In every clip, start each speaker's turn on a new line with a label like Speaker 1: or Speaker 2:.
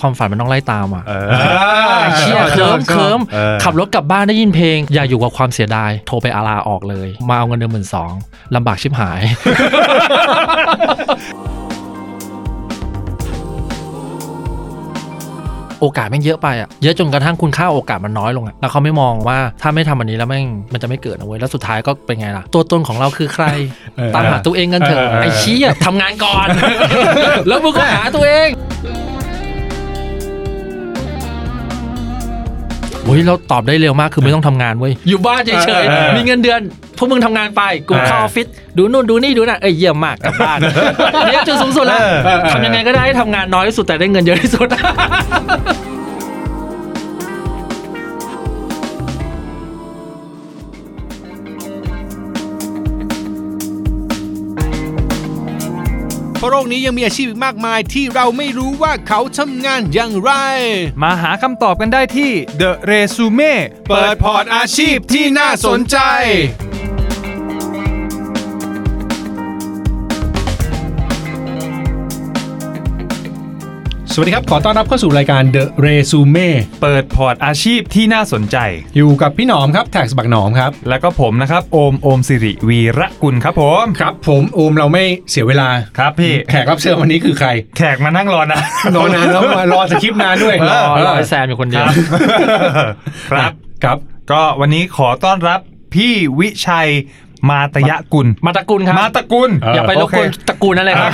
Speaker 1: ความฝันมันต้องไล่ตามอ่ะ
Speaker 2: เออ
Speaker 1: เชี่ยเคิมเคิม
Speaker 2: ออ
Speaker 1: ขับรถกลับบ้านได้ยินเพลง อย่าอยู่กับความเสียดาย โทรไปอาลาออกเลย มาเอาเงินเดือนหมื่นสองลำบากชิบ หาย โอกาสแม่งเยอะไปอ่ะ เยอะจนกระทั่งคุณค่าโอกาสมันน้อยลงอ่ะ แล้วเขาไม่มองว่าถ้าไม่ทำอันนี้แล้วแม่งมันจะไม่เกิดนะเว้ย แล้วสุดท้ายก็เป็นไงล่ะ ตัวตนของเราคือใคร
Speaker 2: เออ
Speaker 1: ตามหาตัวเองกันเถอะ
Speaker 2: เออ
Speaker 1: ไอ้เชี้ยทำงานก่อน แล้วมึงก็หาตัวเองโอ้ยเราตอบได้เร็วมากคือไม่ต้องทำงานเว้ยอยู่บ้านเฉย
Speaker 2: เออเออ
Speaker 1: ๆมีเงินเดือนพวกมึงทำงานไปกู
Speaker 2: เออ
Speaker 1: เข้าออฟฟิศดูนู่นดูนี่ดูนั่นเอ้ยเยี่ยมมากกลับบ้านเนี่ยจุดสูงสุดละ
Speaker 2: เออเออเออ
Speaker 1: ทำยังไงก็ได้ให้ทำงานน้อยที่สุดแต่ได้เงินเยอะที่สุด
Speaker 3: เพราะโรคนี้ยังมีอาชีพอีกมากมายที่เราไม่รู้ว่าเขาทำงานอย่างไร
Speaker 4: มาหาคำตอบกันได้ที่ The Resume
Speaker 3: เปิดพอร์ตอาชีพที่น่าสนใจ
Speaker 2: สวัสดีครับ ขอต้อนรับเข้าสู่รายการ The Resume
Speaker 4: เปิดพอร์ตอาชีพที่น่าสนใจ
Speaker 2: อยู่กับพี่หนอมครับ แท็กบักหนอมครับ
Speaker 4: แล้วก็ผมนะครับ โอม โอมสิริวีระกุลครับผม
Speaker 2: ครับผมโอมเราไม่เสียเวลา
Speaker 4: ครับพี่
Speaker 2: แขกรับเชิญวันนี้คือใคร
Speaker 4: แขกมานั่งรอนะ
Speaker 2: รอนานแล้วมารอสคริปต์นานด้วย
Speaker 1: รอรอให้แซมอยู่คนเดียว
Speaker 4: ครับ
Speaker 2: ครับ
Speaker 4: ก็วันนี้ขอต้อนรับพี่วิชัยมาตยกุล
Speaker 1: มาตระกูลครับ
Speaker 4: มาตกุล
Speaker 2: เออ
Speaker 1: อ
Speaker 2: อ
Speaker 1: ย่าไปรบกวนตระกูลนั่นเลยครับ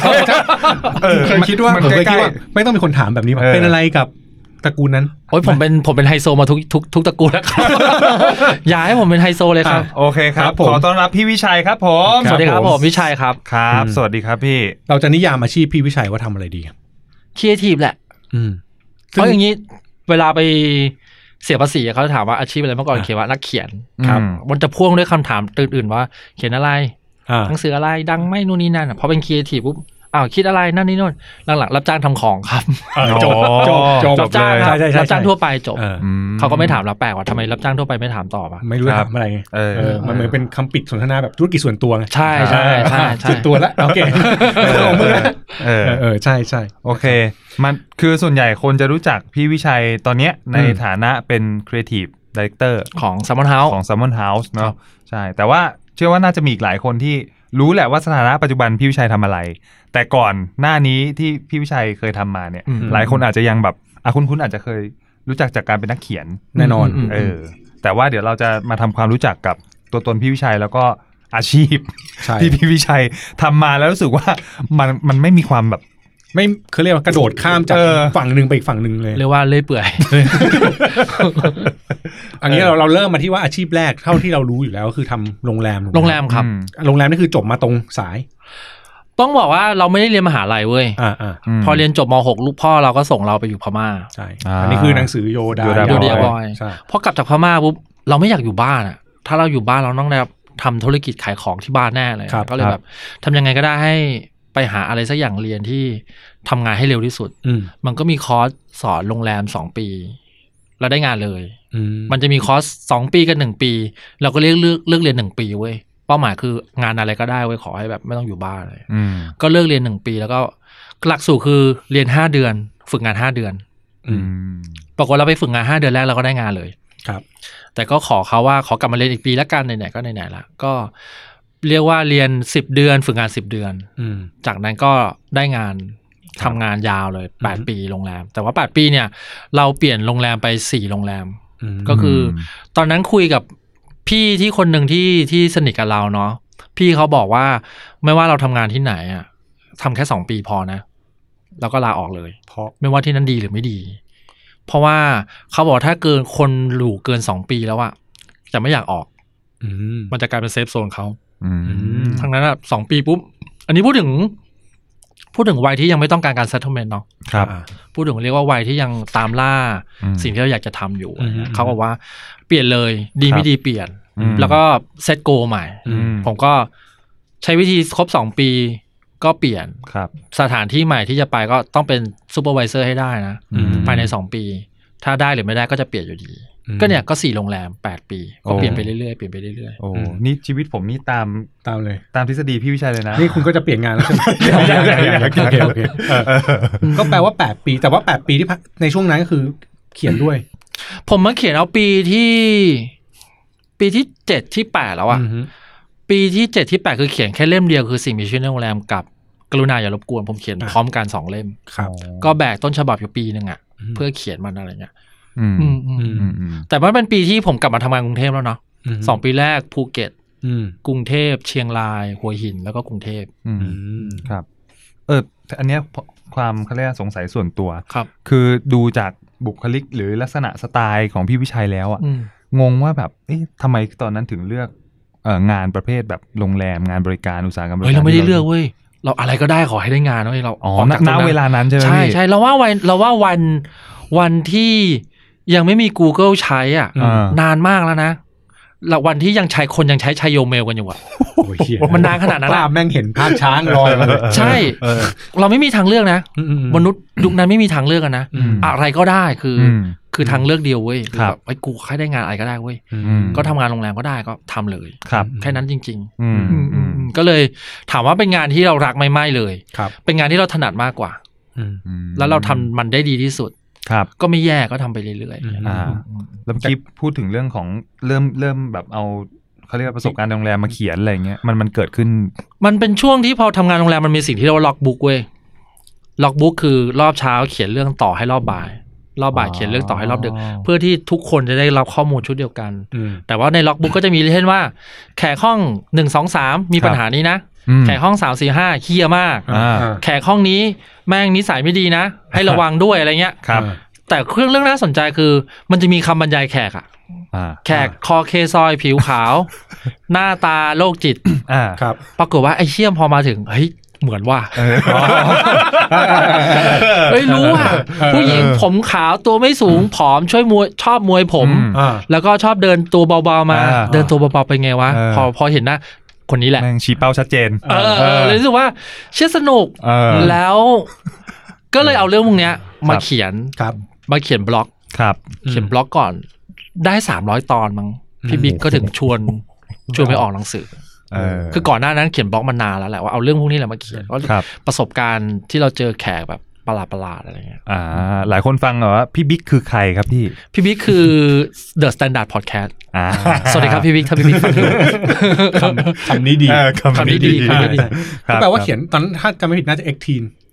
Speaker 4: เออ
Speaker 2: เคยคิดว่า
Speaker 4: มัน
Speaker 2: ผมเคย
Speaker 4: ใก
Speaker 2: คิ
Speaker 4: ล้
Speaker 2: ดว่าไม่ต้องมีคนถามแบบนี้ป่ะ
Speaker 4: เออ
Speaker 2: เป็นอะไรกับตระกูลนั้น
Speaker 1: โอ้ยผมเป็นผมเป็นไฮโซมาทุกทุกทุกตระกูลแล้วครับ อย่าให้ผมเป็นไฮโซเลยครับ
Speaker 4: ๆโอเคครั
Speaker 2: ครับ บผม
Speaker 4: ขอต้อนรับพี่วิชัยครับผม
Speaker 1: สวัสดีครับผมพี่ชัยครับ
Speaker 4: ครับ สวัสดีครับพี่
Speaker 2: เราจะนิยามอาชีพพี่วิชัยว่าทำอะไรดีครับ
Speaker 1: ครีเอทีฟแหละ
Speaker 2: อืม ซึ่ง
Speaker 1: เพราะอย่างนี้เวลาไปเสียภาษีเขาจะถามว่าอาชีพอะไรเมื่อก่อนเขียนว่านักเขียน
Speaker 4: ครับ
Speaker 1: มันจะพ่วงด้วยคำถามอื่นๆว่า เขียนอะไร
Speaker 2: อ่า
Speaker 1: หนังสืออะไรดังไหม่นู่นนี่นั่นอะพอเป็นครีเอทีฟปุ๊บอ้าวคิดอะไรนั่นนี่นู่นหลังๆรับจ้างทำของครับ
Speaker 2: เออจบ
Speaker 4: อ๋อ
Speaker 2: จบ จบ
Speaker 1: รับจ้างค
Speaker 2: ใช่
Speaker 1: รับ
Speaker 2: ใช่ใช่
Speaker 1: รับจ้างทั่วไปจบ
Speaker 2: เออ
Speaker 4: อื
Speaker 1: เขาก็ไม่ถามเราแปลกว่าทำไมรับจ้างทั่วไปไม่ถามต่อปะ
Speaker 2: ไม่รู้จะถามอะไรไง
Speaker 4: เออ
Speaker 2: เออมันเหมือนเป็นคำปิดสนทนาแบบธุรกิจส่วนตัวไง
Speaker 1: ใช่ใช่ใช่ใช่
Speaker 2: ส่วนตัวละโอเคของมึงละ
Speaker 4: เอ
Speaker 2: เอ
Speaker 4: อ
Speaker 2: อเออใช่ใช่
Speaker 4: โอเค มันคือส่วนใหญ่คนจะรู้จักพี่วิชัยตอนเนี้ยใน
Speaker 2: อืม
Speaker 4: ฐานะเป็น Creative Director
Speaker 1: ของซัมมอนเฮาส์
Speaker 4: ของ s a l m o n House เนาะใช่ แต่ว่าเชื่อว่าน่าจะมีอีกหลายคนที่รู้แหละว่าสถานะปัจจุบันพี่วิชัยทำอะไร แต่ก่อนหน้านี้ที่พี่วิชัยเคยทำมาเนี่ย
Speaker 1: อืม
Speaker 4: หลายคนอาจจะยังแบบอ่ะคุณคุณอาจจะเคยรู้จักจากการเป็นนักเขียน
Speaker 2: แน่นอน
Speaker 1: อืม
Speaker 4: เออ แต่ว่าเดี๋ยวเราจะมาทำความรู้จักกับตัวตนพี่วิชัยแล้วก็อาชีพ
Speaker 2: ใช่
Speaker 4: ที่พี่วิชัยทำมาแล้วรู้สึกว่ามันมันไม่มีความแบบ
Speaker 2: ไม่เขาเรียกว่ากระโดดข้ามจาก
Speaker 4: เออ
Speaker 2: ฝั่งหนึ่งไปอีกฝั่งหนึ่งเลย
Speaker 1: เรียกว่าเลื่อยเปื่อย
Speaker 2: อันนี้เราเราเริ่มมาที่ว่าอาชีพแรกเท่าที่เรารู้อยู่แล้วก็คือทำโรงแรมถูกไห
Speaker 1: โรงแรมครับ
Speaker 4: อืม
Speaker 2: โรงแรมนี่คือจบมาตรงสาย
Speaker 1: ต้องบอกว่าเราไม่ได้เรียนมหาลัยเว้ย
Speaker 2: อ่าอ่า
Speaker 1: พอเรียนจบม .6 ลูกพ่อเราก็ส่งเราไปอยู่พม่า
Speaker 2: ใช่
Speaker 4: อ่า
Speaker 2: อันนี้คือหนังสือโยดา
Speaker 4: โยดา
Speaker 1: โยดาบอย
Speaker 2: ใช่
Speaker 1: พอกลับจากพม่าปุ๊บเราไม่อยากอยู่บ้านอะถ้าเราอยู่บ้านเราต้องได้ทำธุรกิจขายของที่บ้านแน่เลย
Speaker 2: ครับ
Speaker 1: ก็เลยแบบทำยังไงก็ได้ให้ไปหาอะไรสักอย่างเรียนที่ทำงานให้เร็วที่สุด
Speaker 2: อืม
Speaker 1: มันก็มีคอร์สสอนโรงแรมสองปี เราได้งานเลย
Speaker 2: อื
Speaker 1: มันจะมีคอร์สสองปีกับหนึ่งปี เราก็เลือกเลือกเลือกเรียนหนึ่งปีเว้ยเป้าหมายคืองานอะไรก็ได้เว้ยขอให้แบบไม่ต้องอยู่บ้านเลย
Speaker 4: อืม
Speaker 1: ก็เลิกเรียนหนึ่งปีแล้วก็หลักสูตรคือเรียนห้าเดือน ฝึกงานห้าเดือน
Speaker 2: อืม
Speaker 1: ปรากฏเราไปฝึกงานห้าเดือนแรกเราก็ได้งานเลย
Speaker 2: ครับ
Speaker 1: แต่ก็ขอเขาว่าขอกลับมาเรียนอีกปีละกันไหนๆก็ไหนๆละก็เรียกว่าเรียนสิบเดือน ฝึกงานสิบเดือน
Speaker 2: อืม
Speaker 1: จากนั้นก็ได้งานทำงานยาวเลยแปด
Speaker 2: อือฮึ
Speaker 1: ปีโรงแรม แต่ว่าแปดปีเนี่ย เราเปลี่ยนโรงแรมไปสี่โรงแรม
Speaker 2: อืม
Speaker 1: ก็คืออ
Speaker 4: ม
Speaker 1: ตอนนั้นคุยกับพี่ที่คนหนึ่งที่ที่สนิทกับเราเนาะพี่เขาบอกว่าไม่ว่าเราทำงานที่ไหนอะทำแค่สองปีพอนะ แล้วก็ลาออกเลย
Speaker 2: เพราะ
Speaker 1: ไม่ว่าที่นั้นดีหรือไม่ดี เพราะว่าเขาบอกถ้าเกินคนหลู่เกินสองปีแล้วอะจะไม่อยากออก
Speaker 2: อืม
Speaker 1: มันจะกลายเป็นเซฟโซนเขา
Speaker 4: อืม
Speaker 2: ม
Speaker 1: ทั้งนั้นอะสองปีปุ๊บอันนี้พูดถึง พูดถึงวัยที่ยังไม่ต้องการการเซตเมนต์เนาะ
Speaker 4: ครับ
Speaker 2: อ่า
Speaker 1: พูดถึงเรียกว่าวัยที่ยังตามล่า
Speaker 4: อืม
Speaker 1: สิ่งที่เราอยากจะทำอยู่
Speaker 2: อืม
Speaker 1: เขาบอกว่าเปลี่ยนเลยดี
Speaker 4: ครับ
Speaker 1: ไม่ดีเปลี่ยน
Speaker 4: อืม
Speaker 1: แล้วก็เซตโกใหม่
Speaker 2: อืม
Speaker 1: ผมก็ ใช้วิธีครบสองปีก็เปลี่ยน
Speaker 4: ครับ
Speaker 1: สถานที่ใหม่ที่จะไปก็ต้องเป็นซูเปอร์วิเซอร์ให้ได้นะ
Speaker 2: อืม
Speaker 1: ภายในสองปี ถ้าได้หรือไม่ได้ก็จะเปลี่ยนอยู่ดี
Speaker 2: อืม
Speaker 1: ก็เนี่ยก็สี่โรงแรมแปดปีก็เปลี่ยนไปเรื่อยๆเปลี่ยนไปเรื่อย
Speaker 4: โอ้นี่ชีวิตผมนี่ตาม
Speaker 2: ตามเลย
Speaker 4: ตามทฤษฎีพี่วิชัยเลยนะ
Speaker 2: นี่คุณก็จะเปลี่ยนงานแล้วใช่ไหม
Speaker 4: ไม่ได้ไม่ได้ไม่ได้
Speaker 2: โอเคโอเคเออก็แปลว่า 8 ปีแต่ว่า 8 ปีที่ผ่านในช่วงนั้นก็คือเขียนด้วย
Speaker 1: ๆผมมาเขียนเอาปีที่ ปีที่เจ็ดที่แปดแล้วอะ
Speaker 2: อือฮึ
Speaker 1: ปีที่เจ็ดที่แปดคือเขียนแค่เล่มเดียวคือสิ่งมีชีวิตในโรงแรมกับกรุณาอย่ารบกวนผมเขียนพร้อมกันสองเล่ม
Speaker 2: ครับ
Speaker 1: ก็แบกต้นฉบับอยู่ปีหนึ่งอะ
Speaker 2: อืม
Speaker 1: เพื่อเขียนมันอะไรเงี้ย
Speaker 4: อืม
Speaker 1: อืมอืม
Speaker 4: อืมอืม
Speaker 1: แต่ว่าเป็นปีที่ผมกลับมาทำงานกรุงเทพแล้วเนาะสองปีแรกภูเก็ต
Speaker 2: อืม
Speaker 1: กรุงเทพ เชียงราย หัวหินแล้วก็กรุงเทพ
Speaker 4: อืม
Speaker 2: อืม
Speaker 4: ครับ เอออันเนี้ยความเขาเรียกว่าสงสัยส่วนตัว
Speaker 1: ครับ
Speaker 4: คือดูจากบุคลิกหรือลักษณะสไตล์ของพี่วิชัยแล้วอะ
Speaker 1: อืม
Speaker 4: งงว่าแบบเอ๊ะทำไมตอนนั้นถึงเลือกเอ่องานประเภทแบบโรงแรมงานบริการอุตสาหกรรมบริ
Speaker 1: เฮ้
Speaker 4: กาย ร
Speaker 1: เราไม่ได้เลือกเว้ย เราอะไรก็ได้ขอให้ได้งานเว้ยเรา
Speaker 4: อ๋อก ณ
Speaker 1: จากต
Speaker 4: ณ
Speaker 1: รง
Speaker 4: เวลานั้นใช่ไหม
Speaker 1: ใช่
Speaker 4: พี่
Speaker 1: ใช่เราว่าวันเราว่าวันวันที่ยังไม่มี Google ใช้อ่ะ
Speaker 4: อ่า
Speaker 1: นานมากแล้วนะเราวันที่ยังใช้คนยังใช้ชัยโยเมลกันอยู่อ่ะ
Speaker 2: โอ้ยเขีย
Speaker 1: มันนานขนาดนั้น
Speaker 2: ภา
Speaker 1: อะ
Speaker 2: พแม่งเห็นภาพช้างลอยมาเลย
Speaker 1: ใช่ เราไม่มีทางเลือกนะ
Speaker 2: อือือื
Speaker 1: มนุษย์ยุคนั้นไม่มีทางเลือกกันนะ
Speaker 2: อืม
Speaker 1: อะไรก็ได้คืออ
Speaker 4: ม
Speaker 1: คือทางเลือกเดียวเว้ย
Speaker 4: ครับ
Speaker 1: ไอ้ยกูแค่ได้งานอะไรก็ได้เว้ย
Speaker 2: อืม
Speaker 1: ก็ทำงานโรงแรมก็ได้ก็ทำเลย
Speaker 4: ครับ
Speaker 1: แค่นั้นจริง ๆ
Speaker 4: อืม
Speaker 1: อืมอื
Speaker 4: อื
Speaker 1: ม
Speaker 4: ม
Speaker 1: อืมก็เลยถามว่าเป็นงานที่เรารักไหม่ไม่เลย
Speaker 2: ครับ
Speaker 1: เป็นงานที่เราถนัดมากกว่า
Speaker 2: อืม
Speaker 4: อืม
Speaker 1: แล้วเราทำมันได้ดีที่สุด
Speaker 4: ครับ
Speaker 1: ก็ไม่แย่ก็ทำไปเรื่อย
Speaker 2: อืม
Speaker 1: ๆ
Speaker 4: อ่า แล้วเมื่อกี้พูดถึงเรื่องของเริ่มเริ่มแบบเอาเขาเรียกว่าประสบการณ์โรงแรมมาเขียนอะไรอย่างเงี้ยมันมันเกิดขึ้น
Speaker 1: มันเป็นช่วงที่พอทำงานโรงแรมมันมีสิ่งที่เรียกว่าล็อกบุ๊กเว้ยล็อกบุ๊กคือรอบเช้าเขียนเรื่องต่อให้รอบบ่าย รอบบ่าย
Speaker 4: อ๋อ
Speaker 1: เขียนเรื่องต่อให้รอบดึก เพื่อที่ทุกคนจะได้รับข้อมูลชุดเดียวกัน
Speaker 2: อืม
Speaker 1: แต่ว่าในล็อกบุ๊กก็จะมีเช่นว่า แขกห้องหนึ่งสองสามมีปัญหานี้นะ
Speaker 4: อืม
Speaker 1: แขกห้องสามสี่ห้าเคียมาก
Speaker 4: อ่า
Speaker 1: แขกห้องนี้แม่งนิสัยไม่ดีนะ ให้ระวังด้วยอะไรเงี้ย
Speaker 4: ครับ
Speaker 1: แต่เครื่องเรื่องน่าสนใจคือ มันจะมีคำบรรยายแขกอะ
Speaker 4: อ่า
Speaker 1: แขกคอเคซอยผิวขาว หน้าตาโรคจิต
Speaker 4: อ่า
Speaker 2: ครับ
Speaker 1: ปรากฏว่าไอ้เชี่ยมพอมาถึง เฮ้ย เหมือนว่า
Speaker 4: เอออ๋อ
Speaker 1: เฮ้ยรู้อ่ะผู้หญิงผมขาวตัวไม่สูงผอมช่วยมวยชอบมวยผม
Speaker 4: อืม
Speaker 2: อ่า
Speaker 1: แล้วก็ชอบเดินตัวเบาๆมา
Speaker 4: อ่า
Speaker 1: เดินตัวเบาๆไปไงวะ
Speaker 4: เออ
Speaker 1: พอพอเห็นหน้าคนนี้แหละ
Speaker 4: แม่งชี้เป้าชัดเจน
Speaker 1: เออเออเลยรู้สึกว่า เชี่ยสนุก
Speaker 4: เออ
Speaker 1: แล้ว ก็เลยเอาเรื่องพวกเนี้ย มาเขียน
Speaker 2: ครับ
Speaker 1: มาเขียนบล็อก
Speaker 4: ครับ
Speaker 1: เขียนบล็อกก่อนได้สามร้อยตอนมั้งพี่บิ๊กก็ถึงชวนชวนไปออกหนังสือ
Speaker 4: เออ
Speaker 1: คือก่อนหน้านั้นเขียนบล็อกมานานแล้วแหละว่าเอาเรื่องพวกนี้แหละมาเขียนว่า
Speaker 4: ครับ
Speaker 1: ประสบการณ์ที่เราเจอแขกแบบประหลาดประหลาดๆอะไรเงี้ย
Speaker 4: อ่า หลายคนฟังเหรอว่าพี่บิ๊กคือใครครับพี่
Speaker 1: พี่บิ๊กคือ The Standard Podcast
Speaker 4: อ่า
Speaker 1: สวัสดีครับพี่บิ๊กถ้าพี่บิ๊กฟังอยู่
Speaker 2: คำนี้ดี
Speaker 4: เออ
Speaker 1: คำนี้ดีคำนี้ดี
Speaker 4: ครับ
Speaker 2: ก็แปลว่าเขียนตอนนั้นถ้าจำไม่ผิดน่าจะ 18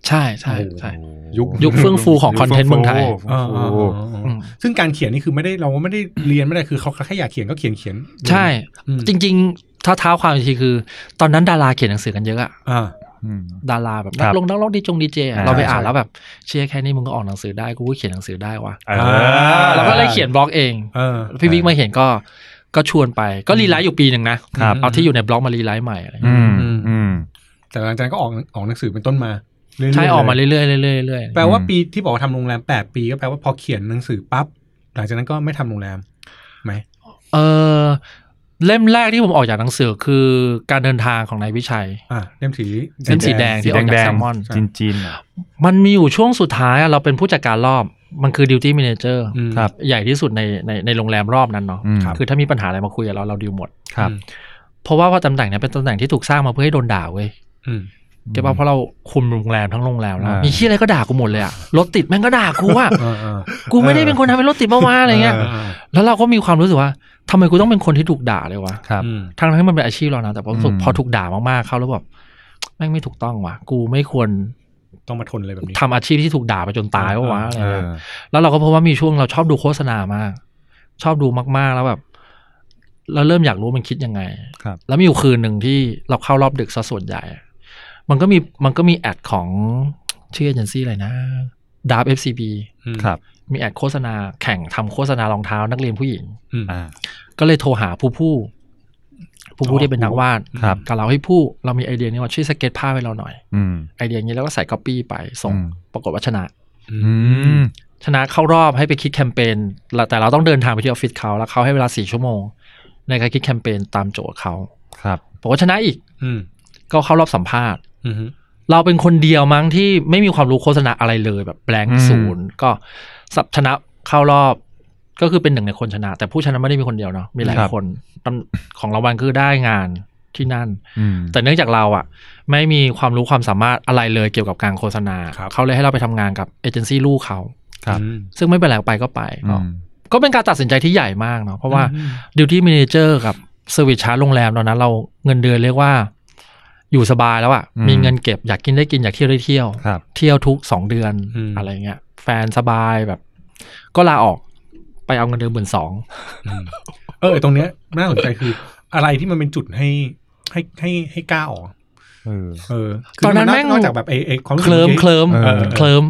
Speaker 1: ใช่ใช่ใช่
Speaker 2: ยุค
Speaker 1: ยุคเฟื่องฟูของคอนเทนต์เมืองไทย
Speaker 4: เฟื่องฟู
Speaker 1: อืม
Speaker 2: ซึ่งการเขียนนี่คือไม่ได้เราไม่ได้เรียนไม่ได้คือเขาแค่อยากเขียนก็เขียนเขียน
Speaker 1: ใช่
Speaker 2: อืม
Speaker 1: จริงๆ ถ้าเท้าความอีกทีคือ ตอนนั้นดาราเขียนหนังสือกันเยอะอะ
Speaker 2: อ่า
Speaker 4: อืม
Speaker 1: ดาราแบบ
Speaker 4: ครั
Speaker 1: นัก
Speaker 4: บ
Speaker 1: ลงนักร้องดีจงดีเจอะ
Speaker 4: อ่า
Speaker 1: เราไปอ่านแล้วแบบเชียแค่นี้มึงก็ออกหนังสือได้กูก็เขียนหนังสือได้วะ
Speaker 4: เออ
Speaker 2: อ่า
Speaker 1: เราก็เลยเขียนบล็อกเอง
Speaker 2: เออ
Speaker 1: พี่บิ๊กมาเห็นก็ก็ชวนไปก็รีไลท์อยู่ปีหนึ่งนะครับ เอาที่อยู่ในบล็อกมารีไลท์ใหม่อะไรเงี้ย
Speaker 4: อืมอืม
Speaker 2: แต่หลังจากนั้นก็ออกออกหนังสือเป็นต้นมาเรื่ยๆ
Speaker 1: ใช่ออกมา
Speaker 2: เลย
Speaker 1: เรื่อยๆเรื่อยๆเรื่อยๆ
Speaker 2: แปลว่าปีที่บอกว่าทำโรงแรมแปดปีก็แปลว่าพอเขียนหนังสือปั๊บหลังจากนั้นก็ไม่ทำโรงแรมไหม
Speaker 1: เออเล่มแรกที่ผมออกจากหนังสือคือการเดินทางของนายวิชัย
Speaker 2: อ่าเล่มสี
Speaker 1: เล่มสีแดง ที่
Speaker 4: สี
Speaker 1: ออกจาก
Speaker 4: แดง
Speaker 1: แซลมอน
Speaker 4: ๆจีนจีนๆอ่ะ
Speaker 1: มันมีอยู่ช่วงสุดท้ายอะเราเป็นผู้จัดการรอบมันคือดิวตี้ม n นเจอร์
Speaker 2: อืม
Speaker 4: ครับ
Speaker 1: ใหญ่ที่สุดในในในโรงแรมรอบนั้นเนาะ
Speaker 4: อืม
Speaker 2: ครับ
Speaker 1: คือถ้ามีปัญหาอะไรมาคุยกับเราเราดิวหมด
Speaker 4: ครับ
Speaker 1: เพราะว่าว่าตำแหน่งเนี้ยเป็นตำแหน่งที่ถูกสร้างมาเพื่อให้โดนด่าเว้ย
Speaker 2: อืม
Speaker 1: เก็บว่าเพราะเราคุมโรงแรมทั้งโรงแรมแล้ว
Speaker 4: อ่ามี
Speaker 1: มีขี้ยอะไรก็ด่ากูหมดเลยอะรถติดแม่งก็ด่ากูอะ
Speaker 2: อ่าอ่า
Speaker 1: กูไม่ได้เป็นคนทำให้รถติดเมื่อวานอะไรเงี้ย
Speaker 2: อ่า
Speaker 1: แล้วเราก็มีความรู้สึกว่าทำไมกูต้องเป็นคนที่ถูกด่าเลยวะ
Speaker 4: ครับ
Speaker 2: อืม
Speaker 1: ทั้งๆที่มันเป็นอาชีพเรานะ แต่พอรู้สึก
Speaker 4: อืม
Speaker 1: พอถูกด่ามากๆ เข้าแล้วแบบแม่งไม่ถูกต้องว่ะ กูไม่ควร
Speaker 2: ต้องมาทนเลยแบบนี้
Speaker 1: ทำอาชีพที่ถูกด่าไปจนตายเมื่อวะอะไร
Speaker 4: เอ
Speaker 1: เงี้
Speaker 4: อย
Speaker 1: แล้วเราก็พบว่ามีช่วงเราชอบดูโฆษณามาก ชอบดูมากๆ แล้วแบบเราเริ่มอยากรู้มันคิดยังไง
Speaker 4: ครับ
Speaker 1: แล้วมีอยู่คืนหนึ่งที่เราเข้ารอบดึกซะส่วนใหญ่อะมันก็มีมันก็มีแอดของชื่อเอเจนซี่อะไรนะดาร์ฟเอฟซีบี
Speaker 4: ครับ
Speaker 1: มีแอดโฆษณาแข่งทำโฆษณารองเท้านักเรียนผู้หญิง
Speaker 4: อ่า
Speaker 1: ก็เลยโทรหาผู้ผู้ ผู้ผู้ที่เป็นนักวาด
Speaker 4: ครับ
Speaker 1: กับเราให้ยผู้เรามีไอเดียนี้ว่าช่วยสเก็ตภาพให้เราหน่อย
Speaker 4: อืม
Speaker 1: ไอเดียนี้แล้วก็ใส่ก๊อปปี้ไปส่ง
Speaker 4: อืม
Speaker 1: ปรากฏว่าชนะ
Speaker 4: อืม
Speaker 1: ชนะเข้ารอบให้ไปคิดแคมเปญแล้วแต่เราต้องเดินทางไปที่ออฟฟิศเขาแล้วเขาให้เวลาสี่ชั่วโมง ในการคิดแคมเปญตามโจทย์เขา
Speaker 4: ครับ
Speaker 1: ปรากฏว่าชนะอีก ก็เข้ารอบสัมภาษณ์
Speaker 2: อือฮึ
Speaker 1: เราเป็นคนเดียวมั้งที่ไม่มีความรู้โฆษณาอะไรเลยแบบแบง
Speaker 4: อืม
Speaker 1: ศูนย์ก็สับชนะเข้ารอบก็คือเป็นหนึ่งในคนชนะ แต่ผู้ชนะไม่ได้มีคนเดียวเนาะมีหลายคนตำของรางวัลคือได้งานที่นั่น
Speaker 4: อืม
Speaker 1: แต่เนื่องจากเราอะไม่มีความรู้ความสามารถอะไรเลยเกี่ยวกับการโฆษณา
Speaker 2: ครับ
Speaker 1: เขาเลยให้เราไปทำงานกับเอเจนซี่ลูกเขา
Speaker 4: ครับ
Speaker 2: อืม
Speaker 1: ซึ่งไม่เป็นไรไปก็ไปก็
Speaker 4: อืม
Speaker 1: ก็เป็นการตัดสินใจที่ใหญ่มากเนาะเพราะว่าดิวตี้ม a นเจอร์กับเซอร์วิสชาร์จโรงแรมตอนนั้นเราเงินเดือนเรียกว่า อยู่สบายแล้วอะ
Speaker 4: อืม
Speaker 1: มีเงินเก็บอยากกินได้กินอยากเที่ยวได้เที่ยว
Speaker 4: ครับ
Speaker 1: เที่ยวทุกสองเดือน
Speaker 2: อืม
Speaker 1: อะไรเงี้ย แฟนสบายแบบ ก็ลาออกไปเอาเงินเดือนหมื่นสอง
Speaker 2: อืมเออไอ้ตรงเนี้ยน่าสนใจคือ อะไรที่มันเป็นจุดให้ให้ให้ให้กล้าออก
Speaker 4: เออ
Speaker 2: เออคื
Speaker 1: ตอนนั้นแม่ง
Speaker 2: อกจากแบบไอ้ไอ้ความรู้
Speaker 1: เค
Speaker 2: สึก
Speaker 1: ลิม
Speaker 2: มื่อกี้
Speaker 1: เคลิม
Speaker 4: เออ
Speaker 1: เคลิม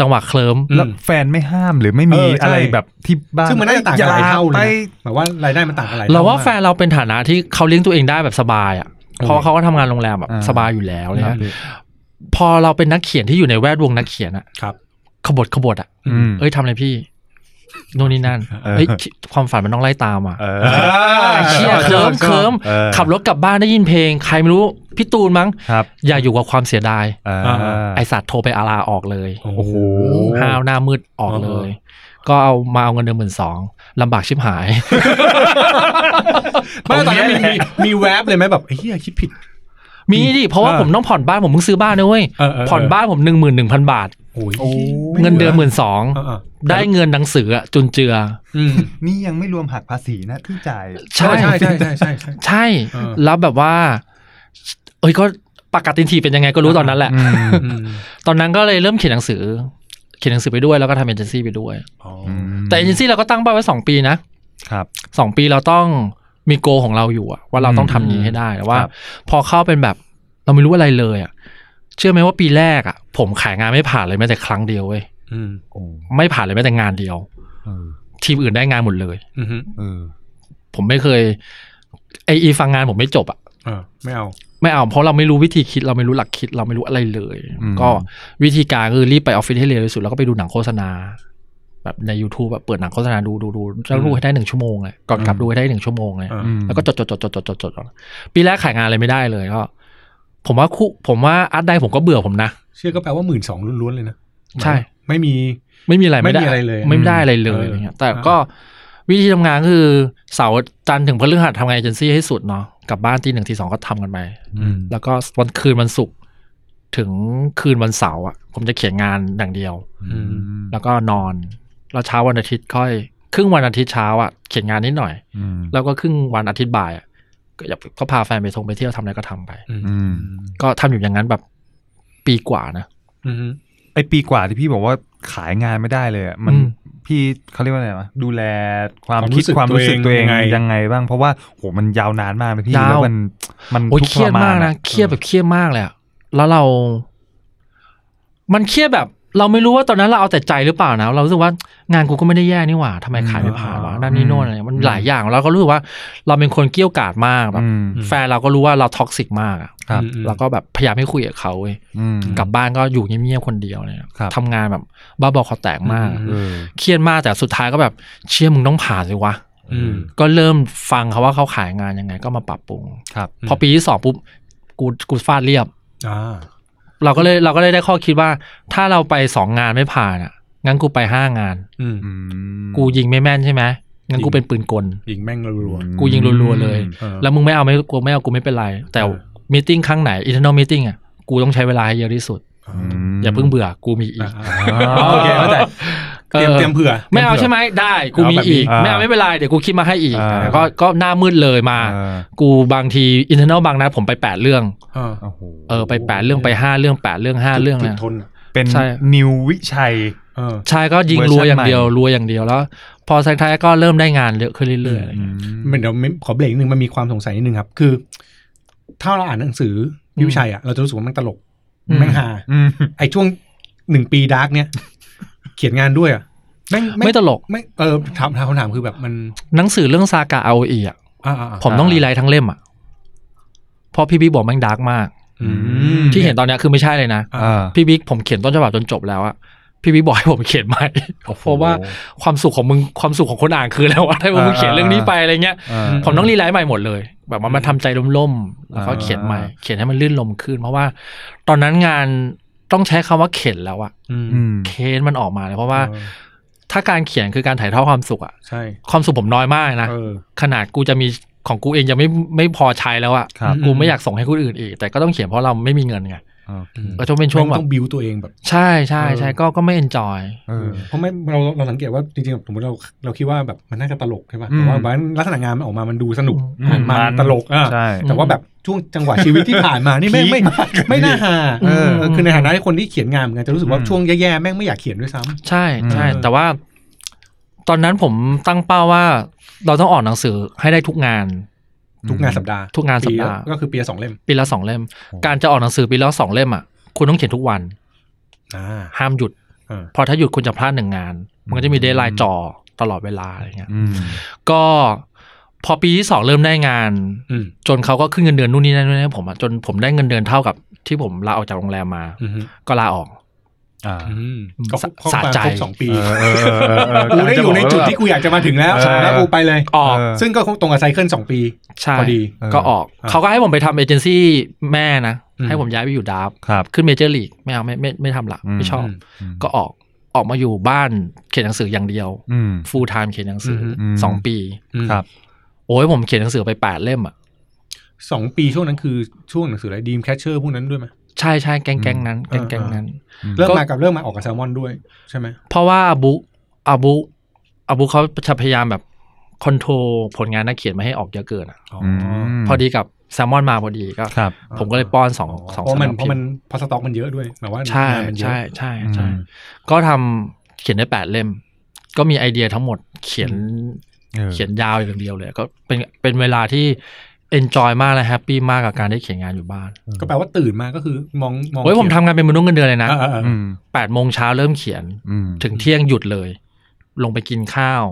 Speaker 1: จังหวะเคลิม
Speaker 2: อืม
Speaker 4: แล้วแฟนไม่ห้ามหรือไม่มี
Speaker 2: เออใช่
Speaker 4: อะไรแบบที่บ้าน
Speaker 2: ซึ่งมันน่าจะต่างกันหลายเท่าเล
Speaker 4: ไป
Speaker 2: ยนะแบบว่ารายได้มันต่างกันหลายท่
Speaker 1: เราว่า
Speaker 2: าก
Speaker 1: แฟนเราเป็นฐานะที่เขาเลี้ยงตัวเองได้แบบสบายอ่ะ
Speaker 2: เออ
Speaker 1: เพราะว่าเขาก็ทำงานโรงแรมแบบ
Speaker 4: อ่า
Speaker 1: สบายอยู่แล้วเลย
Speaker 2: ครั
Speaker 1: นะ
Speaker 2: บ
Speaker 1: พอเราเป็นนักเขียนที่อยู่ในแวดวงนักเขียนอ่ะ
Speaker 2: ครับ
Speaker 1: ขบฏขบฏอ่ะ
Speaker 4: อืม
Speaker 1: เอ้ยทำอะไรพี่โน่นนี่นั่น
Speaker 4: เออ
Speaker 1: เอ้ยคิดความฝันมันต้องไล่ตามอ่ะ
Speaker 4: เออ
Speaker 1: เชี่ยเคลิ้มเคลิ้ม
Speaker 4: ออ
Speaker 1: ขับรถกลับบ้านได้ยินเพลง ใครไม่รู้พี่ตูนมั้ง
Speaker 4: ครับ
Speaker 1: อย่าอยู่กับความเสียดาย
Speaker 4: เออ
Speaker 1: ไอสัตว์โทรไปอาลาออกเลย
Speaker 2: โอ้โห
Speaker 1: ห้าวหน้ามืดออกเลย ก็เอามาเอาเงินเดือนหมื่นสองลำบากชิบหาย
Speaker 2: ไม่ตอนนั้นมีมีมีแวบเลยไหมแบบไอ้เฮียคิดผิด
Speaker 1: มีดิ เพราะว่า
Speaker 2: เออ
Speaker 1: ผมต้องผ่อนบ้านผมเพิ่งซื้อบ้านนะเว้ย
Speaker 2: เออเออเออ
Speaker 1: ผ่อนบ้านผมหนึ่งหมื่นหนึ่งพันบาท
Speaker 2: โอ้ย
Speaker 4: โอ้
Speaker 1: เงินเดือนหมื่นสอง
Speaker 2: อ่า
Speaker 1: ได้เงินหนังสืออะจุนเจือ
Speaker 2: ๆอืม
Speaker 4: นี่ยังไม่รวมหักภาษีนะที่จ่าย
Speaker 1: ใช่
Speaker 2: ใช่ใช่ใช่ใช่ใช่
Speaker 1: ใช่
Speaker 2: เออ
Speaker 1: แล้วแบบว่า เอ้ยก็ปากกาตินทีเป็นยังไงก็รู้ตอนนั้นแหละ
Speaker 2: อืม
Speaker 1: ตอนนั้นก็เลยเริ่มเขียนหนังสือ เขียนหนังสือไปด้วยแล้วก็ทำเอเจนซี่ไปด้วย
Speaker 2: อ๋ออ
Speaker 1: แต่เอเจนซี่เราก็ตั้งเป้าไว้สองปีนะ
Speaker 4: ครับ
Speaker 1: สองปีเราต้องมีโกของเราอยู่อะว่าเราต้องทำนี้ให้ได้แต่ว่า
Speaker 4: ครับ
Speaker 1: พอเข้าเป็นแบบเราไม่รู้อะไรเลยอะเชื่อไหมว่าปีแรกอะผมขายงานไม่ผ่านเลยแม้แต่ครั้งเดียวเว้ย
Speaker 2: อืม
Speaker 4: โอ้
Speaker 1: ไม่ผ่านเลยแม้แต่งานเดียว
Speaker 4: เออ
Speaker 1: ทีมอื่นได้งานหมดเลย
Speaker 2: อืม
Speaker 4: เออ
Speaker 1: ผมไม่เคยไออีฟังงานผมไม่จบอะ
Speaker 2: เออไม่เอา
Speaker 1: ไม่เอาเพราะเราไม่รู้วิธีคิดเราไม่รู้หลักคิดเราไม่รู้อะไรเลย
Speaker 4: อืม
Speaker 1: ก็วิธีการคือรีบไปออฟฟิศให้เร็วที่สุดแล้วก็ไปดูหนังโฆษณา แบบใน YouTube แบบเปิดหนังโฆษณาดูดูดูแล้วดูให้ได้หนึ่งชั่วโมงเลยก่อนกลับดูให้ได้หนึ่งชั่วโมงเลย
Speaker 2: อ่า
Speaker 4: อืม
Speaker 1: แล้วก็จดจดจดจดจดจดจดปีแรกขายงานอะไรไม่ได้เลยก็ ผมว่าคู่ผมว่าอาร์ตได้ผมก็เบื่อผมนะ
Speaker 2: เชื่อก็แปลว่าหมื่นสองล้วนๆเลยนะ
Speaker 1: ใช่
Speaker 2: ไม่มี
Speaker 1: ไม่มีอะไร
Speaker 2: ไม่
Speaker 1: ด้
Speaker 2: มีอะไรเลย
Speaker 1: ไม่ได้อะไรเล
Speaker 2: เอ
Speaker 1: ย
Speaker 2: อ
Speaker 1: อะไรเงี้ย
Speaker 2: เออ
Speaker 1: แต่ก็วิธีทำงานคือเสาร์จันทร์ถึงพฤหัสทำงานเอเจนซี่ให้สุดเนาะกลับบ้านตีหนึ่งทีสองก็ทำกันไป
Speaker 4: อืม
Speaker 1: แล้วก็วันคืนวันศุกร์ถึงคืนวันเสาร์อ่ะ ผมจะเขียนงานอย่างเดียว
Speaker 4: อืม
Speaker 1: แล้วก็นอนแล้วเช้าวันอาทิตย์ค่อย ครึ่งวันอาทิตย์เช้าอ่ะเขียนงานนิดหน่อย
Speaker 4: อืม
Speaker 1: แล้วก็ครึ่งวันอาทิตย์บ่ายอะก็อยากก็พาแฟนไปทงไปเที่ยวทำอะไรก็ทำไป
Speaker 4: อืม
Speaker 1: ก็ทำอยู่อย่างนั้นแบบปีกว่านะ
Speaker 2: อืม
Speaker 4: ไอปีกว่าที่พี่บอกว่าขายงานไม่ได้เลยอะมัน
Speaker 1: อืม
Speaker 4: พี่เขาเรียกว่าอะไรวะดูแลความ
Speaker 2: ความรู้
Speaker 4: คิด
Speaker 2: สึก
Speaker 4: ความรู้สึก
Speaker 2: ตั
Speaker 4: ตั
Speaker 2: ว
Speaker 4: วเอ
Speaker 2: เอง งยังไง
Speaker 4: ยังไงบ้าง เพราะว่าโหมันยาวนานมากนะพี่
Speaker 1: ยาว
Speaker 4: แล้วมันมัน
Speaker 1: โอ้ย
Speaker 4: ทุกข์
Speaker 1: เค
Speaker 4: ท
Speaker 1: รีย
Speaker 4: รมาม
Speaker 1: ดาก
Speaker 4: น
Speaker 1: นะ
Speaker 4: อะ
Speaker 1: เครียดแบบเครียดมากเลยอะแล้วเรา มันเครียดแบบ เราไม่รู้ว่าตอนนั้นเราเอาแต่ใจหรือเปล่านะ เรารู้สึกว่างานกูก็ไม่ได้แย่นี่หว่าทำไมขายไม่ผ่านวะนั่นนี่โน่นอะไรมันหลายอย่างเราก็รู้สึกว่า เราเป็นคนเกี้ยวกราดมากแบบ
Speaker 4: อืม
Speaker 1: แฟนเราก็รู้ว่าเราท็อกซิกมากอะ
Speaker 4: ครับ
Speaker 2: อืม
Speaker 1: เราก็แบบพยายามไม่คุยกับเขาเว้ย
Speaker 4: อืม
Speaker 1: กลับบ้านก็อยู่เงียบๆคนเดียวเนี่ย
Speaker 4: ครับ
Speaker 1: ทำงานแบบบ้าบอคอแตกมากอะ
Speaker 2: อืม
Speaker 4: เออ
Speaker 1: เครียดมากแต่สุดท้ายก็แบบเชื่อมึงต้องผ่านสิวะ
Speaker 2: อืม
Speaker 1: ก็เริ่มฟังเขาว่าเขาขายงานยังไงก็มาปรับปรุง
Speaker 4: ครับ
Speaker 1: พอปีที่สองปุ๊บกูกูฟาดเรียบ
Speaker 2: อ่า
Speaker 1: เราก็เลยเราก็เลยได้ข้อคิดว่า ถ้าเราไปสองงานไม่ผ่านอ่ะงั้นกูไปห้างาน
Speaker 2: อืม
Speaker 4: อืม
Speaker 1: กูยิงไม่แม่นใช่ไหมงั้นกูเป็นปืนกล
Speaker 2: ยิงแม่งรัว
Speaker 1: กูยิงรัวๆเลย
Speaker 2: ๆเออ
Speaker 1: แล้วมึงไม่เอาไม่กูไม่เอากูไม่เป็นไร แต่
Speaker 2: เออ
Speaker 1: มีติ้งครั้งไหนอินเทอร์เน็ตมีติ้งอ่ะกูต้องใช้เวลาให้เยอะที่สุด
Speaker 2: อ่า
Speaker 4: อืม
Speaker 1: อย่าเพิ่งเบื่อกูมีอีก
Speaker 4: อ๋อ
Speaker 2: โอ
Speaker 4: โอ
Speaker 2: เค
Speaker 4: เค
Speaker 2: เข้า
Speaker 4: เข้า
Speaker 2: ใจ
Speaker 4: ใจ
Speaker 2: เตรียม
Speaker 1: เออ
Speaker 2: เตรียมเผื่อ
Speaker 1: ไม่เอาใช่ไหมได้กูมี
Speaker 2: เอาแบบนี้
Speaker 1: อีก
Speaker 4: อ่า
Speaker 1: ไม่เอาไม่เป็นไรเดี๋ยวกูคิดมาให้อีก
Speaker 4: อ่า
Speaker 1: ก็ก็หน้ามืดเลยมา
Speaker 4: เออ
Speaker 1: กูบางทีอินเทอร์เน็ตบางนัดผมไปแปดเรื่อง
Speaker 4: โอ้โห
Speaker 1: เออไปแปดเรื่องไปห้าเรื่องแปดเรื่องห้าเรื่อง
Speaker 2: จุด
Speaker 1: นะ
Speaker 2: ทนอะ
Speaker 4: เป็น
Speaker 1: ใช่
Speaker 4: นิววิชัย
Speaker 2: เออ
Speaker 1: ใช่ก็ยิง
Speaker 4: เว
Speaker 1: รั
Speaker 4: อร์ชั
Speaker 1: วน อย่างเดียว
Speaker 4: ใหม่
Speaker 1: รัวอย่างเดียวแล้ว พอสุดท้ายก็เริ่มได้งานเยอะขึ้นเรื่อยๆอะไร
Speaker 4: อื
Speaker 1: เงี้ย
Speaker 4: ม
Speaker 2: มันเดี๋ยวขอเบรกนิดนึงมันมีความสงสัยนิดนึงครับ คือ ถ้าเราอ่านหนังสือพี่วิชัยอ่ะเราจะรู้สึกว่ามันตลก
Speaker 1: อืม
Speaker 2: แม่งฮา
Speaker 4: อืม
Speaker 2: ไอ้ช่วงหนึ่งปีดาร์กเนี่ย เขียนงานด้วยอ่ะแม่งแง
Speaker 1: ไม่ตลก
Speaker 2: ไม่เออถามถามคำถามคือแบบมัน
Speaker 1: หนังสือเรื่องซากาเอาอีอ่ะ
Speaker 2: อ่าอ่าอ่า
Speaker 1: ผมต้องรีไลท์ทั้งเล่มอ่ะเพราะพี่บิ๊กบอกแม่งดาร์กมาก
Speaker 2: อืม
Speaker 4: อื
Speaker 1: ที่เห็นตอนเนี้ยคือไม่ใช่เลยนะ
Speaker 2: อ่า
Speaker 4: อ่า
Speaker 1: พี่บิ๊กผมเขียนต้นฉบับจนจบแล้วอะ พี่วิบอยผมเขียนใหม่เพราะว่าความสุขของมึงความสุขของคนอ่านคือแล้วว่าถ้ามึงเขียนเรื่องนี้ไปอะไรเงี้ย
Speaker 4: อ่า
Speaker 1: ผมต้องรีไลท์ใหม่หมดเลย แบบว่ามันทำใจล่มๆแล้วก็
Speaker 4: อ่า
Speaker 1: เขียนใหม่ เขียนให้มันลื่นลมขึ้น เพราะว่าตอนนั้นงานต้องใช้คำว่าเข็นแล้วอะ
Speaker 2: อืม
Speaker 4: อืม
Speaker 1: เคนมันออกมาเลยเพราะว่า
Speaker 2: เออ
Speaker 1: ถ้าการเขียนคือการถ่ายทอดความสุขอะ
Speaker 2: ใช่
Speaker 1: ความสุขผมน้อยมากนะ
Speaker 2: เออ
Speaker 1: ขนาดกูจะมีของกูเองยังไม่ไม่พอใช้แล้วอะ
Speaker 4: ครับ
Speaker 1: กูไม่อยากส่งให้คนอื่นอีก แต่ก็ต้องเขียนเพราะเราไม่มีเงินไง
Speaker 4: โอเค
Speaker 1: ก็จะเป็นช่วงแบ
Speaker 2: แม่
Speaker 1: บ
Speaker 2: ต้องบิวตัวเองแบบ
Speaker 1: ใช่ใช่ใช่
Speaker 2: เออ
Speaker 1: ก็ก็ไม่เอนจอย
Speaker 4: เออ
Speaker 2: เพราะไม่เราเราสังเกตว่าจริงๆแบบสมมติเราเราคิดว่าแบบมันน่าจะตลกใช่ป่ะ
Speaker 4: อืม
Speaker 2: แต่ว่าลักษณะงานมันออกมามันดูสนุก
Speaker 4: อืม
Speaker 2: มันตลกอ่ะ
Speaker 4: ใช่
Speaker 2: แต่ว่าแบบช่วงจังหวะชีวิตที่ผ่านมานี่ไม่ไม่ไม่ไม่น่าหา
Speaker 1: เออ
Speaker 2: เออคือในฐานะที่คนที่เขียนงานเหมือนกันจะรู้สึกว่า
Speaker 4: อืม
Speaker 2: ช่วงแย่ๆแม่งไม่อยากเขียนด้วยซ้ำ
Speaker 1: ใช่ใช่
Speaker 2: อืม
Speaker 1: แต่ว่า ตอนนั้นผมตั้งเป้าว่า เราต้องออกหนังสือให้ได้ทุกงาน
Speaker 2: ทุกงานสัปดาห์
Speaker 1: ทุกงานสัปดาห์
Speaker 2: ปีละก็คือปีละสองเล่ม
Speaker 1: ปีละสองเล่ม การจะออกหนังสือปีละสองเล่มอ่ะ คุณต้องเขียนทุกวัน
Speaker 2: อ่า
Speaker 1: ห้ามหยุด
Speaker 2: เออ
Speaker 1: เพอถ้าหยุดคุณจะพลาดหนึ่งงาน มันก็จะมีเด d ไลน์จ่อตลอดเวลาอะไรเงี้ย
Speaker 4: อืม
Speaker 1: ก็พอปีที่สองเริ่มได้งาน
Speaker 2: อืม
Speaker 1: จนเขาก็ขึ้นเงินเดือนนู่นนี่นั่นนู่นนี่ให้ผมอะจนผมได้เงินเดือนเท่ากับที่ผมลาออกจากโรงแรมมา
Speaker 2: อืม
Speaker 1: ก็ลาออก
Speaker 4: อ่า
Speaker 2: อืมก็ครบครบ
Speaker 1: สะใจ
Speaker 2: ครบสองปี
Speaker 4: เออเออเออเออ
Speaker 2: กูได้อยู่ในจุดที่กูอยากจะมาถึงแล้ว
Speaker 4: ใช่
Speaker 2: แล้วกูไปเลย
Speaker 1: ออก
Speaker 4: เออ
Speaker 2: ซึ่งก็คงตรงกับไซเคิลสองปี
Speaker 1: ใช่
Speaker 2: พอดี
Speaker 1: ก็ออก
Speaker 2: เออ
Speaker 1: เขาก็ให้ผมไปทำเอเจนซี่แม่นะ
Speaker 2: อืม
Speaker 1: ให้ผมย้ายไปอยู่ดาร์ฟ
Speaker 4: ครับ
Speaker 1: ขึ้นเมเจอร์ลีกไม่เอาไม่ไม่ไม่ทำละไม่ชอบ
Speaker 2: ม
Speaker 1: ก็ออกออกมาอยู่บ้านเขียนหนังสืออย่างเดียว
Speaker 4: อืม
Speaker 1: ฟูลไทม์เขียนหนังสืออ
Speaker 4: ม
Speaker 1: สองปี
Speaker 2: อืม
Speaker 4: ครับ
Speaker 1: โอ้ยผมเขียนหนังสือไปแปดเล่มอ่ะ
Speaker 2: สองปีช่วงนั้นคือช่วงหนังสืออะไรดีมแคชเชอร์พวกนั้นด้วยไหม
Speaker 1: ใช่ใช่แก๊งแก๊งนั้นแก๊งแก๊งนั้น
Speaker 2: เริ่มมากับเริ่มมาออกกับแซลมอนด้วยใช่ไหม
Speaker 1: เพราะว่าอาบุอาบุอาบุเขาจะพยายามแบบคอนโทรผลงานนักเขียนไมาให้ออกเยอะเกินอ่ะ
Speaker 4: ม
Speaker 1: พอดีกับแซลมอนมาพอดีก็
Speaker 4: ครับ
Speaker 1: ผมก็เลยป้อนสองสอง
Speaker 2: เพราะมัน
Speaker 1: สำนัก
Speaker 2: เพ
Speaker 1: พิ
Speaker 2: ราะ
Speaker 1: ม
Speaker 2: มัน
Speaker 1: พ์
Speaker 2: เพราะสต็อกมันเยอะด้วยแบบว่า
Speaker 1: ใช่
Speaker 2: งานมันเยอะ
Speaker 1: ใช่ใช่ใช่
Speaker 4: อืม
Speaker 1: ก็ทำเขียนได้แปดเล่ม ก็มีไอเดียทั้งหมดเขียน
Speaker 4: ออ
Speaker 1: เขียนยาวอย่างเดียวเลยก็เป็นเป็นเวลาที่ enjoy มากและแฮปปี้มากกับการได้เขียนงานอยู่บ้าน
Speaker 2: ก็แปลว่าตื่นมาก็คือมองมอง
Speaker 1: เฮ้ยผมทำงานเป็นมนุษย์เงินเดือนเลยนะ
Speaker 2: อ่าอ่าอ่า
Speaker 4: อืม
Speaker 1: แปดโมงเช้าเริ่มเขียน
Speaker 4: อืม
Speaker 1: ถึงเที่ยงหยุดเลย ลงไปกินข้าว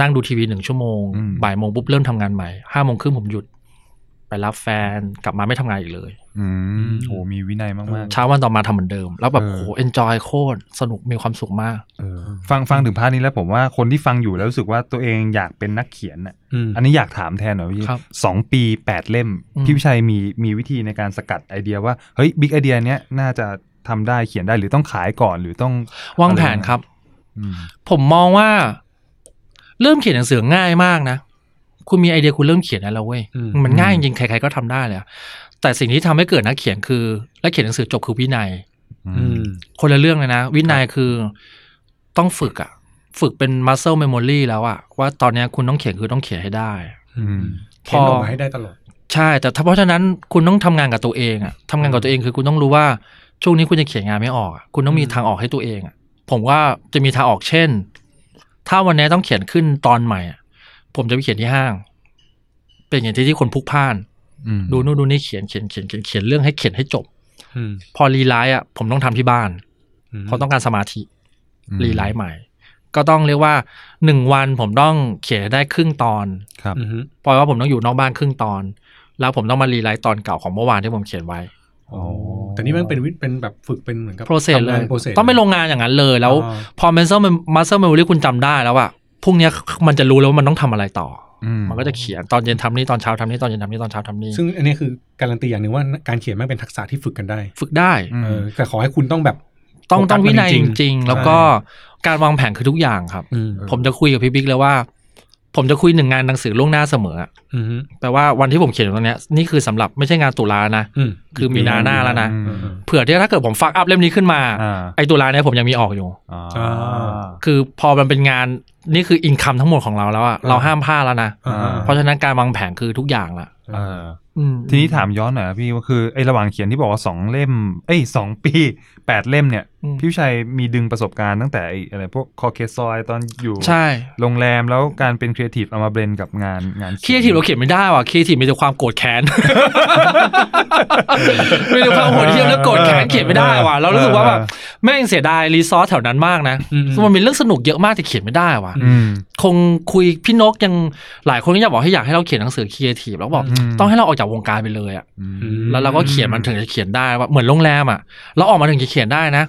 Speaker 1: นั่งดูทีวีหนึ่งชั่วโมง
Speaker 4: อืม
Speaker 1: บ่ายโมงปุ๊บเริ่มทำงานใหม่ห้าโมงครึ่งผมหยุด ไปรับแฟนกลับมาไม่ทำงานอีกเลย
Speaker 4: อืมโอ้มีวินัยมากๆ
Speaker 1: เช้าวันต่อมาทำเหมือนเดิม แล้วแบบ
Speaker 4: เออ
Speaker 1: โอ้โห enjoy โคตรสนุกมีความสุขมาก
Speaker 4: เออฟังฟังถึงพาร์ทนี้แล้วผมว่าคนที่ฟังอยู่แล้วรู้สึกว่าตัวเองอยากเป็นนักเขียนอ่ะ
Speaker 2: อืม
Speaker 4: อันนี้อยากถามแทนหน่อยพี่
Speaker 1: ครับ
Speaker 4: สองปีแปดเล่ม
Speaker 1: อืม
Speaker 4: พี่วิชัยมีมีวิธีในการสกัดไอเดียว่าเฮ้ยบิ๊กไอเดียเนี้ยน่าจะทำได้เขียนได้หรือต้องขายก่อนหรือต้อง
Speaker 1: วางแผนครับ
Speaker 4: อืม
Speaker 1: ผมมองว่า เริ่มเขียนหนังสือง่ายมากนะ คุณมีไอเดียคุณเริ่มเขียนได้แล้วเว้ย มันง่ายจริงๆใครๆก็ทำได้เลยอะแต่สิ่งที่ทำให้เกิดนักเขียนคือ และเขียนหนังสือจบคือวินัย
Speaker 4: อื
Speaker 2: อื
Speaker 4: ม
Speaker 2: ม
Speaker 1: คนละเรื่องเลยนะ วินัยคือต้องฝึกอะฝึกเป็น muscle memory แล้วอะว่าตอนเนี้ยคุณต้องเขียนคือต้องเขียนให้ได้
Speaker 4: อืม
Speaker 1: พ
Speaker 2: เขีย
Speaker 1: อน
Speaker 2: ออกมาให้ได้ตลอด
Speaker 1: ใช่ แต่ถ้าเพราะฉะนั้นคุณต้องทำงานกับตัวเองอะทำงานกับตัวเองคือคุณต้องรู้ว่าช่วงนี้คุณจะเขียนงานไม่ออกอะคุณต้องมีทางออกให้ตัวเองอะผมว่าจะมีทางออกเช่น ถ้าวันนี้ต้องเขียนขึ้นตอนใหม่อะผมจะไปเขียนที่ห้าง เป็นอย่างที่ที่คนพลุกพล่าน
Speaker 4: อืม
Speaker 1: ดูนู่นดูนี่เขียนเขียนเขียนเขียนเขียนเรื่องให้เขียนให้จบ
Speaker 2: อืม
Speaker 1: พอรีไลท์อ่ะผมต้องทำที่บ้าน
Speaker 2: ม
Speaker 1: เพราะต้องการสมาธิ
Speaker 4: อืม
Speaker 1: รีไลท์ใหม่ ก็ต้องเรียกว่าหนึ่งวันผมต้องเขียนให้ได้ครึ่งตอน
Speaker 4: ครับ
Speaker 2: อืม
Speaker 1: เพราะว่าผมต้องอยู่นอกบ้านครึ่งตอน แล้วผมต้องมารีไลท์ตอนเก่าของเมื่อวานที่ผมเขียนไว้
Speaker 2: โอ้แต่นี่มันเป็นวิเป็นแบบฝึกเป็นเหมือนกับ
Speaker 1: process เลย
Speaker 2: โปรเซส
Speaker 1: ต้องไปโรงงานอย่างนั้นเลย แล้ว
Speaker 2: อ๋อ
Speaker 1: พอ muscle muscle memory คุณจำได้แล้วอะพรุ่งเนี้ยมันจะรู้แล้วว่ามันต้องทำอะไรต่ออ
Speaker 4: ม
Speaker 1: มันก็จะเขียนตอนเย็นทำนี่ตอนเช้าทำนี่ตอนเย็นทำนี่ตอนเช้าทำนี่
Speaker 2: ซึ่งอันนี้คือการันตีอย่างหนึ่งว่าการเขียนมันเป็นทักษะที่ฝึกกันได้
Speaker 1: ฝึกได้
Speaker 4: อืม
Speaker 2: เออแต่ขอให้คุณต้องแบบ
Speaker 1: ต้อง
Speaker 2: โฟกัส
Speaker 1: ต้องวินัย
Speaker 2: มันจ
Speaker 1: จ
Speaker 2: ริงๆ
Speaker 1: ริง ๆ
Speaker 2: ใช่
Speaker 1: แล้วก็การวางแผนคือทุกอย่างครับ
Speaker 2: อืม
Speaker 1: ผมจะคุยกับพี่บิ๊กเลยว่า ผมจะคุยหนึ่งงานหนังสือล่วงหน้าเสมออะ
Speaker 2: อืม
Speaker 1: แปลว่าวันที่ผมเขียนตรงเนี้ยนี่คือสำหรับไม่ใช่งานตุลานะ
Speaker 2: อืม
Speaker 1: คือมีนาหน้าแล้วนะ
Speaker 4: อืม
Speaker 2: อืม
Speaker 1: เผื่อที่ถ้าเกิดผมฟักอัพเล่มนี้ขึ้นมา
Speaker 4: อ่า
Speaker 1: ไอตุลาเนี่ยผมยังมีออกอยู่
Speaker 4: อ่า
Speaker 2: อ่า
Speaker 1: คือพอมันเป็นงานนี่คืออินคัมทั้งหมดของเราแล้วอะเราห้ามพลาดแล้วนะ
Speaker 2: อ่า
Speaker 1: เพราะฉะนั้นการวางแผนคือทุกอย่างละ
Speaker 4: เออ
Speaker 1: อืม
Speaker 4: ทีนี้ถามย้อนหน่อยนะพี่ว่าคือไอ้ระหว่างเขียนที่บอกว่าสองเล่ม เอ้ยสอง ปีแปดเล่มเนี่ย
Speaker 1: อืม
Speaker 4: พี่วิชัยมีดึงประสบการณ์ตั้งแต่ไอ้อะไรพวกคอเคซอยตอนอยู่
Speaker 1: ใช่
Speaker 4: โรงแรมแล้วการเป็นครีเอทีฟเอามาเบรนกับงานงาน
Speaker 1: ครีเอทีฟเราเขียนไม่ได้ว่ะครีเอทีฟมีแต่ความโกรธแค้น มีแต่ความโหดเหี้ยมและโกรธแค้นเขียนไม่ได้ว่ะเรารู้สึกว่าแบบแม่งเสียดายรีซอสแถวนั้นมากนะ
Speaker 2: อืม
Speaker 1: มันมีเรื่องสนุกเยอะมากแต่เขียนไม่ได้ว่ะ
Speaker 4: อืม
Speaker 1: คงคุยพี่นกยังหลายคนก็อยากบอกให้อยากให้เราเขียนหนังสือครีเอทีฟแล้วบอก
Speaker 4: อืม
Speaker 1: ต้องให้เราออกจากวงการไปเลยอะ
Speaker 4: อืม
Speaker 2: อืม
Speaker 1: แล้วเราก็เขียนมันถึงจะเขียนได้ว่าเหมือนโรงแรมอะเราออกมาถึงจะเขียนได้นะ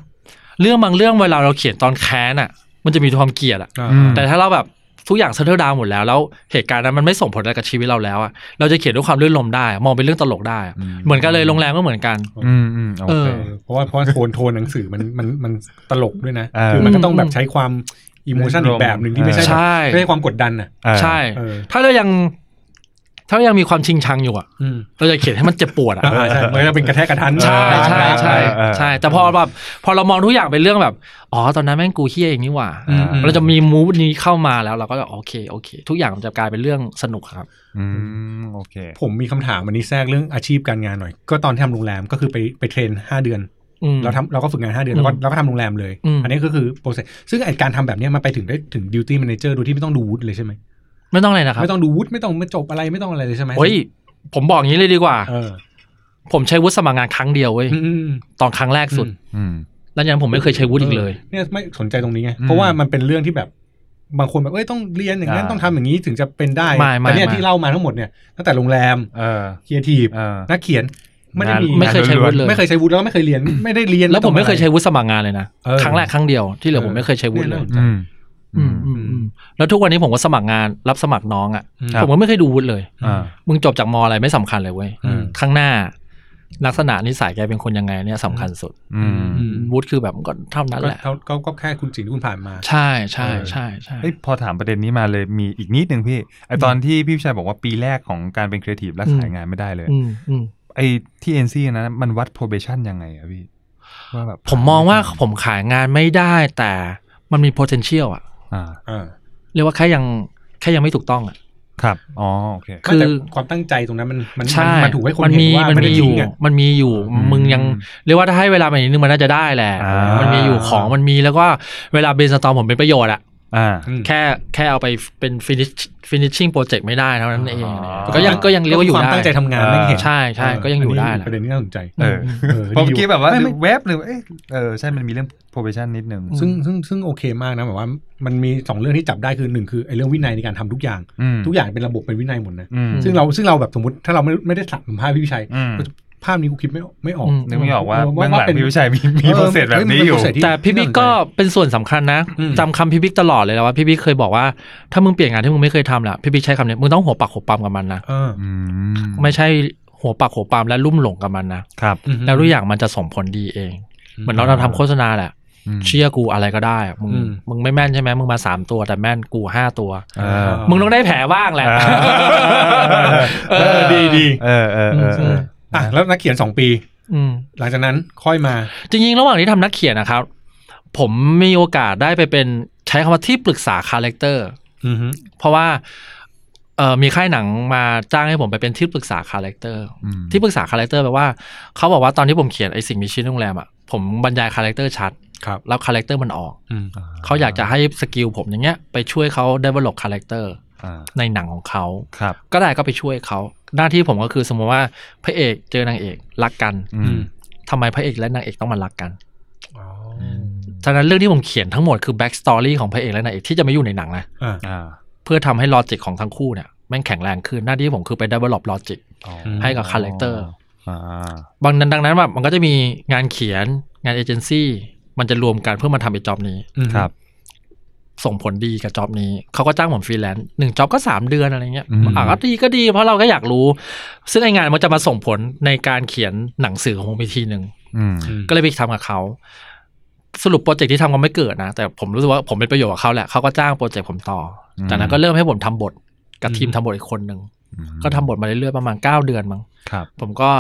Speaker 1: เรื่องบางเรื่องเวลาเราเขียนตอนแค้นอ่ะ มันจะมีความเกลียดอ่ะ
Speaker 2: อ่า
Speaker 4: อืม
Speaker 1: แต่ถ้าเราแบบทุกอย่างเซตเทิลดาวหมดแล้วแล้วเหตุการณ์นั้นมันไม่ส่งผลอะไรกับชีวิตเราแล้วอ่ะเราจะเขียนด้วยความรื่นรมย์ได้อะมองเป็นเรื่องตลกได้อะ
Speaker 4: อืม
Speaker 1: เหมือนกันเลยโรงแรมก็เหมือนกัน
Speaker 4: อืมอืมโอ
Speaker 1: เอ
Speaker 4: เค
Speaker 1: อ
Speaker 2: เออเพราะว่าเพราะว่าโทนโทนหนังสือมันมันมันตลกด้วยนะ
Speaker 4: เออ
Speaker 2: คือมันก็ต้องแบบใช้ความอิโมชันอีกแบบหนึ่งที่ไม่ใช่
Speaker 4: เออ
Speaker 2: แบบ
Speaker 1: ใช่
Speaker 2: ไม่ใช่ความกดดันอ่ะ
Speaker 4: เออ
Speaker 1: ใช่
Speaker 2: เออ
Speaker 1: ถ้าเรายัง ถ้าเรายังมีความชิงชังอยู่อ่ะ
Speaker 2: อืม
Speaker 1: เราจะเขียนให้มันเจ็บปวดอ่ะ
Speaker 2: อ่าใช่มันก็จะเป็นกระแทกกระทัน
Speaker 1: ใช่
Speaker 2: กระ
Speaker 1: ใช่
Speaker 2: ทัน
Speaker 1: ใช่
Speaker 4: เออเออ
Speaker 1: ใช่ แต่พอแบบพอเรามองทุกอย่างเป็นเรื่องแบบ อ๋อตอนนั้นแม่งกูเฮี้ยเองนี่หว่า
Speaker 2: อืมอืม
Speaker 1: เราจะมีมูฟนี้เข้ามาแล้วเราก็จะโอเคโอเค ทุกอย่างมันจะกลายเป็นเรื่องสนุกครับ
Speaker 4: อืมโอเค
Speaker 2: ผมมีคำถามวันนี้แทรกเรื่องอาชีพการงานหน่อย ก็ตอนที่ทำโรงแรมก็คือไปไปเทรน 5 เดือน
Speaker 1: อืม
Speaker 2: เราทำเราก็ฝึกงาน 5 เดือนแล้วก็
Speaker 1: อืม
Speaker 2: เราก็ทำโรงแรมเลย
Speaker 1: อืม
Speaker 2: อันนี้ก็คือโปรเซสซึ่งไอการทำแบบเนี้ยมันไปถึงได้ถึงดิวตี้แมเนเจอร์โดยที่ไม่ต้องดูวุฒิเลยใช่ไหม
Speaker 1: ไม่ต้องเลยนะครับ
Speaker 2: ไม่ต้องดูวุฒิไม่ต้องไม่จบอะไรไม่ต้องอะไรเลยใช่ไหม
Speaker 1: โอ้ยผมบอกงี้เลยดีกว่า
Speaker 2: เออ
Speaker 1: ผมใช้วุฒิสมัครงานครั้งเดียวเว้ย
Speaker 2: อืมอืม
Speaker 1: ตอนครั้งแรกสุด
Speaker 2: อืม
Speaker 4: อืม
Speaker 1: หลังจากนั้นผมไม่เคยใช้วุฒิอีกเลย
Speaker 2: เนี่ยไม่สนใจตรงนี้ไง
Speaker 4: อืม
Speaker 2: เพราะว่ามันเป็นเรื่องที่แบบบางคนแบบเอ้ยต้องเรียนอย่างนั้น
Speaker 4: อ่า
Speaker 2: ต้องทำอย่างนี้ถึงจะเป็นได้
Speaker 1: ไม่ไม่
Speaker 2: แต่เนี่ย
Speaker 1: ไม่
Speaker 2: ที่เล่ามาทั้งหมดเนี่ยตั้งแต่โรงแรม
Speaker 4: เออ
Speaker 2: ครีเอทีฟ
Speaker 4: เออ
Speaker 2: นักเขียนไม่ได้มี
Speaker 1: ไม่เคยใช้วุฒิเลย
Speaker 2: ไม่เคยใช้วุฒิแล้วก็ไม่เคยเรียน ไม่ได้เรียน
Speaker 1: แล้วผมไม่เคย
Speaker 2: ด้
Speaker 1: ใช้
Speaker 2: ทำอะ
Speaker 1: วุฒิสมัครงานเลยนะ
Speaker 2: เออ
Speaker 1: ครั้งแรกครั้งเดียวที่เหลือ
Speaker 2: เออ
Speaker 1: ผมไม่เคยใช้วุฒิเลย
Speaker 2: เนี่ย
Speaker 4: อืมอื
Speaker 1: อื
Speaker 4: ม
Speaker 1: มอืมอืมแล้วทุกวันนี้ผมก็สมัครงานรับสมัครน้องอ่ะ
Speaker 2: อืม
Speaker 1: ผมก็ไม่เคยดูวุฒิเลย
Speaker 4: อ่า
Speaker 1: มึงจบจากมออะไรไม่สำคัญเลยเว้ย
Speaker 2: อืม
Speaker 1: ข้างหน้า ลักษณะนิสัยแกเป็นคนยังไงเนี่ยสำคัญสุด
Speaker 4: อืม
Speaker 2: อืม
Speaker 1: วุฒิคือแบบก็เท่านั้น
Speaker 2: ก็
Speaker 1: แหละ
Speaker 2: เขาก็ก็แค่คุณสิ่งที่คุณผ่านมา
Speaker 1: ใช่ใช่ใช่ใช่
Speaker 4: เอ้ยพอถามประเด็นนี้มาเลยมีอีกนิดนึงพี่ไอตอนที่พี่วิชัยบอกว่าปีแรกของการเป็นครีเอทีฟและขายงานไม่ได้เลย
Speaker 1: อืมอืม
Speaker 4: ไอที่เอ็นซีนั้นมันวัด probation ยังไงอะพี่ว่าแบบ
Speaker 1: ผมมองว่าผมขายงานไม่ได้แต่มันมี potential อะ
Speaker 4: อ่า
Speaker 2: อ่า
Speaker 1: เรียกว่าแค่ยังแค่ยังไม่ถูกต้องอะ
Speaker 4: ครับอ๋อโอเค
Speaker 1: คือ
Speaker 2: แต่ความตั้งใจตรงนั้นมันมัน
Speaker 1: ใช่
Speaker 2: มันถูกให้คน
Speaker 1: มั
Speaker 2: เห็
Speaker 1: มี
Speaker 2: นว่า
Speaker 1: มัน
Speaker 2: ไได้
Speaker 1: มีอยู่
Speaker 2: ทิ้งะ
Speaker 1: มันมีอยู่
Speaker 4: อืม
Speaker 1: มึงยังเรียกว่าถ้าให้เวลามันอีกนิดนึงมันน่าจะได้แหละ
Speaker 4: อ่ามั
Speaker 1: มันมีอยู่ของมันมีแล้วก็เวลาเบนสตอมผมเป็นประโยชน์อะ
Speaker 4: อ่า
Speaker 2: อืม
Speaker 1: แค่แค่เอาไปเป็น finish finishing project ไม่ได้เท่านั้นเองอะไรเงี้ย
Speaker 4: อ๋อ
Speaker 1: ก็ยังก็ยังเรียกว่าอยู่
Speaker 2: ความ
Speaker 1: ได้
Speaker 2: ตั้งใจทำงานไม่เห็น
Speaker 1: ใช่ใช่ก็ยังอยู่ได้
Speaker 2: นนี้
Speaker 1: แหละ
Speaker 2: ประเด็นนี้น่าสนใจ
Speaker 4: เออ
Speaker 2: เออ
Speaker 4: เพราะเมื่อกี้แบบว่า
Speaker 2: ไม่ไม่
Speaker 4: เว็บหรือเอยเออใช่มันมีเรื่อง probation นิดนึง
Speaker 2: ซึ่งซึ่งซึ่งโอเคมากนะแบบว่ามันมีสองเรื่องที่จับได้คือหนึ่งคือไอ้เรื่องวินัยในการทำทุกอย่าง
Speaker 4: อืม
Speaker 2: ทุกอย่างเป็นระบบเป็นวินัยหมดนะ
Speaker 4: อืม
Speaker 2: ซึ่งเราซึ่งเราแบบสมมติถ้าเราไม่ไม่ได้สับสัมภาษณ์พี่วิชัย
Speaker 4: อืม
Speaker 2: ภาพนี้กูคิดไม่ไม่ออก
Speaker 1: อืม
Speaker 4: นึกไม่ออกว่า
Speaker 2: เออว่า
Speaker 4: เบื้องหลัง
Speaker 2: ว่าเป็น
Speaker 4: พี่วิชัยมีมีโปรเซสแบบนี้อยู่
Speaker 2: เฮ้มันเป็น process ที่
Speaker 1: แต่พี่บิ๊กก็
Speaker 2: น่าสนใจ
Speaker 1: เป็นส่วนสำคัญนะ
Speaker 2: อืม
Speaker 1: จำคำพี่บิ๊กตลอดเลยนะว่าพี่บิ๊กเคยบอกว่าถ้ามึงเปลี่ยนงานที่มึงไม่เคยทำล่ะพี่บิ๊กใช้คำเนี้ยมึงต้องหัวปักหัวปามกับมันนะ
Speaker 2: เออ
Speaker 4: อื
Speaker 1: ไม่ใช่หัวปักหัวปามและลุ่มหลงกับมันนะครับ แล้วทุกอย่างมันจะส่งผลดีเอง เหมือนเราทำโฆษณาแหละ
Speaker 4: อืม
Speaker 1: เชื่อกูอะไรก็ได้อะมึง
Speaker 2: อืม
Speaker 1: มึงไม่แม่นใช่ไหมมึงมาสามตัวแต่แม่นกูห้าตัว
Speaker 4: เออ
Speaker 1: มึงต้องได้แผลบ้างแหละ
Speaker 4: อ่า
Speaker 2: เออดีดี
Speaker 4: เออเออเออเออ
Speaker 2: อ่ะแล้วนักเขียนสองปี
Speaker 1: อืม
Speaker 2: หลังจากนั้นค่อยมา
Speaker 1: จริงๆ ระหว่างที่ทำนักเขียนนะครับ ผมมีโอกาสได้ไปเป็นใช้คำว่าที่ปรึกษาคาแรคเตอร์
Speaker 2: อือฮึ
Speaker 1: เพราะว่าเอ่อมีค่ายหนังมาจ้างให้ผมไปเป็นที่ปรึกษาคาแรคเตอร์
Speaker 4: อืม
Speaker 1: ที่ปรึกษาคาแรคเตอร์แปลว่าเขาบอกว่าตอนที่ผมเขียนไอสิ่งมีชีวิตในโรงแรมอ่ะผมบรรยายคาแรคเตอร์ชัด
Speaker 2: ครับ
Speaker 1: แล้วคาแรคเตอร์มันออก
Speaker 2: อืม
Speaker 1: เขาอยากจะให้สกิลผมอย่างเงี้ยไปช่วยเขา develop คาแรคเตอร์
Speaker 4: อ่า
Speaker 1: ในหนังของเขา
Speaker 4: ครับ
Speaker 1: ก็ได้ก็ไปช่วยเขาหน้าที่ผมก็คือสมมติว่าพระเอกเจอนางเอกรักกัน
Speaker 4: อืม
Speaker 1: ทำไมพระเอกและนางเอกต้องมารักกัน
Speaker 2: อ๋อ
Speaker 1: ฉะนั้นเรื่องที่ผมเขียนทั้งหมดคือแบ็กสตอรี่ของพระเอกและนางเอกที่จะไม่อยู่ในหนังนะ
Speaker 2: อ่ะ
Speaker 4: อ่า
Speaker 1: เพื่อทำให้ลอจิกของทั้งคู่เนี่ยแม่งแข็งแรงขึ้นหน้าที่ผมคือไป develop ลอจิก
Speaker 4: อ๋อ
Speaker 1: ให้กับคาแรคเตอร์
Speaker 4: อ่า
Speaker 1: บางนั้นดังนั้นแบบมันก็จะมีงานเขียนงานเอเจนซี่มันจะรวมกันเพื่อมาทำไอ้จ็อบนี้
Speaker 2: อืม
Speaker 4: ครับ
Speaker 1: ส่งผลดีกับจ็อบนี้เขาก็จ้างผมฟรีแลนซ์หนึ่งจ็อบก็ 3 เดือนอะไรเงี้ย
Speaker 4: อืม
Speaker 1: อ่ะก็ดีก็ดีเพราะเราก็อยากรู้ ซึ่งไอ้งานมันจะมาส่งผลในการเขียนหนังสือของผมอีกทีหนึ่ง
Speaker 4: อืม
Speaker 2: อืม
Speaker 1: ก็เลยไปทำกับเขา สรุปโปรเจกต์ที่ทำก็ไม่เกิดนะ แต่ผมรู้สึกว่าผมเป็นประโยชน์กับเขาแหละเขาก็จ้างโปรเจกต์ผมต่ออ
Speaker 4: ม
Speaker 1: จากนั้นก็เริ่มให้ผมทำบท กับ
Speaker 2: อืม
Speaker 1: ทีมทำบทอีกคนหนึ่ง
Speaker 4: อืม
Speaker 1: ก็ทำบทมาเรื่อยๆประมาณ 9 เดือนมั้ง
Speaker 4: ครับ
Speaker 1: ผมก็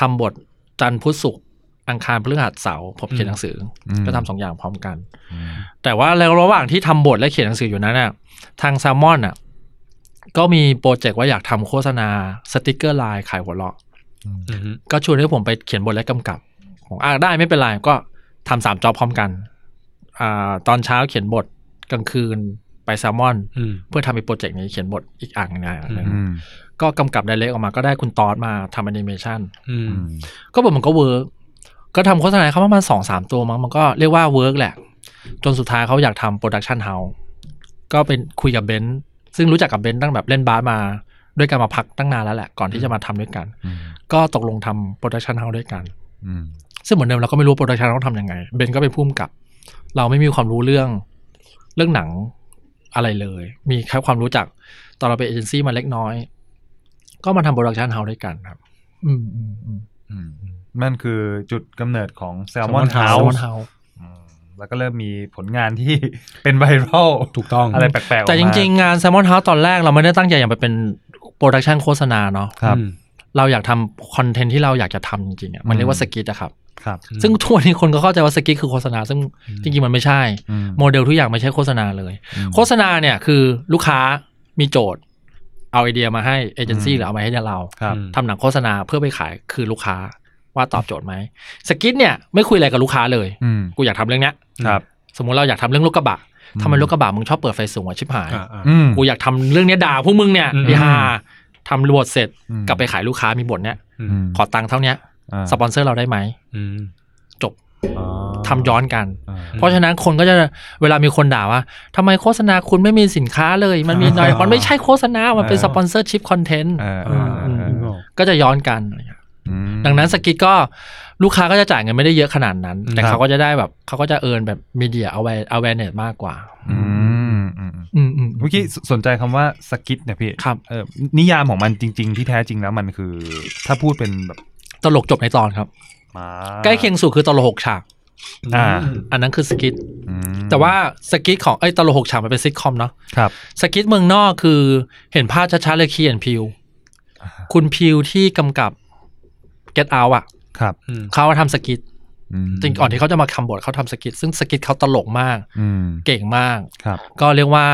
Speaker 1: ทำบทจันทร์พุธศุกร์อังคารพฤหัสเสาร์ผมเขียนหนังสืออ
Speaker 4: ม
Speaker 1: ก็ทำสองอย่างพร้อมกัน
Speaker 4: อืม
Speaker 1: แต่ว่าในระหว่างที่ทำบทและเขียนหนังสืออยู่นั้นน่ะทางแซลมอนน่ะก็มีโปรเจกต์ว่าอยากทำโฆษณาสติกเกอร์ไลน์ขายหัวเราะ
Speaker 2: อือฮึ
Speaker 1: ก็ชวนให้ผมไปเขียนบทและกำกับผมอ่าได้ไม่เป็นไรก็ทำสามจอบพร้อมกันอ่าตอนเช้าเขียนบทกลางคืนไปแซลมอน
Speaker 2: อืม
Speaker 1: เพื่อทำเป็นโปรเจกต์นี้เขียนบทอีกอ่างหนึงนะ
Speaker 2: อื
Speaker 4: อืม
Speaker 1: ก็กำกับไดเรกออกมาก็ได้คุณตอดมาทำแอนิเมชัน
Speaker 2: อืม
Speaker 4: อืม
Speaker 1: ก็บอกมันก็เวิร์กก็ทำโฆษณาให้เขาประมาณสองสามตัวมั้งมันก็เรียกว่าเวิร์กแหละ จนสุดท้ายเขาอยากทำโปรดักชันเฮาส์ก็เป็นคุยกับเบนซ์ซึ่งรู้จักกับเบนซ์ตั้งแบบเล่นบาสมา ด้วยกันมาพักตั้งนานแล้วแหละก่อนที่จะมาทำด้วยกัน
Speaker 4: อืม
Speaker 1: ก็ตกลงทำโปรดักชันเฮาส์ด้วยกัน
Speaker 4: อืม
Speaker 1: ซึ่งเหมือนเดิมเราก็ไม่รู้โปรดักชันเขาทำยังไง เบนก็เป็นผู้กำกับ เราไม่มีความรู้เรื่องเรื่องหนังอะไรเลย มีแค่ความรู้จักตอนเราไปเอเจนซี่มาเล็กน้อย ก็มาทำโปรดักชันเฮาด้วยกันครับ อืมอืมอืม
Speaker 4: อืมนั่นคือจุดกำเนิดของแซลมอน
Speaker 2: Salmon
Speaker 4: เฮา
Speaker 2: House
Speaker 4: ส์
Speaker 1: เฮา
Speaker 4: แล้วก็เริ่มมีผลงานที่ เป็นไวรัล
Speaker 2: ถูกต้อง
Speaker 4: อะไรแปลกๆ
Speaker 1: แต่จริง ๆ งาน Salmon House ตอนแรกเราไม่ได้ตั้งใจอยากไปเป็นโปรดักชันโฆษณาเนาะ
Speaker 4: ๆครับ
Speaker 2: อืม
Speaker 1: เราอยากทำคอนเทนต์ที่เราอยากจะทำจริงๆอะมันเรียกว่าสกิทอะครับ
Speaker 4: ครับ
Speaker 1: ซึ่งทั่วนี้คนก็เข้าใจว่าสกิทคือโฆษณา ซึ่งจริงๆ มันไม่ใช่
Speaker 4: อืม
Speaker 1: โมเดลทุกอย่างไม่ใช่โฆษณาเลย
Speaker 4: อืม
Speaker 1: โฆษณาเนี่ยคือลูกค้ามีโจทย์ เอาไอเดียมาให้เอเจนซี่
Speaker 4: อืม
Speaker 1: หรือเอามาให้เรา
Speaker 4: ครับ
Speaker 2: อืม
Speaker 1: ทำหนังโฆษณาเพื่อไปขายคือลูกค้าว่าตอบโจทย์ไหมสกิทเนี่ยไม่คุยอะไรกับลูกค้าเลย
Speaker 4: อืม
Speaker 1: กูอยากทำเรื่องเนี้ย
Speaker 4: ครับ
Speaker 1: สมมุติเราอยากทำเรื่องรถกระบะทำไมรถกระบะมึงชอบเปิดไฟสูงวะชิบหาย
Speaker 2: อ่าอ่า
Speaker 4: อืม
Speaker 1: กูอยากทำเรื่องเนี้ยด่าพวกมึงเนี่ย
Speaker 2: อืม
Speaker 1: ไอ้ห่าทำบทเสร็จ
Speaker 4: อืม
Speaker 1: กลับไปขายลูกค้ามีบทเนี้ย
Speaker 2: อืม
Speaker 4: ม
Speaker 1: ขอตังค์เท่าเนี้ย
Speaker 4: า
Speaker 1: สปอนเซอร์เราได้ไหม
Speaker 2: อืม
Speaker 1: จบทำย้อนกัน
Speaker 4: อ่า
Speaker 1: เพราะฉะนั้นคนก็จะเวลามีคนด่าว่าทำไมโฆษณาคุณไม่มีสินค้าเลย มันมี
Speaker 2: อ่า
Speaker 1: น้อยมันไม่ใช่โฆษณา มันเป็น
Speaker 4: อ่า
Speaker 1: สปอนเซอร์ชิพคอนเทนต์
Speaker 4: เออเอ
Speaker 2: อ่า
Speaker 4: อเออ
Speaker 2: นึกออก
Speaker 1: ก็จะย้อนกันอะไรอย่างเงี้ย
Speaker 4: อืม
Speaker 1: ดังนั้นสกิทก็ลูกค้าก็จะจ่ายเงินไม่ได้เยอะขนาดนั้น แต่
Speaker 4: ครับ
Speaker 1: เขาก็จะได้แบบเขาก็จะเอินแบบมีเดียเอาไว้เอาแวเนตมากกว่า
Speaker 4: อืมอืมอื
Speaker 1: อื
Speaker 4: ม
Speaker 1: มอืม
Speaker 4: เมื่อกี้สสนใจคำว่าสกิทเนี่ยพี่
Speaker 1: ครับ
Speaker 4: เออนิยามของมันจริง ๆ ที่แท้จริงแล้วมันคือ ถ้าพูดเป็นแบบ
Speaker 1: ตลกจบในตอนครับ
Speaker 4: หมา
Speaker 1: ใกล้เคียงสุดคือตลกหกฉาก
Speaker 4: อ่า
Speaker 1: อันนั้นคือสกิท
Speaker 4: อืม
Speaker 1: แต่ว่าสกิทของไอ้ยตลกหกฉากมันเป็นซิทคอมเนาะ
Speaker 4: ครับ
Speaker 1: สกิทเมืองนอกคือเห็นภาพชัดๆเลยคีแอนพิว คุณพิวที่กำกับ Get Out อ่ะ
Speaker 4: ครับ
Speaker 2: อืม
Speaker 1: เขาทำสกิท
Speaker 4: ม
Speaker 1: จริงก่อนที่เขาจะมาทำบทเขาทำสกิทซึ่งสกิทเขาตลกมาก
Speaker 4: อืม
Speaker 1: เก่งมาก
Speaker 4: ครับ
Speaker 1: ก็เรียกว่า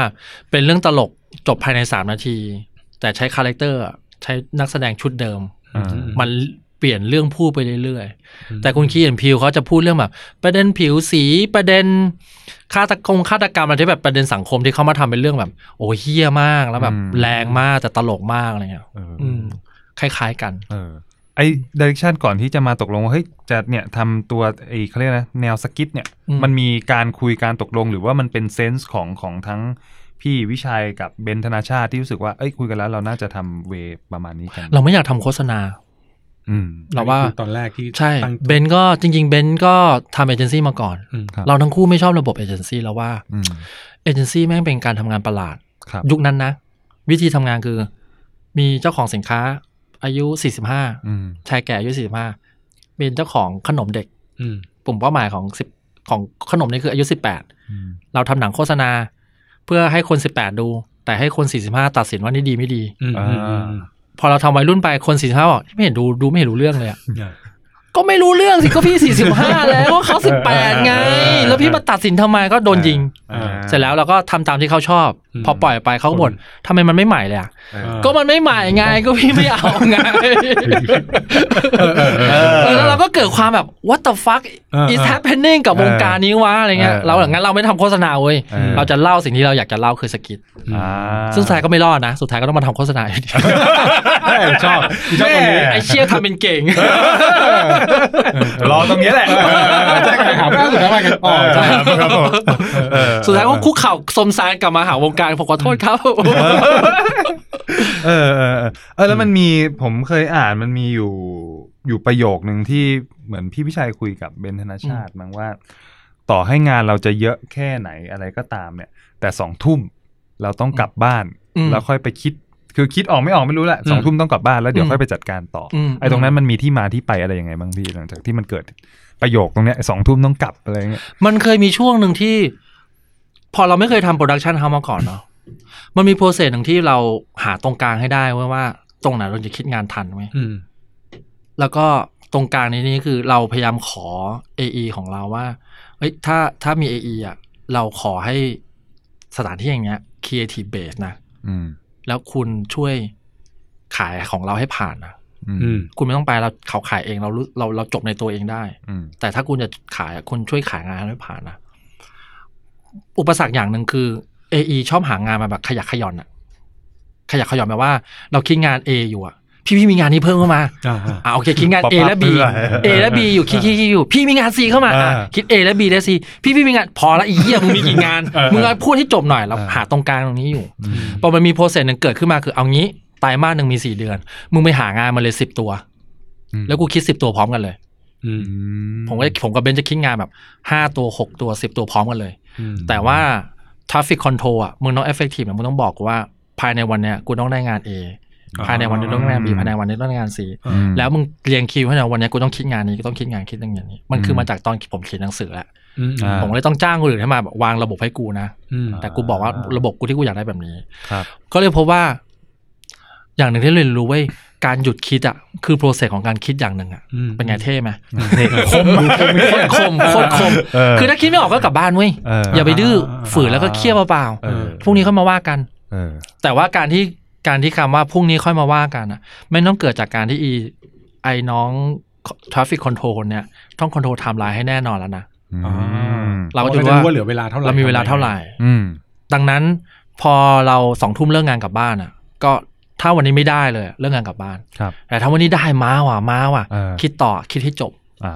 Speaker 1: เป็นเรื่องตลกจบภายใน 3 นาที แต่ใช้คาแรคเตอร์อะใช้นักแสดงชุดเดิม
Speaker 4: อ่า
Speaker 1: มันเปลี่ยนเรื่องพูดไปเรื่อย
Speaker 2: อืม
Speaker 1: ๆ แต่คุณคีเอ็นพิวเขาจะพูดเรื่องแบบ ประเด็นผิวสีประเด็นฆาตกงฆาตกรรมอะไรที่แบบประเด็นสังคมที่เขามาทำเป็นเรื่องแบบ โอ้เฮี้ยมากแล้วแบบ
Speaker 4: อืม
Speaker 1: แรงมากแต่ตลกมากอะไรเงี้ย
Speaker 4: เออ
Speaker 1: อืมคล้ายๆกัน
Speaker 4: เออไอ้ดิเรกชันก่อนที่จะมาตกลงว่าเฮ้ยจะเนี่ยทำตัวไอ้เขาเรียกนะแนวสกิทเนี่ย
Speaker 1: อืม
Speaker 4: มันมีการคุยการตกลงหรือว่ามันเป็นเซนส์ของของทั้งพี่วิชัยกับเบนธนาชาติที่รู้สึกว่าเอ้ยคุยกันแล้วเราน่าจะทำเวประมาณนี้กัน
Speaker 1: เราไม่อยากทำโฆษณา
Speaker 4: อืม
Speaker 1: เราว่า
Speaker 2: อันนี้คือตอนแรกที่
Speaker 1: ใช่
Speaker 2: ตั้ง
Speaker 1: เบนก็จริง ๆ เบนก็ทำเอเจนซี่มาก่อน
Speaker 2: อืม
Speaker 4: ครับ
Speaker 1: เราทั้งคู่ไม่ชอบระบบเอเจนซี่แล้วว่า
Speaker 4: อืม
Speaker 1: เอเจนซี่แม่งเป็นการทำงานประหลาด
Speaker 4: ครับ
Speaker 1: ยุคนั้นนะ วิธีทำงานคือ มีเจ้าของสินค้าอายุ 45
Speaker 4: อืม
Speaker 1: ชายแก่อายุสี่สิบห้าเป็นเจ้าของขนมเด็ก
Speaker 2: อืม
Speaker 1: กลุ่มเป้าหมายของสิบของขนมนี่คืออายุสิบแปด
Speaker 4: อืม
Speaker 1: เราทำหนังโฆษณา เพื่อให้คนสิบแปดดู แต่ให้คนสี่สิบห้าตัดสินว่านี่ดีไม่ดี
Speaker 2: อืมอืมอืม
Speaker 1: พอเราทำวัยรุ่นไปคนสี่สิบห้าบอกไม่เห็นดูดูไม่เห็นรู้เรื่องเลยอะ
Speaker 2: อ่า
Speaker 1: ก็ไม่รู้เรื่องสิก็พี่สี่สิบห้าแล้วก็เขาสิบแปดไง แล้วพี่มาตัดสินทำไมก็โดนยิง
Speaker 4: อ่า
Speaker 1: เสร็จแล้วเราก็ทำตามที่เขาชอบ
Speaker 2: อืม
Speaker 1: พอปล่อยไปเขาก็บ่นทำไมมันไม่ใหม่เลยอะ
Speaker 4: เออ
Speaker 1: ก็มันไม่ใหม่ไงก็พี่ไม่เอาไง เออแล้วเราก็เกิดความแบบ what the fuck
Speaker 2: เออ
Speaker 1: is happening กับ
Speaker 4: เออ
Speaker 1: วงการนี้วะอะไรเงี้ย
Speaker 4: เออ
Speaker 1: เราหลังงั้นเราไม่ทำโฆษณาเว้ย
Speaker 4: เออ
Speaker 1: เราจะเล่าสิ่งที่เราอยากจะเล่าคือสกิท
Speaker 4: อ่า
Speaker 1: ซึ่งสุดท้ายก็ไม่รอดนะ สุดท้ายก็ต้องมาทำโฆษณาอยู่ดี
Speaker 4: ชอบชอบตรงนี้
Speaker 1: ไอเชี่ยทำเป็นเก่ง
Speaker 4: รอตรงนี้แหละ
Speaker 2: ใช่ครับล่าสุดแล้วไปกันอ๋อ
Speaker 4: ใช่ครับผมเออ
Speaker 1: สุดท้ายก็คุกเข่าสมซานกลับมาหาวงการผมขอโทษครับ
Speaker 4: เออเออเออเออแล้วมันมีผมเคยอ่านมันมีอยู่อยู่ประโยคนึงที่เหมือนพี่พิชัยคุยกับเบนธนาชาติมั้งว่า ต่อให้งานเราจะเยอะแค่ไหนอะไรก็ตามเนี่ย แต่สองทุ่มเราต้องกลับบ้าน
Speaker 1: อืม
Speaker 4: แล้วค่อยไปคิด คือคิดออกไม่ออกไม่รู้แหละสองทุ่มต้องกลับบ้านแล้วเดี๋ยว
Speaker 1: อืม
Speaker 4: ค่อยไปจัดการต่ออ
Speaker 1: ม
Speaker 4: ไอ้ตรงนั้นมันมีที่มาที่ไปอะไรยังไงบ้างพี่หลังจากที่มันเกิดประโยคตรงเนี้ยสองทุ่มต้องกลับอะไรเงี้ย
Speaker 1: มันเคยมีช่วงหนึ่งที่ พอเราไม่เคยทำโปรดักชันเฮามาก่อนเนาะมันมีโปรเซสหนึ่งที่เราหาตรงกลางให้ได้เว้ยว่า ตรงไหนเราจะคิดงานทันไหม
Speaker 2: อืม
Speaker 1: แล้วก็ตรงกลางในนี้คือเราพยายามขอ AE ของเราว่า เอ้ยถ้าถ้ามี AE อ่ะ เราขอให้สถานที่อย่างเงี้ย creative base นะ
Speaker 4: อืม
Speaker 1: แล้วคุณช่วยขายของเราให้ผ่านนะ
Speaker 4: อืม
Speaker 2: อืม
Speaker 1: คุณไม่ต้องไปเราเขาขายเองเรารู้เราเราจบในตัวเองได้
Speaker 4: อืม
Speaker 1: แต่ถ้าคุณจะขายอะคุณช่วยขายงานให้ผ่านนะ อุปสรรคอย่างหนึ่งคือ AE ชอบหางานมาแบบขยักขย่อนอะขยักขย่อนแปลว่า เราคิดงาน A อยู่อะพี่พี่มีงานนี้เพิ่มเข้ามา
Speaker 2: อ่าฮะ
Speaker 1: อ่าโอเคคิดงาน A และ B
Speaker 4: ปรับป
Speaker 1: A
Speaker 4: รื่ย
Speaker 1: และ B อยู่คิดคิดคิดอยู่ พี่มีงาน C เข้ามาอ่ะ
Speaker 4: อ่า
Speaker 1: คิด A และ B และ C พี่พี่มีงานพอละอี เหี้ยมึงมีกี่งาน
Speaker 4: เออ
Speaker 1: มึงเอาพูดให้จบหน่อยเรา
Speaker 4: อ่า
Speaker 1: หาตรงกลางตรงนี้อยู่
Speaker 4: อืม
Speaker 1: พอมันมีโปรเซสหนึ่งเกิดขึ้นมาคือเอางี้ไตรมาสหนึ่งมี 4 เดือน มึงไปหางานมาเลย 10 ตัว
Speaker 4: อืม
Speaker 1: แล้วกูคิด 10 ตัวพร้อมกันเลย
Speaker 2: อืม
Speaker 1: ผมก็ผมกับเบนจะคิดงานแบบห้าตัวหกตัวสิบตัวพร้อมกันเลย
Speaker 2: อืม
Speaker 1: แต่ว่า Traffic Control อ่ะมึงต้อง Effective นะมึงต้องบอกกูว่าภายในวันเนี้ยกูต้องได้งาน A ภายในวันนี้ต้องได้งาน B ภายในวันนี้ต้องได้งาน C
Speaker 2: อ่า
Speaker 1: แล้วมึงเรียงคิวให้หนะวันเนี้ยกูต้องคิดงานนี้กูต้องคิดงานคิดอย่างนี้ มันคือมาจากตอนผมเขียนหนังสือแหละ
Speaker 2: อืม
Speaker 4: อ่า
Speaker 1: ผมเลยต้องจ้างคนอื่นให้มาแบบวางระบบให้กูนะ
Speaker 2: อืม
Speaker 1: แต่กูบอกว่า
Speaker 4: อ่า
Speaker 1: ระบบกูที่กูอยากได้แบบนี้
Speaker 4: ครับ
Speaker 1: ก็เลยพบว่า อย่างหนึ่งที่เรียนรู้เว้ยการหยุดคิดอ่ะคือโปรเซสของการคิดอย่างหนึ่งอ่ะ
Speaker 2: อืม
Speaker 1: เป็นไงเท่ไหมคมโคตรคมโคตรคม
Speaker 4: เ
Speaker 1: คือถ้าคิดไม่ออกก็กลับบ้านเว้ย
Speaker 4: เออ
Speaker 1: อ
Speaker 4: อ
Speaker 1: ย่าไปดื้อ
Speaker 2: เออ
Speaker 1: ฝืนแล้วก็เครียดเปล่า
Speaker 4: เออ
Speaker 1: ๆพรุ่งนี้ค่อยมาว่ากัน
Speaker 4: เออ
Speaker 1: แต่ว่าการที่การที่คำว่าพรุ่งนี้ค่อยมาว่ากันนะไม่ต้องเกิดจากการที่อีไอ้น้องทราฟิกคอนโทรลเนี่ยต้องคอนโทรลไทม์ไลน์ให้แน่นอนแล้วนะ
Speaker 4: อืม
Speaker 1: เราก็
Speaker 2: ก็
Speaker 1: จะ
Speaker 2: จะ
Speaker 1: รู้
Speaker 2: รู้ว่า
Speaker 1: ว่า
Speaker 2: เหลือเวลาเท่าไหร่
Speaker 1: เรามีเวลาเท่าไหร่
Speaker 4: อืม
Speaker 1: ดังนั้นพอเราสองทุ่มเลิกงานกลับบ้านอ่ะ ก็ถ้าวันนี้ไม่ได้เลยเลิกงานกลับบ้าน
Speaker 4: ครับ
Speaker 1: แต่ถ้าวันนี้ได้มาว่ะมาว่ะ
Speaker 4: เออ
Speaker 1: คิดต่อคิดให้จบ
Speaker 4: อ่า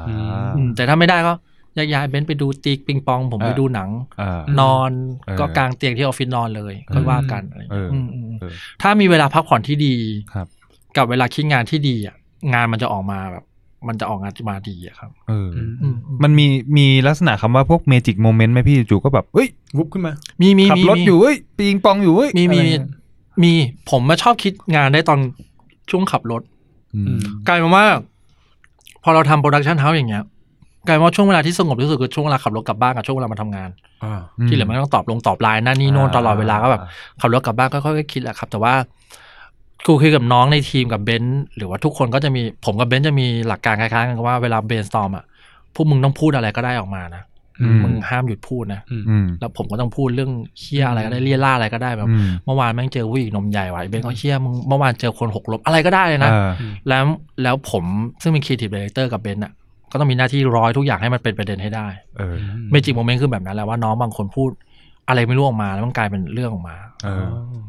Speaker 1: อืมแต่ถ้าไม่ได้ก็แยกย้ายเบนซ์ไปดูตีปิงปอง ผมไปดูหนัง
Speaker 4: อ่า
Speaker 1: นอน
Speaker 4: เออ
Speaker 1: ก็กลางเตียงที่ออฟฟิศนอนเลยค่อยว่ากันอะไรอย่างเงี้ย
Speaker 4: เอออื
Speaker 1: มอืม
Speaker 4: เออ
Speaker 1: ถ้ามีเวลาพักผ่อนที่ดี
Speaker 4: ครับ
Speaker 1: กับเวลาคิดงานที่ดีอ่ะงานมันจะออกมาแบบ มันจะออกงานมาดีอะครับ
Speaker 4: เอออ
Speaker 2: อืม
Speaker 1: อื
Speaker 4: มันมีมีลักษณะคำว่าพวกเมจิกโมเมนต์ไหมพี่จู่ๆก็แบบเอ้ย
Speaker 2: วุบขึ้นมา
Speaker 1: มีมี
Speaker 4: ขับ
Speaker 1: มี
Speaker 4: รถอยู่เอ้ยปิงปองอยู่เอ้ย
Speaker 1: มีมี
Speaker 4: อะไรเงี้ย
Speaker 1: มีผมมาชอบคิดงานได้ตอนช่วงขับรถ
Speaker 4: อืม
Speaker 1: กลายมาว่า พอเราทำโปรดักชันเฮาส์อย่างเงี้ยกลายมาว่าช่วงเวลาที่สงบที่สุดคือช่วงเวลาขับรถกลับบ้านกับช่วงเวลามาทำงาน
Speaker 2: อ่า
Speaker 1: ที่เหลือมันต้องตอบลงตอบไลน์นั่นนี่โน่นตลอดเวลาก็แบบ ขับรถกลับบ้านก็ค่อยๆคิดแหละครับ แต่ว่ากูคุยกับน้องในทีมกับเบนซ์หรือว่าทุกคนก็จะมีผมกับเบนซ์จะมีหลักการคล้ายๆกันว่าเวลาเบนสตอมอ่ะพวกมึงต้องพูดอะไรก็ได้ออกมานะ
Speaker 4: อื
Speaker 1: มึงห้ามหยุดพูดนะ
Speaker 4: อืม
Speaker 1: แล้วผมก็ต้องพูดเรื่องเฮี้ยอะไรก็ได้เลี่ยล่าอะไรก็ได้แบบ
Speaker 4: อืม
Speaker 1: เมื่อวานแม่งเจอผู้หญิงนมใหญ่ว่ะไอ้เบนซ์ก็เฮี้ยมึงเมื่อวานเจอคนหกลบอะไรก็ได้เลยนะ
Speaker 4: เออ
Speaker 1: แล้วแล้วผมซึ่งเป็นครีเอทีฟดีเรคเตอร์กับเบนซ์อ่ะก็ต้องมีหน้าที่ร้อยทุกอย่างให้มันเป็นประเด็นให้ได้
Speaker 4: เออ
Speaker 1: เมจิกโมเมนต์คือแบบนั้นแหละว่าน้องบางคนพูดอะไรไม่รู้ออกมาแล้วมันกลายเป็นเรื่องออกมา
Speaker 4: เออ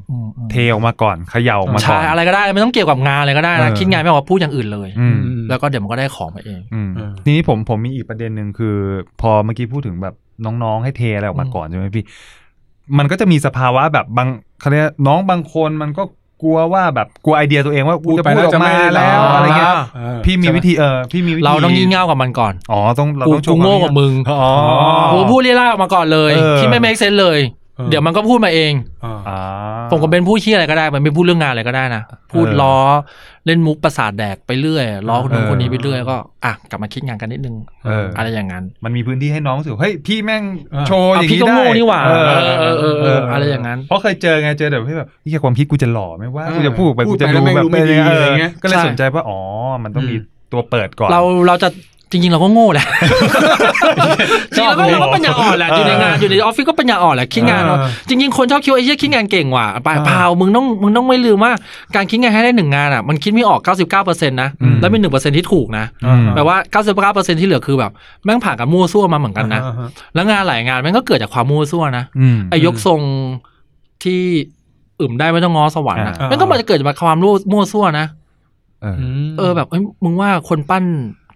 Speaker 1: อืมอืม
Speaker 4: เทออกมาก่อนเขย่าออกมาก่
Speaker 1: ใช่
Speaker 4: อน
Speaker 1: อะไรก็ได้ไม่ต้องเกี่ยวกับงานอะไรก็ได้นะ
Speaker 4: เออ
Speaker 1: คิดงานไม่ออกก็พูดอย่างอื่นเลย
Speaker 4: อืม
Speaker 1: แล้วก็เดี๋ยวมันก็ได้ของมาเอง
Speaker 4: อืม
Speaker 2: เออ
Speaker 4: ทีนี้ผมผมมีอีกประเด็นหนึ่งคือ พอเมื่อกี้พูดถึงแบบน้องๆให้เทอะไรออกมา
Speaker 1: อืม
Speaker 4: ก่อนใช่ไหมพี่ มันก็จะมีสภาวะแบบบางเขาเรียกน้องบางคนมันก็กลัวว่าแบบกลัวไอเดียตัวเองว่ากูจะพูดออกมาแล้วอะไรเงี้ยพี่มีวิธีเออพี่มีวิธี
Speaker 1: เราต้องงี่เง่ากับมันก่อน
Speaker 4: อ๋อต้องเรา
Speaker 1: กู
Speaker 4: ต้องโช
Speaker 1: กู
Speaker 4: ว์
Speaker 1: โง่กว่ามึง
Speaker 4: อ๋อ
Speaker 1: กูพูดเรียล่าออกมาก่อนเลย
Speaker 4: เออ
Speaker 1: ที่ไม่ make sense เลย เดี๋ยวมันก็พูดมาเอง
Speaker 4: อ่า
Speaker 1: ผมก็เป็นผู้ชี้ยอะไรก็ได้ มันไม่พูดเรื่องงานอะไรก็ได้นะพูด
Speaker 4: เออ
Speaker 1: ล้อเล่นมุกประสาทแดกไปเรื่อยล้อคนนู้น
Speaker 4: เออ
Speaker 1: คนนี้ไปเรื่อยก็อ่ะกลับมาคิดงานกันนิดนึง
Speaker 4: เอออ
Speaker 1: อะไรอย่างนั้น
Speaker 4: มันมีพื้นที่ให้น้องรู้สึกเฮ้ยพี่แม่ง
Speaker 2: เออ
Speaker 4: โชว์อย่าง
Speaker 1: พี่ก็
Speaker 4: ได้
Speaker 1: โง่นี่หว่า
Speaker 4: เออ
Speaker 1: เออเออเอออะไรอย่างนั้น
Speaker 4: เพราะเคยเจอไงเจอแบบที่แบบที่ความคิดกูจะหล่อไหมว่า
Speaker 2: เออ
Speaker 4: กูจะพูดไป
Speaker 2: พู
Speaker 4: กู
Speaker 2: ดไป
Speaker 4: จะดู
Speaker 2: แล้วแม่ง
Speaker 4: แบบ
Speaker 2: ดูไม่
Speaker 4: เป็น
Speaker 2: ดี
Speaker 4: ยังไงเอ
Speaker 2: อะไร
Speaker 4: อ
Speaker 2: เงี้ย
Speaker 4: ก็เลย
Speaker 1: ใช่
Speaker 4: สนใจว่าอ๋อมันต้องมีตัวเปิดก่อน
Speaker 1: เราเราจะจริงๆ เราก็โง่ แหละ จริงๆแล้วก็เราก็ปัญญาอ่อนแหละอยู่ในงานอยู่ในออฟฟิศก็ปัญญาอ่อนแหละคิดงานเนอะ
Speaker 2: เออ
Speaker 1: จริง ๆ คนชอบคิดว่าไอ้เหี้ยคิดงานเก่งว่ะไป
Speaker 2: เออ
Speaker 1: เปล่ามึงต้องมึงต้องไม่ลืมว่าการคิดงานให้ได้หนึ่งงานอ่ะมันคิดไม่ออก 99%นะ
Speaker 4: อืม
Speaker 1: แล้วมีหนึ่งเปอร์เซ็นที่ถูกนะ
Speaker 4: อืม
Speaker 1: แปลว่า 99%ที่เหลือคือแบบแม่งผ่านการมั่วซั่วมาเหมือนกันนะแล้วงานหลายงานแม่งก็เกิดจากความมั่วซั่วนะ
Speaker 4: อืม
Speaker 1: ไอ้ยกทรงที่อึมได้ไม่ต้องง้อสวรรค์นะ
Speaker 4: อ่า
Speaker 1: แม่งก็มาจะเกิดจากความรู้มั่วซั่วนะ
Speaker 4: เออ
Speaker 1: เออแบบเอ้ยมึงว่าคนปั้น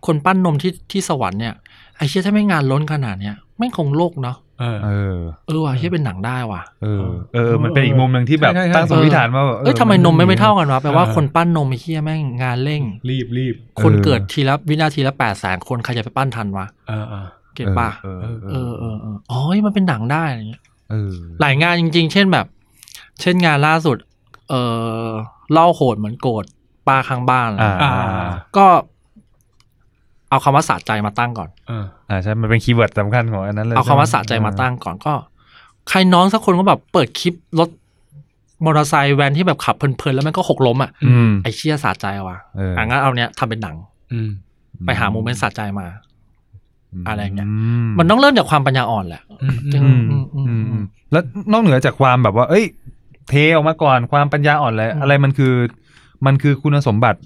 Speaker 1: คนปั้นนมที่ที่สวรรค์เนี่ยไอ้เชี่ยถ้าไม่งานล้นขนาดเนี้ยแม่งคงโลกเนาะ
Speaker 2: เออ
Speaker 4: เออ
Speaker 1: เออว่ะเชี่ยเป็นหนังได้ว่ะ
Speaker 4: เออเออ มันเป็นอีกมุมหนึ่งที่แบบ
Speaker 2: ใช่ใช่
Speaker 4: ตั้งสมมติฐานว่าแบบ
Speaker 1: เอ้ยทำไมนมไม่ไม่เท่ากันวะแปลว่า
Speaker 2: เออ
Speaker 1: คนปั้นนมไอ้เชี่ยแม่งงานเร่ง
Speaker 2: รีบรีบ
Speaker 1: คนเกิดทีละวินาทีละแปดแสนคนใครจะไปปั้นทันวะ
Speaker 2: เออเออ
Speaker 1: เก็บป่ะ
Speaker 4: เออเอ
Speaker 1: เอ
Speaker 4: อ
Speaker 1: อเออเอออ๋อเฮ้ยมันเป็นหนังได้อะไรเงี้ย
Speaker 4: เออ
Speaker 1: หลายงานจริง ๆ เช่นแบบ เช่นงานล่าสุด เออเล่าโหดเหมือนโกรธป้าข้างบ้านอะไร
Speaker 4: อ่า
Speaker 1: เงี้ย
Speaker 4: อ่า
Speaker 1: ก็ เอาคำว่าสะใจมาตั้งก่อน
Speaker 2: เออ
Speaker 4: อ่าใช่ มันเป็นคีย์เวิร์ดสำคัญของอันนั้นเลย
Speaker 1: เอา
Speaker 4: ใช่ไห
Speaker 1: คำว่าสะใจมาตั้งก่อนก็ ใครน้องสักคนก็แบบเปิดคลิปรถมอเตอร์ไซค์แวนที่แบบขับเพลินๆ แล้วมันก็หกล้มอ่ะ
Speaker 4: อืม
Speaker 1: ไอเชี่ยสะใจว่ะ
Speaker 4: เอออ่
Speaker 1: งั้นเอาเนี้ยทำเป็นหนัง
Speaker 2: อืม
Speaker 1: ไปหาโมเมนต์สะใจมา อะไรเงี้ย
Speaker 4: ม
Speaker 1: มันต้องเริ่มจากความปัญญาอ่อนแหละ
Speaker 2: อืม
Speaker 1: จึง
Speaker 4: อืม
Speaker 1: อืมอืม
Speaker 4: อืม
Speaker 1: อืม
Speaker 4: แล้วนอกเหนือจากความแบบว่า เอ้ย เทออกมาก่อนความปัญญาอ่อนอะไร
Speaker 1: อืม
Speaker 4: อะไรมันคือ มันคือคุณสมบัติ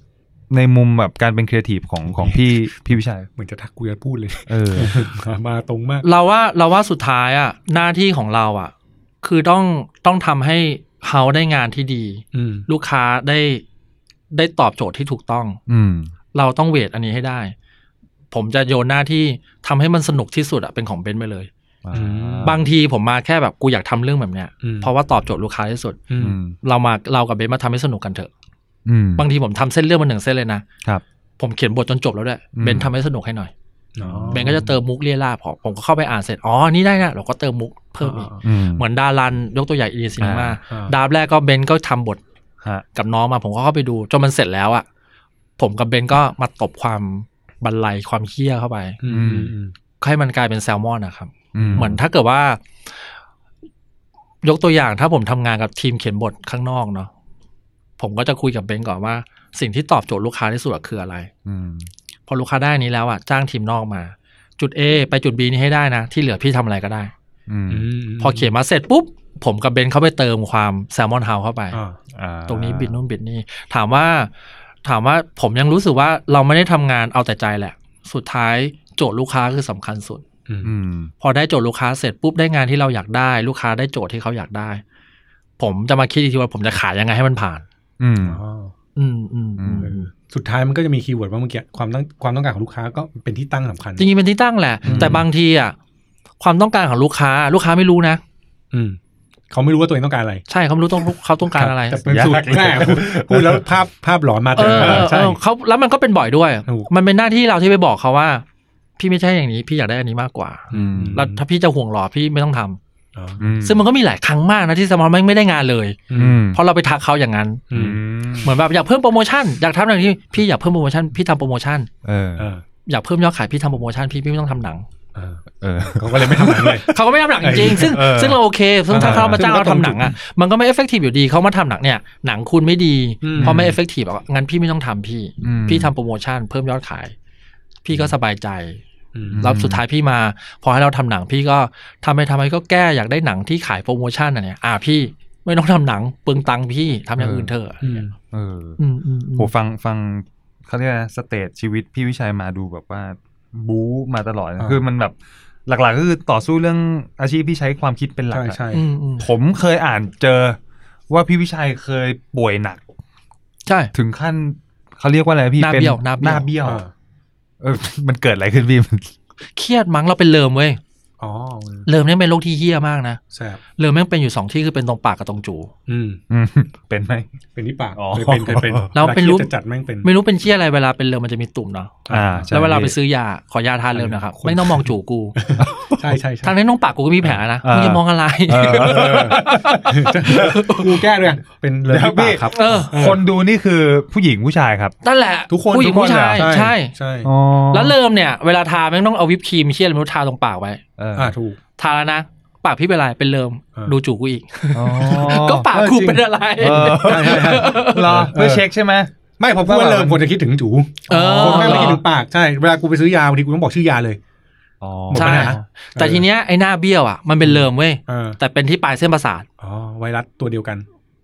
Speaker 4: ในมุมแบบการเป็นครีเอทีฟของของพี่พี่วิชัย
Speaker 2: เหมือนจะทักกูจะพูด เลย
Speaker 4: เออ
Speaker 2: มาตรงมาก
Speaker 1: เราว่าเราว่าสุดท้ายอ่ะหน้าที่ของเราอ่ะ คือต้องต้องทำให้เขาได้งานที่ดี
Speaker 2: อืม
Speaker 1: ลูกค้าได้ได้ตอบโจทย์ที่ถูกต้อง
Speaker 4: อืม
Speaker 1: เราต้องเวทอันนี้ให้ได้ ผมจะโยนหน้าที่ทำให้มันสนุกที่สุดอะเป็นของเบนซ์ไปเลย
Speaker 2: อืม
Speaker 1: บางทีผมมาแค่แบบกูอยากทำเรื่องแบบเนี้ย
Speaker 2: อืม
Speaker 1: เพราะว่าตอบโจทย์ลูกค้าที่สุด
Speaker 2: อื
Speaker 4: อื
Speaker 2: ม
Speaker 4: ม
Speaker 1: เรามาเรากับเบนซ์มาทำให้สนุกกันเถอะ
Speaker 4: อืม
Speaker 1: บางทีผมทำเส้นเรื่องมาหนึ่งเส้นเลยนะครับ ผมเขียนบทจนจบแล้วด้วย
Speaker 4: อืม
Speaker 1: เบนทำให้สนุกให้หน่อย
Speaker 2: อ๋อ
Speaker 1: เบนก็จะเติมมุกเลี่ยราบพอผมก็เข้าไปอ่านเสร็จอ๋อนี่ได้นะเราก็เติมมุกเพิ่มอีก
Speaker 4: อืม
Speaker 1: เหมือนดารันยกตัวอย่างอีลินซินามา
Speaker 2: อ่า
Speaker 1: ดาบแรกก็เบนก็ทำบท
Speaker 4: ฮะ
Speaker 1: กับน้องมาผมก็เข้าไปดูจนมันเสร็จแล้วอะผมกับเบนก็มาตบความบรรลัยความเคี้ยเข้าไป
Speaker 2: อืมอืมอืม
Speaker 1: ให้มันกลายเป็นแซลมอนนะครับ เหมือนถ้าเกิดว่า ยกตัวอย่างถ้าผมทำงานกับทีมเขียนบทข้างนอกเนาะผมก็จะคุยกับเบนก่อนว่า สิ่งที่ตอบโจทย์ลูกค้าที่สุดอะคืออะไร
Speaker 4: อืม
Speaker 1: พอลูกค้าได้อันนี้แล้วอ่ะจ้างทีมนอกมา จุด A ไปจุด B นี้ให้ได้นะ ที่เหลือพี่ทำอะไรก็ได้
Speaker 4: อืม
Speaker 1: พอเขียนมาเสร็จปุ๊บ ผมกับเบนเข้าไปเติมความแซลมอนเฮาเข้าไป
Speaker 2: อ่า
Speaker 4: อ่า
Speaker 1: ตรงนี้บิดนู่นบิดนี่ถามว่า ถามว่าผมยังรู้สึกว่าเราไม่ได้ทำงานเอาแต่ใจแหละ สุดท้ายโจทย์ลูกค้าคือสำคัญสุด
Speaker 4: อืม
Speaker 1: พอได้โจทย์ลูกค้าเสร็จปุ๊บได้งานที่เราอยากได้ ลูกค้าได้โจทย์ที่เขาอยากได้ ผมจะมาคิดอีกทีว่าผมจะขายยังไงให้มันผ่าน
Speaker 4: อืม
Speaker 2: อ๋อ
Speaker 1: อืมอืมอืม
Speaker 4: อืม
Speaker 2: สุดท้ายมันก็จะมีคีย์เวิร์ดว่าเมื่อกี้ความต้องความต้องการของลูกค้าก็เป็นที่ตั้งสำคัญ
Speaker 1: จริงๆเป็นที่ตั้งแหละ
Speaker 2: อืม
Speaker 1: แต่บางทีอ่ะความต้องการของลูกค้า ลูกค้าไม่รู้นะ
Speaker 2: อืมเขาไม่รู้ว่าตัวเองต้องการอะไร
Speaker 1: ใช่เขาไม่รู้ต้องเขาต้องการอะไร
Speaker 2: แต่เป็นสูต
Speaker 4: ยาร กเลย
Speaker 2: แม่พูดพูดแล้วภาพภาพหลอนมา
Speaker 1: เอ
Speaker 2: เต็ม
Speaker 1: อ
Speaker 2: เออ
Speaker 1: เอ
Speaker 2: ใช่
Speaker 1: อเขาแล้วมันก็เป็นบ่อยด้วย
Speaker 2: ถูก
Speaker 1: มันเป็นหน้าที่เราที่ไปบอกเขาว่า พี่ไม่ใช่อย่างนี้ พี่อยากได้อันนี้มากกว่า
Speaker 4: อืม
Speaker 1: แล้วถ้าพี่จะห่วงหรอพี่ไม่ต้องทำ
Speaker 2: อ๋อ
Speaker 4: อื
Speaker 1: ซึ่งมันก็มีหลายครั้งมากนะที่สมอนไม่ได้งานเลย
Speaker 4: อืม
Speaker 1: เพราะเราไปทักเขาอย่างนั้น
Speaker 2: อื
Speaker 4: อื
Speaker 2: ม
Speaker 4: ม
Speaker 1: เหมือนแบบอยากเพิ่มโปรโมชั่นอยากทำอย่างนี้พี่อยากเพิ่มโปรโมชั่นพี่ทำโปรโมชั่น
Speaker 4: เออ
Speaker 2: เออ
Speaker 1: อยากเพิ่มยอดขายพี่ทำโปรโมชั่นพี่พี่ไม่ต้องทำหนัง
Speaker 2: เออ
Speaker 4: เออ
Speaker 2: เขาก็เลยไม่ทำงานเลย
Speaker 1: เขาก็ไม่ทำหนังจริงๆซึ่ง
Speaker 4: เออ
Speaker 1: ซึ่งเราโอเคซึ่งถ้าเขามาจ้าง
Speaker 2: ซึ่งมันก็
Speaker 1: เราทำหนังอ่ะมันก็ไม่เอฟเฟกตีฟอยู่ดีเขามาทำหนังเนี่ยหนังคุณไม่ดี
Speaker 2: อืม
Speaker 1: เพราะไม่เอฟเฟกตีฟอ่ะงั้นพี่ไม่ต้องทำพี่
Speaker 4: อืม
Speaker 1: พี่ทำโปรโมชั่นเพิ่มยอดขาย พี่ก็สบายใจ
Speaker 2: อืม
Speaker 1: แล้วสุดท้ายพี่มา พอให้เราทำหนังพี่ก็ทำไปทำไปก็แก้อยากได้หนังที่ขายโปรโมชั่นอ่ะเนี่ยอ่าพี่ไม่ต้องทำหนังเปลืองตังค์พี่ทำอย่างอื่นเถอะ
Speaker 2: อืม
Speaker 4: เออ
Speaker 1: อืมอืมอืม
Speaker 4: โหฟังฟังเขาเรียกอะไรนะสเตจชีวิตพี่วิชัยมาดูแบบว่า บู๊มาตลอดนะ
Speaker 2: อ่า
Speaker 4: คือมันแบบหลักๆก็คือต่อสู้เรื่องอาชีพที่ใช้ความคิดเป็นหลัก
Speaker 2: ใช่
Speaker 4: อะ
Speaker 2: ใช่
Speaker 1: อืมอืม
Speaker 4: ผมเคยอ่านเจอว่าพี่วิชัยเคยป่วยหนัก
Speaker 1: ใช่
Speaker 4: ถึงขั้นเขาเรียกว่าอะไรพี่
Speaker 1: หน้า
Speaker 4: ป็
Speaker 1: เบี้ยวหน้าเบี้ยว
Speaker 4: หน้าเบี้ยว
Speaker 2: เออ
Speaker 4: เออ มันเกิดอะไรขึ้นพี่ มัน
Speaker 1: เครียดมั้งเราเป็นเลิมเว้ย
Speaker 2: อ๋อ
Speaker 1: เลิมเนี่ยเป็นโรคที่เฮี้ยมากนะ
Speaker 2: แสบ
Speaker 1: เลิมแม่งเป็นอยู่สองที่คือเป็นตรงปากกับตรงจู
Speaker 2: อืม
Speaker 4: อืมเป็นไหม
Speaker 2: เป็นที่ปาก
Speaker 4: อ๋อ
Speaker 2: เคยเป็นเคยเป็น
Speaker 1: แล้วเป็นรูป
Speaker 2: วลาครียดจัดๆแม่งเป็น
Speaker 1: ไม่รู้เป็นเชี่ยอะไรเวลาเป็นเลิมมันจะมีตุ่มเนาะ
Speaker 4: อ่าใช่
Speaker 1: แล้วเวลาไปซื้อยาขอยาทานเลิมนะครับไม่ต้องมองจูกู
Speaker 2: ใช่ใช่ใช่
Speaker 1: ทางนี้น้องปากกูก็มีแผลนะมึงจะมองอะไร
Speaker 4: เออเอ อ
Speaker 2: กูแก้ด้วยกันเป็นเลยที่ปากครับ
Speaker 1: เออ
Speaker 4: คนดูนี่คือผู้หญิงผู้ชายครับ
Speaker 1: นั่นแหละ
Speaker 2: ทุกคน
Speaker 1: ผู้หญิง
Speaker 2: ทุกคน
Speaker 1: ผู้ชาย
Speaker 2: เหรอ
Speaker 1: ใช่
Speaker 2: ใช่
Speaker 4: อ๋อ
Speaker 1: แล้วเลิมเนี่ยเวลาทาแม่งต้องเอาวิปครีมเชี่ยอะไรไม่รู้ทาตรงปากไว้
Speaker 4: เออ
Speaker 2: อ่าถูก
Speaker 1: ทาแล้วนะปากพี่เป็นอะไรเป็นเลิม
Speaker 2: เออ
Speaker 1: ดูจูกูอีก
Speaker 4: อ๋อ
Speaker 1: ก็ปากกู
Speaker 2: เออจริง
Speaker 1: เป็นอะไร
Speaker 4: เอ อ
Speaker 2: ใช่ใช่ใช่
Speaker 4: เหรอเพื่อเช็คใช่ไหม
Speaker 2: ไม่ผมพูดว่าเริ่มคนจะคิดถึงจู
Speaker 1: เออ
Speaker 2: คนไม่ได้คิดถึงปากใช่เวลากูไปซื้อยาบางทีกูต้องบอกชื่อยาเลย
Speaker 4: อ๋อ
Speaker 1: ใช่
Speaker 2: หมดปัญหา
Speaker 1: แต่ทีเนี้ยไอ้หน้าเบี้ยวอ่ะมันเป็นเลิมเว้ย
Speaker 2: เออ
Speaker 1: แต่เป็นที่ปลายเส้นประสาท
Speaker 2: อ๋อไวรัสตัวเดียวกัน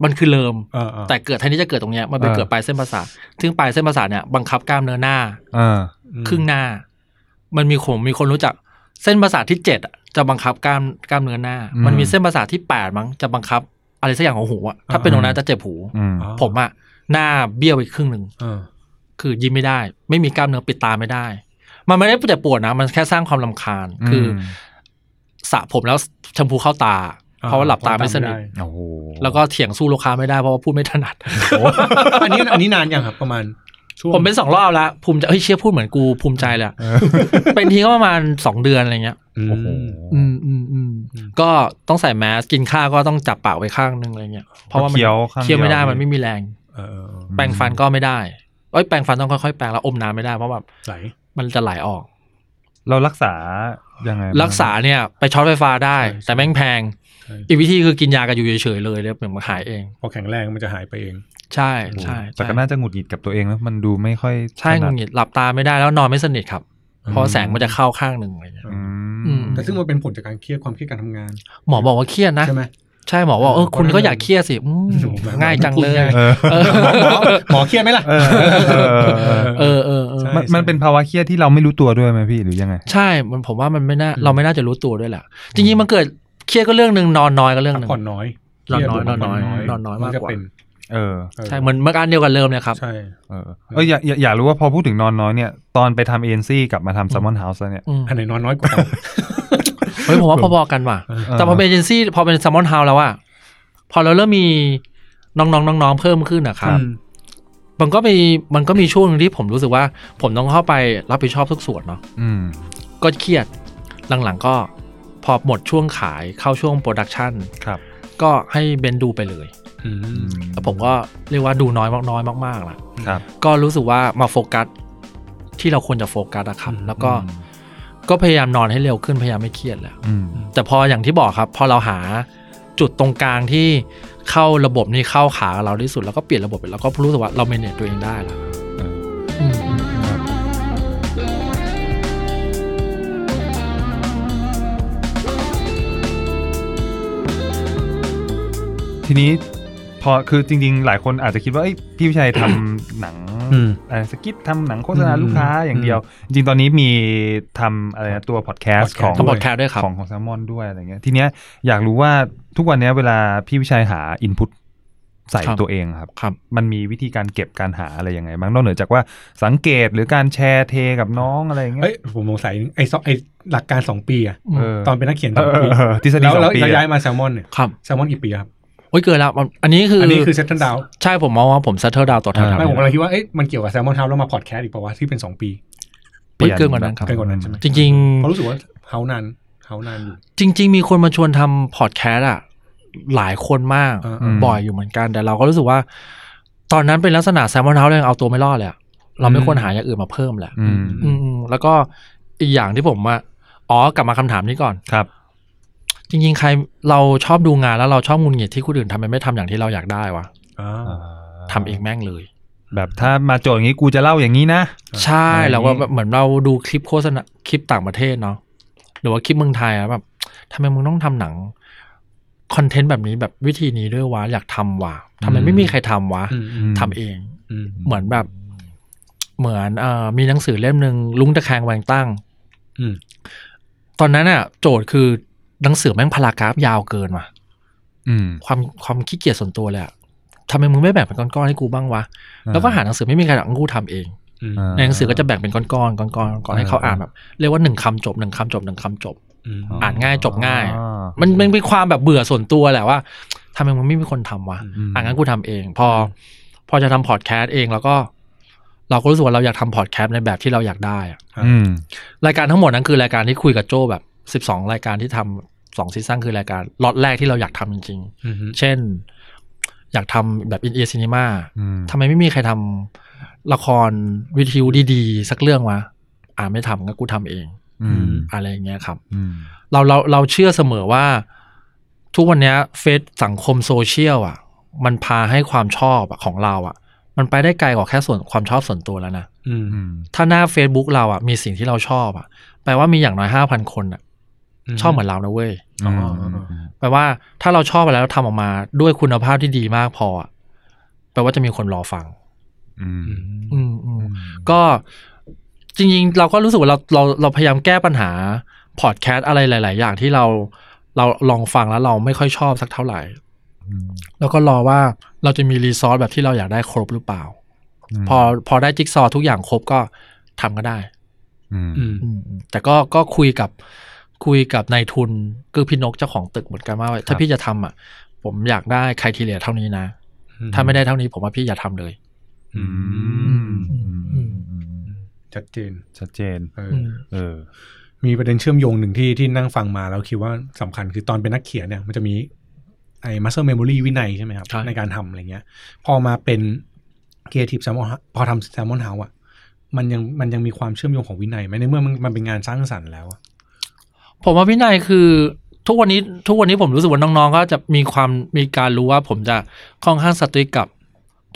Speaker 1: มันคือเลิม
Speaker 2: เออเออ
Speaker 1: แต่เกิดแทนที่จะเกิดตรงเนี้ยมันไป
Speaker 4: เออ
Speaker 1: เกิดปลายเส้นประสาท ซึ่งปลายเส้นประสาทเนี่ยบังคับกล้ามเนื้อหน้า
Speaker 4: เออ
Speaker 2: อืม
Speaker 1: ครึ่งหน้า มันมีผมมีคนรู้จัก เส้นประสาทที่เจ็ดอะจะบังคับกล้ามกล้ามเนื้อหน้า
Speaker 4: อืม
Speaker 1: มันมีเส้นประสาทที่แปดมั้งจะบังคับ อะไรสักอย่างของหูอะถ้าเป็นตรงนั้นจะเจ็บหู
Speaker 4: อืม
Speaker 2: อ๋อ
Speaker 1: ผมอะหน้าเบี้ยวไปครึ่งหนึ่ง
Speaker 2: เออ
Speaker 1: คือยิ้มไม่ได้ ไม่มีกล้ามเนื้อปิดตาไม่ได้ มันไม่ได้เจ็บปวดนะ มันแค่สร้างความลำคาญ คืออ
Speaker 4: ม
Speaker 1: สระผมแล้วแชมพูเข้าตา
Speaker 2: อ่า
Speaker 1: เพราะว่าหลับตาไม่สนิท
Speaker 2: เข้าตาไม่ได้
Speaker 4: โอ้โห
Speaker 1: แล้วก็เถียงสู้ลูกค้าไม่ได้เพราะว่าพูดไม่ถนัด
Speaker 2: อันนี้อันนี้นานยังครับประมาณช่วง
Speaker 1: ผมเป็นสองรอบแล้วภูมิใจเฮ้ยเชี่ยพูดเหมือนกูภูมิใจเลยอะ
Speaker 4: เออ
Speaker 1: เป็นทีก็ประมาณสองเดือนอะไรเงี้ย
Speaker 2: อืม
Speaker 4: โอ้โห
Speaker 1: อืมอืมอืมก็ต้องใส่แมสกินข้าวก็ต้องจับปากไว้ข้างนึงอะไรเงี้ยเพราะว่ามัน
Speaker 4: เคี้ยวข้าง
Speaker 1: เคี้ยวไม่ได้
Speaker 4: ว
Speaker 1: มันไม่มีแรง
Speaker 2: เออเออเออ
Speaker 1: แปรงฟันก็ไม่ได้เอ้ยแปรงฟันต้องค่อยๆแปรงแล้วอมน้ำไม่ได้เพราะแบบ
Speaker 2: ไหล
Speaker 1: มันจะไหลออก
Speaker 4: เรารักษายังไงบ้ง
Speaker 1: รักษาเนี่ยไปช็อตไฟฟ้าได้ แต่แม่งแพง
Speaker 2: ใช่
Speaker 1: อีกวิธีคือกินยากันอยู่เฉยๆเลยแล้วเดี๋ยวมันหายเอง
Speaker 2: พอแข็งแรงมันจะหายไปเอง
Speaker 1: ใช่ใช่
Speaker 4: แต่ก็น่าจะหงุดหงิดกับตัวเองแล้วมันดูไม่ค่อย
Speaker 1: ใช่
Speaker 4: ถ
Speaker 1: ห
Speaker 4: นั
Speaker 1: งุ
Speaker 4: ด
Speaker 1: ดหงิดหลับตาไม่ได้แล้วนอนไม่สนิทครับ เพราะแสงมันจะเข้าข้างหนึ่งอะไรเงี้ย
Speaker 4: อื
Speaker 1: อื
Speaker 4: ม
Speaker 1: ม
Speaker 2: แต่ซึ่งมันเป็นผลจากการเครียดความเครียดการทำงาน
Speaker 1: หมอบอกว่าเครียดนะ
Speaker 2: ใช่ไหม
Speaker 1: ใช่หมอบอกเออคุณก็
Speaker 2: เพราะฉะนั้น
Speaker 1: อยากเครียดสิอืม
Speaker 2: โอ้โห
Speaker 1: ง่ายจังเล
Speaker 2: พูด
Speaker 1: ย
Speaker 2: ง่าย
Speaker 4: เออ
Speaker 1: เออ
Speaker 2: หมอหมอเครียดไหมล่ะ
Speaker 4: เออเออ
Speaker 1: เออเอ
Speaker 4: เออ
Speaker 1: อเออ
Speaker 2: ใช่
Speaker 4: มันมันเป็นภาวะเครียดที่เราไม่รู้ตัวด้วยไหมพี่หรือยังไง
Speaker 1: ใช่ มันผมว่ามันไม่น่า
Speaker 2: อืม
Speaker 1: เราไม่น่าจะรู้ตัวด้วยแหละ จริงๆ มันเกิดเครียดก็เรื่องหนึ่งนอนน้อยก็เรื่อง
Speaker 2: พั
Speaker 1: ห
Speaker 2: ก
Speaker 1: นึ่ง
Speaker 2: ผ่อนน้อย
Speaker 1: นอนน้อย
Speaker 2: เครีด
Speaker 1: นอนน้อย
Speaker 2: พั
Speaker 1: นอนน้อย
Speaker 2: จะ
Speaker 1: มากกว่า
Speaker 2: เป็น
Speaker 4: เออ
Speaker 2: เออ
Speaker 1: ใช่เหมือนเมื่อการเดียวกันเริ่มเลยครับ
Speaker 2: ใช่
Speaker 4: เออเอออยากอยากอยากรู้ว่าพอพูดถึงนอนน้อยเนี่ย ตอนไปทำเอ็นซี่กลับมาทำซัมมอนเฮาส์เนี่ย
Speaker 1: อืม
Speaker 2: อันไหนนอนน้อยกว่า
Speaker 1: เฮ้ยผมว่าพอๆกันว่ะ แต่พอเป็นเอเจนซี่พอเป็นซัมมอนเฮาแล้วอะพอเราเริ่มมีน้องๆน้องๆเพิ่มขึ้นนะครับ มันก็มีมันก็มีช่วงหนึ่งที่ผมรู้สึกว่า ผมต้องเข้าไปรับผิดชอบทุกส่วนเนาะ
Speaker 4: อืม
Speaker 1: ก็เครียดหลังๆก็พอหมดช่วงขายเข้าช่วงโปรดักชัน
Speaker 4: ครับ
Speaker 1: ก็ให้เบนดูไปเลย
Speaker 2: อื
Speaker 4: อื
Speaker 2: ม
Speaker 4: ม
Speaker 1: แล้วผมก็เรียกว่าดูน้อยมากน้อยมากๆละ
Speaker 4: ครับ
Speaker 1: ก็รู้สึกว่ามาโฟกัสที่เราควรจะโฟกัสอะครับ
Speaker 2: อืม
Speaker 1: แล้วก็
Speaker 4: อืม
Speaker 1: ก็พยายามนอนให้เร็วขึ้นพยายามไม่เครียดแล้ว
Speaker 4: อืม
Speaker 1: แต่พออย่างที่บอกครับ พอเราหาจุดตรงกลางที่เข้าระบบนี่เข้าขาเราที่สุดแล้วก็เปลี่ยนระบบไปแล้วก็รู้สึกว่าเราเมเนจตัวเองได้แล้วอืม
Speaker 4: ทีนี้พอคือจริง ๆ หลายคนอาจจะคิดว่าเอ้ยพี่วิชัยทำ หนัง
Speaker 2: อืม
Speaker 4: เอ่อสกิปทำหนังโฆษณา
Speaker 2: อืม
Speaker 4: ลูกค้าอย่างเดียว จริงๆตอนนี้มีทำอะไรนะตัวพอดแคสต์
Speaker 2: podcast
Speaker 4: ของ
Speaker 1: ทำบอดแคสด้วยครับ
Speaker 4: ของของแซมมอนด้วยอะไรเงี้ยทีเนี้ยอยากรู้ว่าทุกวันเนี้ยเวลาพี่วิชัยหาอินพุตใส่
Speaker 1: ครับ
Speaker 4: ตัวเองครับ
Speaker 1: ครับ
Speaker 4: มันมีวิธีการเก็บการหาอะไรยังไงบ้างนอกเหนือจากว่าสังเกตหรือการแชร์เทกับน้องอะไรเงี้
Speaker 2: เอ้
Speaker 4: ย
Speaker 2: ยผมสงสัยไอ้สองไอ้หลักการสองปีอะ
Speaker 1: เ
Speaker 4: เออ
Speaker 2: ตอนเป็นนักเขียน
Speaker 4: เอ
Speaker 2: สอง
Speaker 4: อเอ
Speaker 2: ปี
Speaker 4: อเออทฤษฎี
Speaker 2: แล้ว
Speaker 4: สอง
Speaker 2: แล้ว
Speaker 4: ปี
Speaker 2: ย้าย
Speaker 4: อะ
Speaker 2: มาแซลมอนเนี่ย
Speaker 1: ครับ
Speaker 2: แซลมอนกี่ปีครับ
Speaker 1: โอ้ยเกินแล้วมันอันนี้คือ
Speaker 2: อั
Speaker 1: อน
Speaker 2: นี้คือเซตเทิลดาว
Speaker 1: ใช่ผมมองว่าผมซัตเทิลดาวต่อแถวๆ
Speaker 2: ไม่ผมกำ
Speaker 1: เนี่ย
Speaker 2: ลังคิดว่าเอ๊ะมันเกี่ยวกับแซลมอนเฮาแล้วมาพอดแคสต์อีกเปล่าวะที่เป็นสองปี
Speaker 1: เฮ้ยเกินกว่านั้นครับ
Speaker 2: เกินกว่านั้นใช่ไหม
Speaker 1: จริง
Speaker 2: เพราะรู้สึกว่าเฮานานเฮานานอยู่
Speaker 1: ๆ จริง ๆ มีคนมาชวนทำพอดแคสต์อะหลายคนมาก
Speaker 2: อ่า
Speaker 4: อืม
Speaker 1: บ่อยอยู่เหมือนกัน แต่เราก็รู้สึกว่า ตอนนั้นเป็นลักษณะแซมมอนเฮาส์เรายังเอาตัวไม่รอดเลยอะเราไม่ควรหาอย่างอื่นมาเพิ่มแหละ
Speaker 4: อืม
Speaker 1: อืมๆแล้วก็อีกอย่างที่ผมว่าอ๋อกลับมาคำถามนี้ก่อน
Speaker 4: ครับ
Speaker 1: จริง ๆ ใครเราชอบดูงานแล้วเราชอบหงุนหงิดที่คนอื่นทำไมไม่ทำอย่างที่เราอยากได้วะ
Speaker 2: อ่า
Speaker 1: ทำเองแม่งเลย
Speaker 4: แบบถ้ามาโจทย์อย่างนี้กูจะเล่าอย่างนี้นะ
Speaker 1: ใช่
Speaker 4: อะไรอย่างงี้
Speaker 1: แล้วก็แบบเหมือนเราดูคลิปโฆษณาคลิปต่างประเทศเนาะหรือว่าคลิปเมืองไทยอะแบบทำไมมึงต้องทำหนังคอนเทนต์แบบนี้แบบวิธีนี้ด้วยวะอยากทำวะทำไมไม่มีใครทำวะ
Speaker 2: อืมอืม
Speaker 1: ทำเอง
Speaker 2: อืม
Speaker 1: เหมือนแบบ เหมือนเอ่อมีหนังสือเล่มหนึ่งลุงตะแคงแวงตั้ง
Speaker 2: อืม
Speaker 1: ตอนนั้นอะโจทย์คือหนังสือแม่งพารากราฟยาวเกินว่ะ
Speaker 4: อืม
Speaker 1: ความความขี้เกียจส่วนตัวเลยอะทำไมมึงไม่แบ่งเป็นก้อนๆให้กูบ้างวะ แล้วก็หาหนังสือไม่มีใครหรอกกูทำเอง
Speaker 2: อืม
Speaker 1: ในหนังสือก็จะแบ่งเป็นก้อนๆก้อนๆก้อนๆให้เขาอ่านแบบเรียกว่าหนึ่งคำจบหนึ่งคำจบหนึ่งคำจบ
Speaker 2: อืม
Speaker 1: อ่านง่ายจบง่าย มันมันเป็นความแบบเบื่อส่วนตัวแหละว่าทำไมมึงไม่มีคนทำวะ
Speaker 2: อืม
Speaker 1: อ่างั้นกูทำเอง พอ พอจะทำพอดแคสต์เองแล้วก็ เราก็รู้สึกว่าเราอยากทำพอดแคสต์ในแบบที่เราอยากได้อะ
Speaker 4: อืม
Speaker 1: รายการทั้งหมดนั้นคือรายการที่คุยกับโจแบบสิบสองรายการที่ทำสองซีซั่นคือรายการล็อตแรกที่เราอยากทำจริง ๆ
Speaker 2: อืม
Speaker 1: เช่น อยากทำแบบอินเอียซีนีมา
Speaker 4: อืม
Speaker 1: ทำไมไม่มีใครทำละครวิทยุดีๆ สักเรื่องวะ อ่าไม่ทำก็กูทำเอง
Speaker 4: อืม
Speaker 1: อะไรอย่างเงี้ยครับ
Speaker 4: อืม
Speaker 1: เราเราเราเชื่อเสมอว่า ทุกวันเนี้ยเฟซสังคมโซเชียลอ่ะ มันพาให้ความชอบอะของเราอ่ะ มันไปได้ไกลกว่าแค่ส่วนความชอบส่วนตัวแล้วนะ
Speaker 2: อืม
Speaker 4: อืม
Speaker 1: ถ้าหน้า Facebook เราอ่ะมีสิ่งที่เราชอบอ่ะแปลว่ามีอย่างน้อยห้าพันคนอ่ะ
Speaker 2: อืม
Speaker 1: ชอบเหมือนเรานะเว้ย
Speaker 2: อ๋อ
Speaker 1: แปลว่าถ้าเราชอบอะไรแล้วทำออกมาด้วยคุณภาพที่ดีมากพออะแปลว่าจะมีคนรอฟัง
Speaker 4: อืม
Speaker 2: อืม
Speaker 1: อืมอืมก็จริงๆ เราก็รู้สึกว่าเราเราเราพยายามแก้ปัญหาพอดแคสต์อะไรหลาย ๆ อย่างที่เราเราลองฟังแล้วเราไม่ค่อยชอบสักเท่าไหร่
Speaker 4: อืม
Speaker 1: แล้วก็รอว่าเราจะมีรีซอสแบบที่เราอยากได้ครบหรือเปล่า พอพอได้จิ๊กซอว์ทุกอย่างครบก็ทำก็ได้
Speaker 4: อืม
Speaker 2: อืม
Speaker 1: อืมแต่ก็ก็คุยกับคุยกับนายทุนคือพี่นกเจ้าของตึกเหมือนกันว่า ถ้าพี่จะทำอ่ะ ผมอยากได้ใครทีเลียเท่านี้นะ ถ้าไม่ได้เท่านี้ผมว่าพี่อย่าทำเลย
Speaker 4: อืมอืมอืม
Speaker 2: ชัดเจน
Speaker 4: ชัดเจน
Speaker 2: เออ
Speaker 1: อื
Speaker 2: อ
Speaker 1: ม
Speaker 4: เออ
Speaker 2: มีประเด็นเชื่อมโยงหนึ่งที่ที่นั่งฟังมาแล้วคิดว่าสำคัญคือตอนเป็นนักเขียนเนี่ยมันจะมีไอ้ muscle memory วินัยใช่ไหมครับ
Speaker 1: ใช่
Speaker 2: ในการทำอะไรเงี้ย พอมาเป็น creative salmon พอทำ salmon house อะมันยังมันยังมีความเชื่อมโยงของวินัยไหมในเมื่อมันมันเป็นงานสร้างสรรค์แล้วอะ
Speaker 1: ผมว่าวินัยคือทุกวันนี้ทุกวันนี้ผมรู้สึกว่าน้องๆ ก็จะมีความมีการรู้ว่าผมจะค่อนข้างสตริกกับ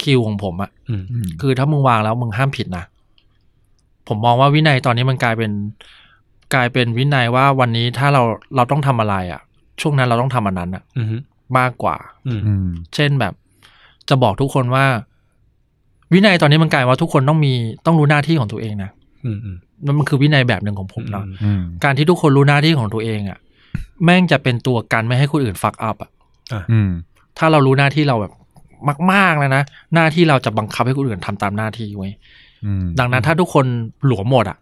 Speaker 1: คิวของผมอะ
Speaker 2: อืม
Speaker 4: อืม
Speaker 1: คือถ้ามึงวางแล้วมึงห้ามผิดนะ ผมมองว่าวินัยตอนนี้มันกลายเป็นกลายเป็นวินัยว่าวันนี้ถ้าเราเราต้องทำอะไรอะช่วงนั้นเราต้องทำอันนั้นอะ
Speaker 2: อืม
Speaker 1: มากกว่า
Speaker 2: อืม
Speaker 4: อืม
Speaker 1: เช่นแบบจะบอกทุกคนว่า วินัยตอนนี้มันกลายว่าทุกคนต้องมีต้องรู้หน้าที่ของตัวเองนะ
Speaker 2: อืมอืม
Speaker 1: นั่นมันคือวินัยแบบหนึ่งของผมเนาะ
Speaker 4: อืม
Speaker 1: การที่ทุกคนรู้หน้าที่ของตัวเองอะ่ะ แม่งจะเป็นตัวกันไม่ให้คนอื่นฟักอัพอ่ะ
Speaker 4: อืม
Speaker 1: ถ้าเรารู้หน้าที่เราแบบมากๆแล้วนะหน้าที่เราจะบังคับให้คนอื่นทำตามหน้าที่ไว้ย
Speaker 4: อืม
Speaker 1: ดังนั้นถ้าทุกคนหลวมหมดอะ่ะ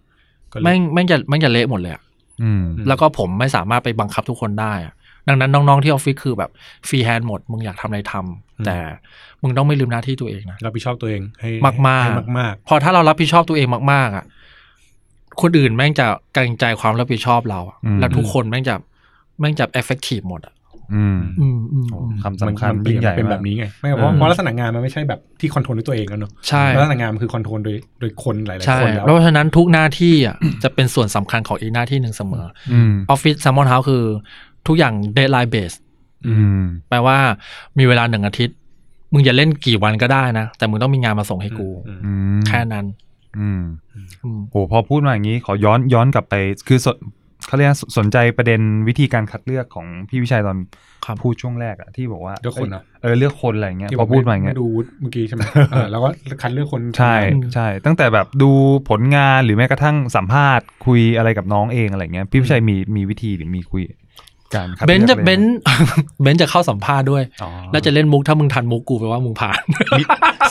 Speaker 2: ก็เลย
Speaker 1: แม่งแม่งจะแม่งจะเละหมดเลยอะ
Speaker 4: อืม
Speaker 1: แล้วก็ผมไม่สามารถไปบังคับทุกคนได้อะ ดังนั้นน้องๆที่ออฟฟิศคือแบบฟรีแฮนด์หมด มึงอยากทำอะไรทำ
Speaker 2: อืม
Speaker 1: แต่มึงต้องไม่ลืมหน้าที่ตัวเองนะ
Speaker 2: รับผิดชอบตัวเองให้
Speaker 1: มากๆ
Speaker 2: ให้มาก
Speaker 1: พอถ้าเรารับผิดชอบตัวเองมาก ๆ อ่ะ คนอื่นแม่งจะเกรงใจความรับผิดชอบเราอะ
Speaker 4: อืม
Speaker 1: แล้วทุกคนแม่งจะแม่งจะเอฟเฟกตีฟหมดอ่ะ
Speaker 4: อืม
Speaker 1: อืมอืม
Speaker 4: โอ้
Speaker 1: อืม
Speaker 4: คำสำคัญ
Speaker 2: มันเปลี่
Speaker 4: ยิ่
Speaker 2: ยน
Speaker 4: งใหญ่
Speaker 2: เป็นแบ
Speaker 4: มาก
Speaker 2: บนี้ไงไม่เพราะ
Speaker 4: อืม
Speaker 2: เพราะลักษณะงานมันไม่ใช่แบบที่คอนโทรลด้วยตัวเองแล้วเนอะ
Speaker 1: ใช่
Speaker 2: ลักษณะงานมันคือคอนโทรลโดยโดยคนหลาย
Speaker 1: ใช่
Speaker 2: ๆ คนแล้ว
Speaker 1: เพราะฉะนั้นทุกหน้าที่อ่ะ จะเป็นส่วนสำคัญของอีกหน้าที่หนึ่งเสมอ
Speaker 4: อืม
Speaker 1: ออฟฟิศแซมมอนเฮาคือ ทุกอย่างเด d ไลน์เบส
Speaker 4: อืม
Speaker 1: แปลว่ามีเวลาหนึ่งอาทิตย์ มึงจะเล่นกี่วันก็ได้นะ แต่มึงต้องมีงานมาส่งให้กู
Speaker 2: อืม
Speaker 4: อืม
Speaker 1: แค่นั้น
Speaker 4: อืม
Speaker 1: อืม
Speaker 4: โอ้พอพูดมาอย่างนี้ขอย้อนย้อนกลับไป คือสนเขาเรียกสนใจประเด็นวิธีการคัดเลือกของพี่วิชัยตอน
Speaker 1: ครับ
Speaker 4: พูดช่วงแรกอะที่บอกว่า
Speaker 2: เลือกคนเหรอ
Speaker 4: เออเลือกคนอะไรอย่างเงี้ย
Speaker 2: ที่
Speaker 4: พอพูดมาอย่างเงี้ย
Speaker 2: ไดูเมื่อกี้ใช่ไหมเออแล้วก็คัดเลือกคน
Speaker 4: ใช่
Speaker 1: อืม
Speaker 4: ใช่ ตั้งแต่แบบดูผลงานหรือแม้กระทั่งสัมภาษณ์ คุยอะไรกับน้องเองอะไรเงี้ยพี่วิชัยมีมีวิธีหรือมีคุยการคัด
Speaker 1: เบนซ์
Speaker 4: ลื
Speaker 1: จะ
Speaker 4: อกลยไหม
Speaker 1: เบนซ์ เบนซ์จะ เข้าสัมภาษณ์ด้วย
Speaker 4: อ๋อ
Speaker 1: แล้วจะเล่นมุกถ้ามึงทันมุกกูแปลว่ามึงผ่าน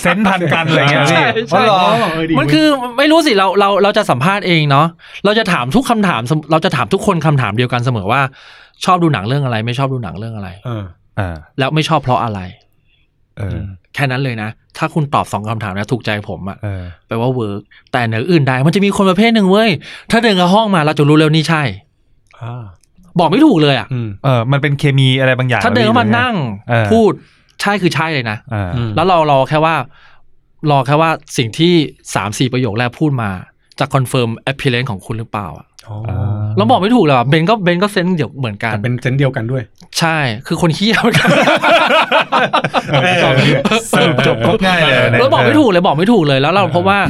Speaker 4: เซนส์ทันกันอะไรเงี้ย
Speaker 1: ใช่
Speaker 4: พี่
Speaker 1: ใช่
Speaker 4: อ๋อเหรอ
Speaker 2: เดี
Speaker 1: มันคือไม่รู้สิเราเราเราจะสัมภาษณ์เองเนาะเราจะถามทุกคำถาม เราจะถามทุกคนคำถามเดียวกันเสมอว่า ชอบดูหนังเรื่องอะไร ไม่ชอบดูหนังเรื่องอะไร
Speaker 2: เออ
Speaker 4: อ่า
Speaker 1: แล้วไม่ชอบเพราะอะไร
Speaker 4: เออ
Speaker 1: แค่นั้นเลยนะ ถ้าคุณตอบสองคำถามนะถูกใจผมอะ
Speaker 4: เออ
Speaker 1: แปลว่าเวิร์กแต่เหนืออื่นใดมันจะมีคนประเภทหนึ่งเว้ย ถ้าเดินเข้าห้องมาเราจะรู้เร็วนี่ใช่
Speaker 2: อ่า
Speaker 1: บอกไม่ถูกเลยอะ
Speaker 2: อืม
Speaker 4: เออมันเป็นเคมีอะไรบางอย่าง
Speaker 1: ถ้าเดินเข้ามานั่ง
Speaker 4: เออ
Speaker 1: พูดใช่คือใช่เลยนะ
Speaker 4: อ่า
Speaker 2: อืม
Speaker 1: แล้วเรารอแค่ว่า รอแค่ว่าสิ่งที่สามสี่ประโยคแรกพูดมา จะคอนเฟิร์มแอปพลิเลนของคุณหรือเปล่าอะ
Speaker 2: อ๋อ
Speaker 4: อ่า
Speaker 1: เราบอกไม่ถูกเลยอะเบนก็เบนก็เซนส์เดียวเหมือนกัน
Speaker 2: แต่เป็นเซนส์เดียวกันด้วย
Speaker 1: ใช่ คือคนขี้เหมือนกัน
Speaker 2: เออชอบเนี่ย
Speaker 4: สรุปจบครบง่ายเลยนะ
Speaker 1: เราบอกไม่ถูกเลยบอกไม่ถูกเลยแล้วเรา
Speaker 2: เออ
Speaker 1: พบว่า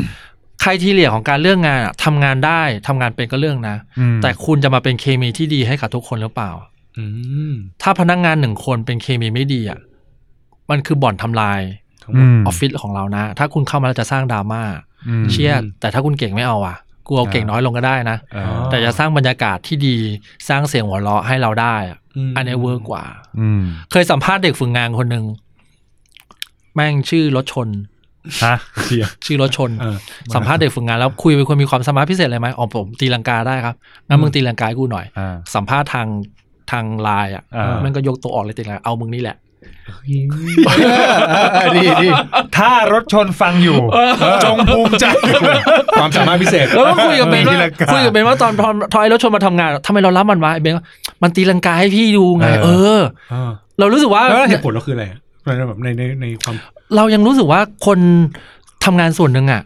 Speaker 1: ใครทีเรียของการเลือกงานอะทำงานได้ทำงานเป็นก็เรื่องนะ
Speaker 4: อืม
Speaker 1: แต่คุณจะมาเป็นเคมีที่ดีให้กับทุกคนหรือเปล่า
Speaker 2: อืม
Speaker 1: ถ้าพนักงานหนึ่งคนเป็นเคมีไม่ดีอ่ะมันคือบ่อนทำลาย
Speaker 2: ทั้งหมด
Speaker 4: ม
Speaker 1: ออฟฟิศของเรานะ ถ้าคุณเข้ามาแล้วจะสร้างดราม่า
Speaker 4: อืม
Speaker 1: เชียแต่ถ้าคุณเก่งไม่เอาอ่ะกูเอาเก่งน้อยลงก็ได้นะ
Speaker 4: เออ
Speaker 1: แต่จะสร้างบรรยากาศที่ดีสร้างเสียงหัวเราะให้เราได้อะ
Speaker 2: ม
Speaker 1: อันนี้เวิร์กกว่า
Speaker 4: อืม
Speaker 1: เคยสัมภาษณ์เด็กฝึกงานคนหนึ่งแม่งชื่อรถชน
Speaker 4: ฮะ
Speaker 2: เชียร์
Speaker 1: ชื่อรถชน
Speaker 2: เออ
Speaker 1: สัมภาษณ์เด็กฝึกงานแล้วคุยเป็นคนมีความสามารถพิเศษอะไรไหมอ๋อผมตีลังกาได้ครับงั้นมึงตีลังกาให้กูหน่อย
Speaker 4: อ่า
Speaker 1: สัมภาษณ์ทางทางไลน์อ่ะ
Speaker 4: อ่ามั
Speaker 1: มันก็ยกตัวออกเลยตีลังกาเอามึงนี่แหละ
Speaker 2: ดีดี
Speaker 4: ถ้ารถชนฟังอยู่ จงภูมิใจ
Speaker 2: ความสามารถพิเศษ
Speaker 1: แล้วก็คุยกับเบนว่า
Speaker 4: ตีลังกา
Speaker 1: คุยกับเบนว่าตอนตอนทอยรถชนมาทำงานทำไมเรารับมันวะไอ้เบนก็มันตีลังกาให้พี่ดูไง
Speaker 4: เอ
Speaker 1: เอ
Speaker 4: อ
Speaker 1: อ
Speaker 2: เออ
Speaker 1: เรารู้สึกว่า
Speaker 2: แล้วเหตุผลเราคืออะไรอะแบบในในในความ
Speaker 1: เรายังรู้สึกว่าคนทำงานส่วนหนึ่งอ่ะ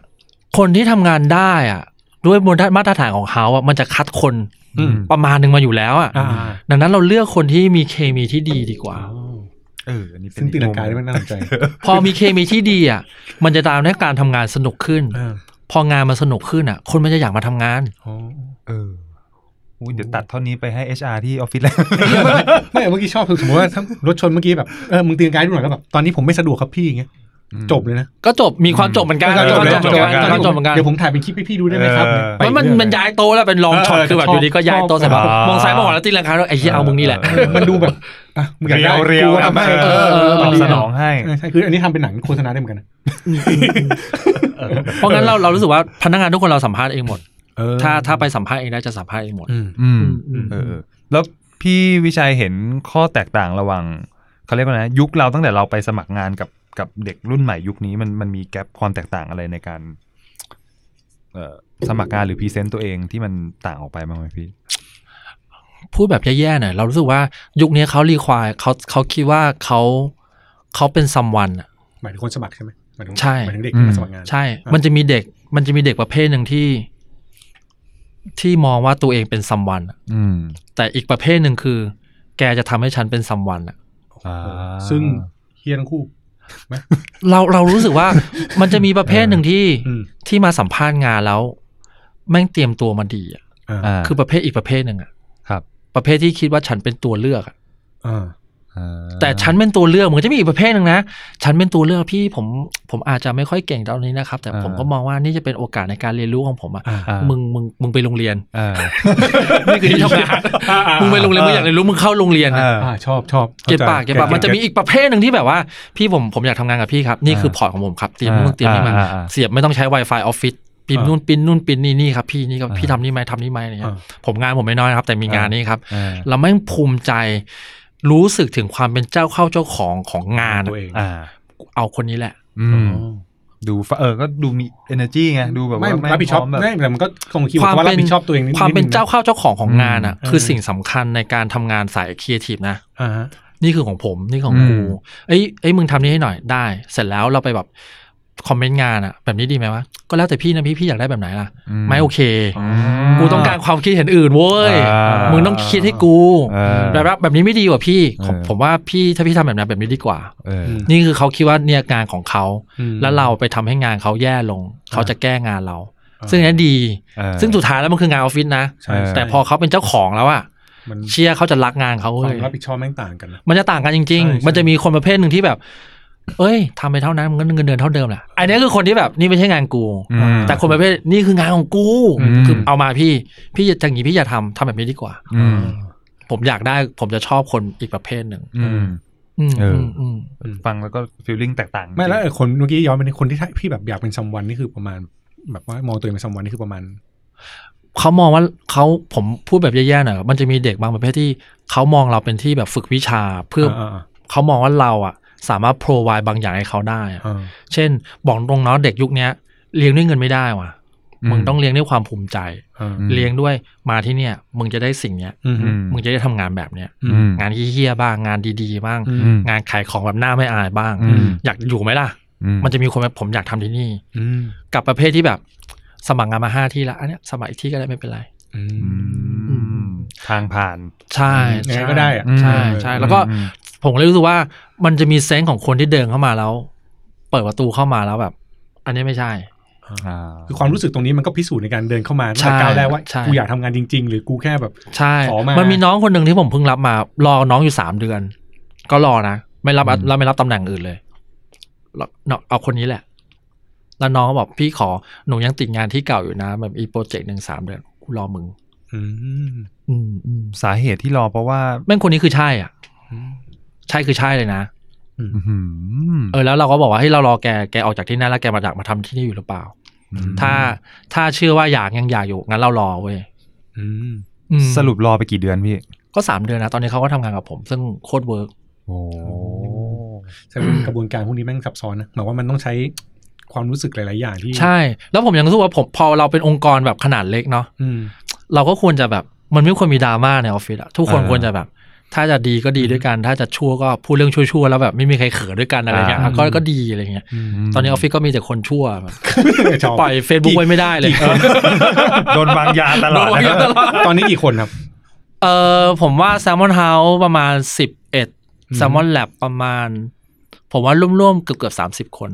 Speaker 1: คนที่ทำงานได้อ่ะ ด้วยบนมาตรฐานของเขาอ่ะมันจะคัดคน
Speaker 2: อืม
Speaker 1: ประมาณหนึ่งมาอยู่แล้วอ่ะ
Speaker 2: อ่า
Speaker 1: ดังนั้นเราเลือกคนที่มีเคมีที่ดีดีกว่า
Speaker 2: อ้าว
Speaker 4: เอออันนี้เป็น
Speaker 2: ซึ่งตีลังกาได้มันน่าสนใจ
Speaker 1: พอมีเคมีที่ดีอ่ะ มันจะตามให้การทำงานสนุกขึ้น
Speaker 2: เออ
Speaker 1: พองานมันสนุกขึ้นอ่ะ คนมันจะอยากมาทำงาน
Speaker 2: อ๋อ
Speaker 4: เอออุ๊ยเดี๋ยวตัดเท่านี้ไปให้ HR ที่ออฟฟิศแล้ว
Speaker 2: ไม่เมื่อกี้ชอบคือสมมติว่าถ้ารถชนเมื่อกี้แบบเออมึงตีนกายดูหน่อยก็แบบตอนนี้ผมไม่สะดวกครับพี่อย่างเงี้ยจบเลยนะ
Speaker 1: ก็จบมีความจบเหมือนกัน
Speaker 4: เออ
Speaker 1: มีความ
Speaker 4: จ
Speaker 1: จ
Speaker 4: บบ เล
Speaker 1: เหมือ
Speaker 4: ย
Speaker 1: นกันมีความจบเหมือนกัน
Speaker 2: เดี๋ยวผมถ่ายเป็นคลิปให้พี่ดูได้ไหมครับ
Speaker 4: เออ
Speaker 2: ไป
Speaker 1: มัน
Speaker 2: เรื่อ
Speaker 1: มันมันย้ายโตะแล้วเป็นลองช็อตคือแบบอยู่ดีก็ย้ายโตะเสร็จปั๊บ
Speaker 4: ชอบ
Speaker 1: มองซ้ายมองขวาแล้วตีลังกาแล้วไอ้เหี้ยเอามึงนี่แหละ
Speaker 4: เออ
Speaker 2: เออมันดูแบบอ่ะมึงอยาก
Speaker 4: เรีย
Speaker 2: ได้
Speaker 4: วเรียว
Speaker 2: กูทำให้
Speaker 4: เอ
Speaker 2: เอ
Speaker 4: อ
Speaker 2: อ
Speaker 4: เอ
Speaker 2: เอ
Speaker 4: อ
Speaker 2: อ
Speaker 4: ต
Speaker 2: มั
Speaker 4: อบ
Speaker 2: นดี
Speaker 4: สนองให้
Speaker 2: เออใช่คืออันนี้ทำเป็นหนังโฆษณาได้เหมือนกันนะ
Speaker 1: เพราะงั้นเราเรารู้สึกว่าพนักงานทุกคนเราสัมภาษณ์เองหมด
Speaker 2: เออ
Speaker 1: ถ้าถ้าไปสัมภาษณ์เองได้จะสัมภาษณ์เองหมด
Speaker 2: อืม
Speaker 4: อืม
Speaker 1: อืม
Speaker 4: เออ แล้วพี่วิชัยเห็นข้อแตกต่างระหว่างเขาเรียกว่าไงนะยุคเราตั้งแต่เราไปสมัครงานกับกับเด็กรุ่นใหม่ยุคนี้มันมันมีแกลบความแตกต่างอะไรในการ เอ่อสมัครงานหรือพรีเซนต์ตัวเองที่มันต่างออกไปบ้างไหมพี่
Speaker 1: พูดแบบแย่ๆหน่อยเรารู้สึกว่ายุคนี้เขารีควายเขาเขาคิดว่าเขาเขาเป็นซัมวันอะ
Speaker 2: หมายถึงคนสมัครใช่ไหมหมายถึง
Speaker 1: ใช่
Speaker 2: หมายถึงเด็ก
Speaker 4: อืม
Speaker 2: ที่มาสมัครงาน
Speaker 1: ใช่
Speaker 2: อ่ะ
Speaker 1: มันจะมีเด็ก มันจะมีเด็กประเภทหนึ่งที่ ที่มองว่าตัวเองเป็นซัมวัน
Speaker 4: อืม
Speaker 1: แต่อีกประเภทหนึ่งคือ แกจะทำให้ฉันเป็นซัมวัน
Speaker 4: อ่า
Speaker 2: ซึ่งเฮียทั้งคู่
Speaker 1: เราเรารู้สึกว่า มันจะมีประเภทหนึ่งที่
Speaker 2: อืม
Speaker 1: ที่มาสัมภาษณ์งานแล้ว แม่งเตรียมตัวมาดีอะ
Speaker 2: อ่า
Speaker 4: อ่า
Speaker 1: คือประเภทอีกประเภทหนึ่งอะ
Speaker 4: ครับ
Speaker 1: ประเภทที่คิดว่าฉันเป็นตัวเลือกอะ
Speaker 2: อ่า
Speaker 4: อ่า
Speaker 1: แต่ฉันเป็นตัวเลือกมันก็จะมีอีกประเภทหนึ่งนะฉันเป็นตัวเลือกพี่ผมผมอาจจะไม่ค่อยเก่งตอนนี้นะครับ แต่ผมก็มองว่านี่จะเป็นโอกาสในการเรียนรู้ของผมอะ
Speaker 2: อ่า
Speaker 4: อ่า
Speaker 1: มึงมึงมึงไปโรงเรียน
Speaker 4: อ่า
Speaker 1: นี่คือที่ทำงาน มึงไปโรงเรียนมึงอยากเรียนรู้มึงเข้าโรงเรียนอะ
Speaker 2: อ่าชอบชอบ
Speaker 1: เก็บปาก
Speaker 2: ข้
Speaker 1: เก็บ
Speaker 2: ใจ
Speaker 1: ปากมันจะมีอีกประเภทหนึ่งที่แบบว่า พี่ผมผมอยากทำงานกับพี่ครับ นี่คือพอร์ตของผมครับเตรียมนู่นเตรียมนี่มา
Speaker 4: อ่าอ่าอ่า
Speaker 1: เสียบไม่ต้องใช้ Wi-Fi ออฟฟิศปิ้นนู่นปิ้นนู่นปิ้นนี่นี่ครับพี่นี่ก็พี่ทำนี่ไหมทำนี่ไหมอะไรเงี้ยผมงานผมไม่น้อยนะครับ แต่มีงานนี้ครับ
Speaker 4: อ่า
Speaker 1: เราแม่งภูมิใจ รู้สึกถึงความเป็นเจ้าเข้าเจ้าของของงาน
Speaker 2: ตัวเอง
Speaker 4: อ่า
Speaker 1: เอาคนนี้แหละ
Speaker 4: อืม ดูฟเออ ก็ดูมี energy ไง ดูแบบ
Speaker 2: ไม่
Speaker 4: ว่าแม่ง
Speaker 2: รับผิดชอบ
Speaker 4: พร้มแบบ
Speaker 2: ไม่แต่มันก็คงคิดว่ารับผิดชอบตัวเองนิด
Speaker 1: ความเป็นเจ้าเข้าเจ้าของของ
Speaker 4: อืม
Speaker 1: งานอ่ะ คือสิ่งสำคัญในการทำงานสายครีเอทีฟนะ
Speaker 2: อ่าฮะ
Speaker 1: นี่คือของผม นี่ของกูเอ้ยเอ้ยมึงทำนี่ให้หน่อยได้ เสร็จแล้วเราไปแบบคอมเมนต์งานอ่ะ แบบนี้ดีไหมวะ ก็แล้วแต่พี่นะพี่พี่อยากได้แบบไหนล่ะ ไม่โอเค
Speaker 4: อืม
Speaker 1: กูต้องการความคิดเห็นอื่นเว้ย
Speaker 4: อ่ามึ
Speaker 1: มึงต้องคิดให้กู
Speaker 4: เออ
Speaker 1: แบบว่าแบบนี้ไม่ดีกว่าพี่ผม
Speaker 4: เออ
Speaker 1: ผมว่าพี่ถ้าพี่ทำแบบนั้นแบบนี้ดีกว่า
Speaker 4: เออ
Speaker 2: ม
Speaker 1: นี่คือเขาคิดว่าเนี่ยงานของเขา
Speaker 2: อืม
Speaker 1: แล้วเราไปทำให้งานเขาแย่ลง เขาจะแก้งานเรา
Speaker 2: อ่า
Speaker 1: ซึ่งอันนี้ดี
Speaker 4: เออ
Speaker 1: ซึ่งสุดท้ายแล้วมันคืองานออฟฟิศนะ
Speaker 2: ใช่ใช่
Speaker 1: แต่พอเขาเป็นเจ้าของแล้วอะ
Speaker 2: มัน
Speaker 1: เชียร์เขาจะรักงานเขา
Speaker 2: ค
Speaker 1: เว้
Speaker 2: วาม
Speaker 1: ย
Speaker 2: รับผิดชอบแม่งต่างกันนะ
Speaker 1: มันจะต่างกันจริง
Speaker 2: ใช่ใช่
Speaker 1: ๆ มันจะมีคนประเภทหนึ่งที่แบบ เอ้ยทำไปเท่านั้นมันก็เงินเดือนเท่าเดิมแหละอันนี้คือคนที่แบบนี่ไม่ใช่งานกู
Speaker 4: อืม
Speaker 1: แต่คนประเภทนี่คืองานของกู
Speaker 4: อืม
Speaker 1: คือเอามาพี่ พี่จะอย่างนี้พี่อย่าทำทำแบบนี้ดีกว่า
Speaker 4: อืม
Speaker 1: ผมอยากได้ผมจะชอบคนอีกประเภทหนึ่ง
Speaker 4: อืม
Speaker 1: อืม
Speaker 4: เอออื
Speaker 1: มอืม
Speaker 4: ฟังแล้วก็ฟีลลิ่งแตกต่าง
Speaker 2: ไม่แล้วไอ้คนเมื่อกี้ย้อนไปในคนที่พี่แบบอยากเป็นซัมวันนี่คือประมาณ แบบว่ามองตัวเองเป็นซัมวันนี่คือประมาณ
Speaker 1: เขามองว่าเขาผมพูดแบบแย่ๆหน่อยมันจะมีเด็กบางประเภทที่เขามองเราเป็นที่แบบฝึกวิชาเพื่อ เขามองว่าเราอะสามารถ provide บางอย่างให้เขาได้อะเช่น บอกตรงเนาะเด็กยุคเนี้ยเลี้ยงด้วยเงินไม่ได้ว่ะ มึงต้องเลี้ยงด้วยความภูมิใจ เลี้ยงด้วยมาที่เนี่ย มึงจะได้สิ่งเนี้ย มึงจะได้ทำงานแบบเนี้ย งานเฮี้ยๆบ้าง งานดีๆบ้าง งานขายของแบบหน้าไม่อายบ้าง
Speaker 2: อืม
Speaker 1: อยากอยู่ไหมล่ะ มันจะมีคนแบบผมอยากทำที่นี่
Speaker 2: อืม
Speaker 1: กับประเภทที่แบบ สมัครงานมาห้าที่ละอันเนี้ยสมัครอีกที่ก็ได้ไม่เป็นไร
Speaker 2: อืม
Speaker 4: ทางผ่าน
Speaker 1: ใช่
Speaker 2: ยังไง
Speaker 1: ใช่
Speaker 2: ก็ได้อะ
Speaker 1: ใช่
Speaker 4: อืม
Speaker 1: ใช่แล้วก็
Speaker 4: อืม
Speaker 1: ผมเลยรู้สึกว่ามันจะมีเซนส์ของคนที่เดินเข้ามาแล้ว เปิดประตูเข้ามาแล้วแบบ อันนี้ไม่ใช่
Speaker 4: อ่า
Speaker 2: คือความรู้สึกตรงนี้มันก็พิสูจน์ในการเดินเข้ามาตั้งแต่
Speaker 1: ใช่
Speaker 2: ก้าวแรกว่า
Speaker 1: ใช่
Speaker 2: กูอยากทำงานจริง ๆ หรือกูแค่แบบ
Speaker 1: ใช่
Speaker 2: ขอมามั
Speaker 1: มันมีน้องคนหนึ่งที่ผมเพิ่งรับมารอน้องอยู่สามเดือน ก็รอนะไม่รับ
Speaker 4: อืม
Speaker 1: แล้วไม่รับตำแหน่งอื่นเลยแล้วเอาเอาคนนี้แหละ แล้วน้องก็บอกพี่ขอหนูยังติดงานที่เก่าอยู่นะ แบบอีโปรเจกต์หนึ่งสามเดือนกูรอมึง
Speaker 2: อืม
Speaker 1: อืมอืม
Speaker 4: สาเหตุที่รอเพราะว่า
Speaker 1: แม่งคนนี้คือใช่อ่ะ ใช่คือใช่เลยนะ
Speaker 4: อื้อหือ
Speaker 1: เออแล้วเราก็บอกว่าให้ยเรารอแกแกออกจากที่นั่นแล้วแกมาดักมาทำที่นี่อยู่หรือเปล่า ถ้าถ้าเชื่อว่าอยากยังอยากอยู่งั้นเรารอเว้ย
Speaker 2: อืม
Speaker 1: อืม
Speaker 4: สรุปรอไปกี่เดือนพี่
Speaker 1: ก็สามเดือนนะตอนนี้เขาก็ทำงานกับผม ซึ่งโคตรเวิร์ก
Speaker 4: โอ้
Speaker 2: ใช่ว่ากระบวนการพวกนี้แม่งซับซ้อนนะหมายว่ามันต้องใช้ความรู้สึกหลาย ๆ อย่างที่
Speaker 1: ใช่ แล้วผมยังรู้สึกว่าผมพอเราเป็นองค์กรแบบขนาดเล็กเนาะ
Speaker 2: อืม
Speaker 1: เราก็ควรจะแบบมันไม่ควรมีดราม่าในออฟฟิศอะทุกคนควรจะแบบ ถ้าจะดีก็ดีด้วยกัน ถ้าจะชั่วก็พูดเรื่องชั่วๆแล้วแบบไม่มีใครเขินด้วยกันอะไรเงี้ยอ่ะก็ก็ดีอะไรเงี้ยตอนนี้ออฟฟิศก็มีแต่คนชั่วแบบ
Speaker 2: ชอบ
Speaker 1: ปล่อยเฟซ บุ๊กไว้ไม่ได้เลย
Speaker 4: โดนวางยาตลอดนะค
Speaker 1: ต
Speaker 4: รับ
Speaker 1: ลอด
Speaker 2: ตอนนี้กี่คนครับ
Speaker 1: เออผมว่าแซลมอนเฮาส์ประมาณสิบเอ็ดแซลมอนแลบประมาณ ผมว่าร่วมๆเกือบเกือบสามสิบคน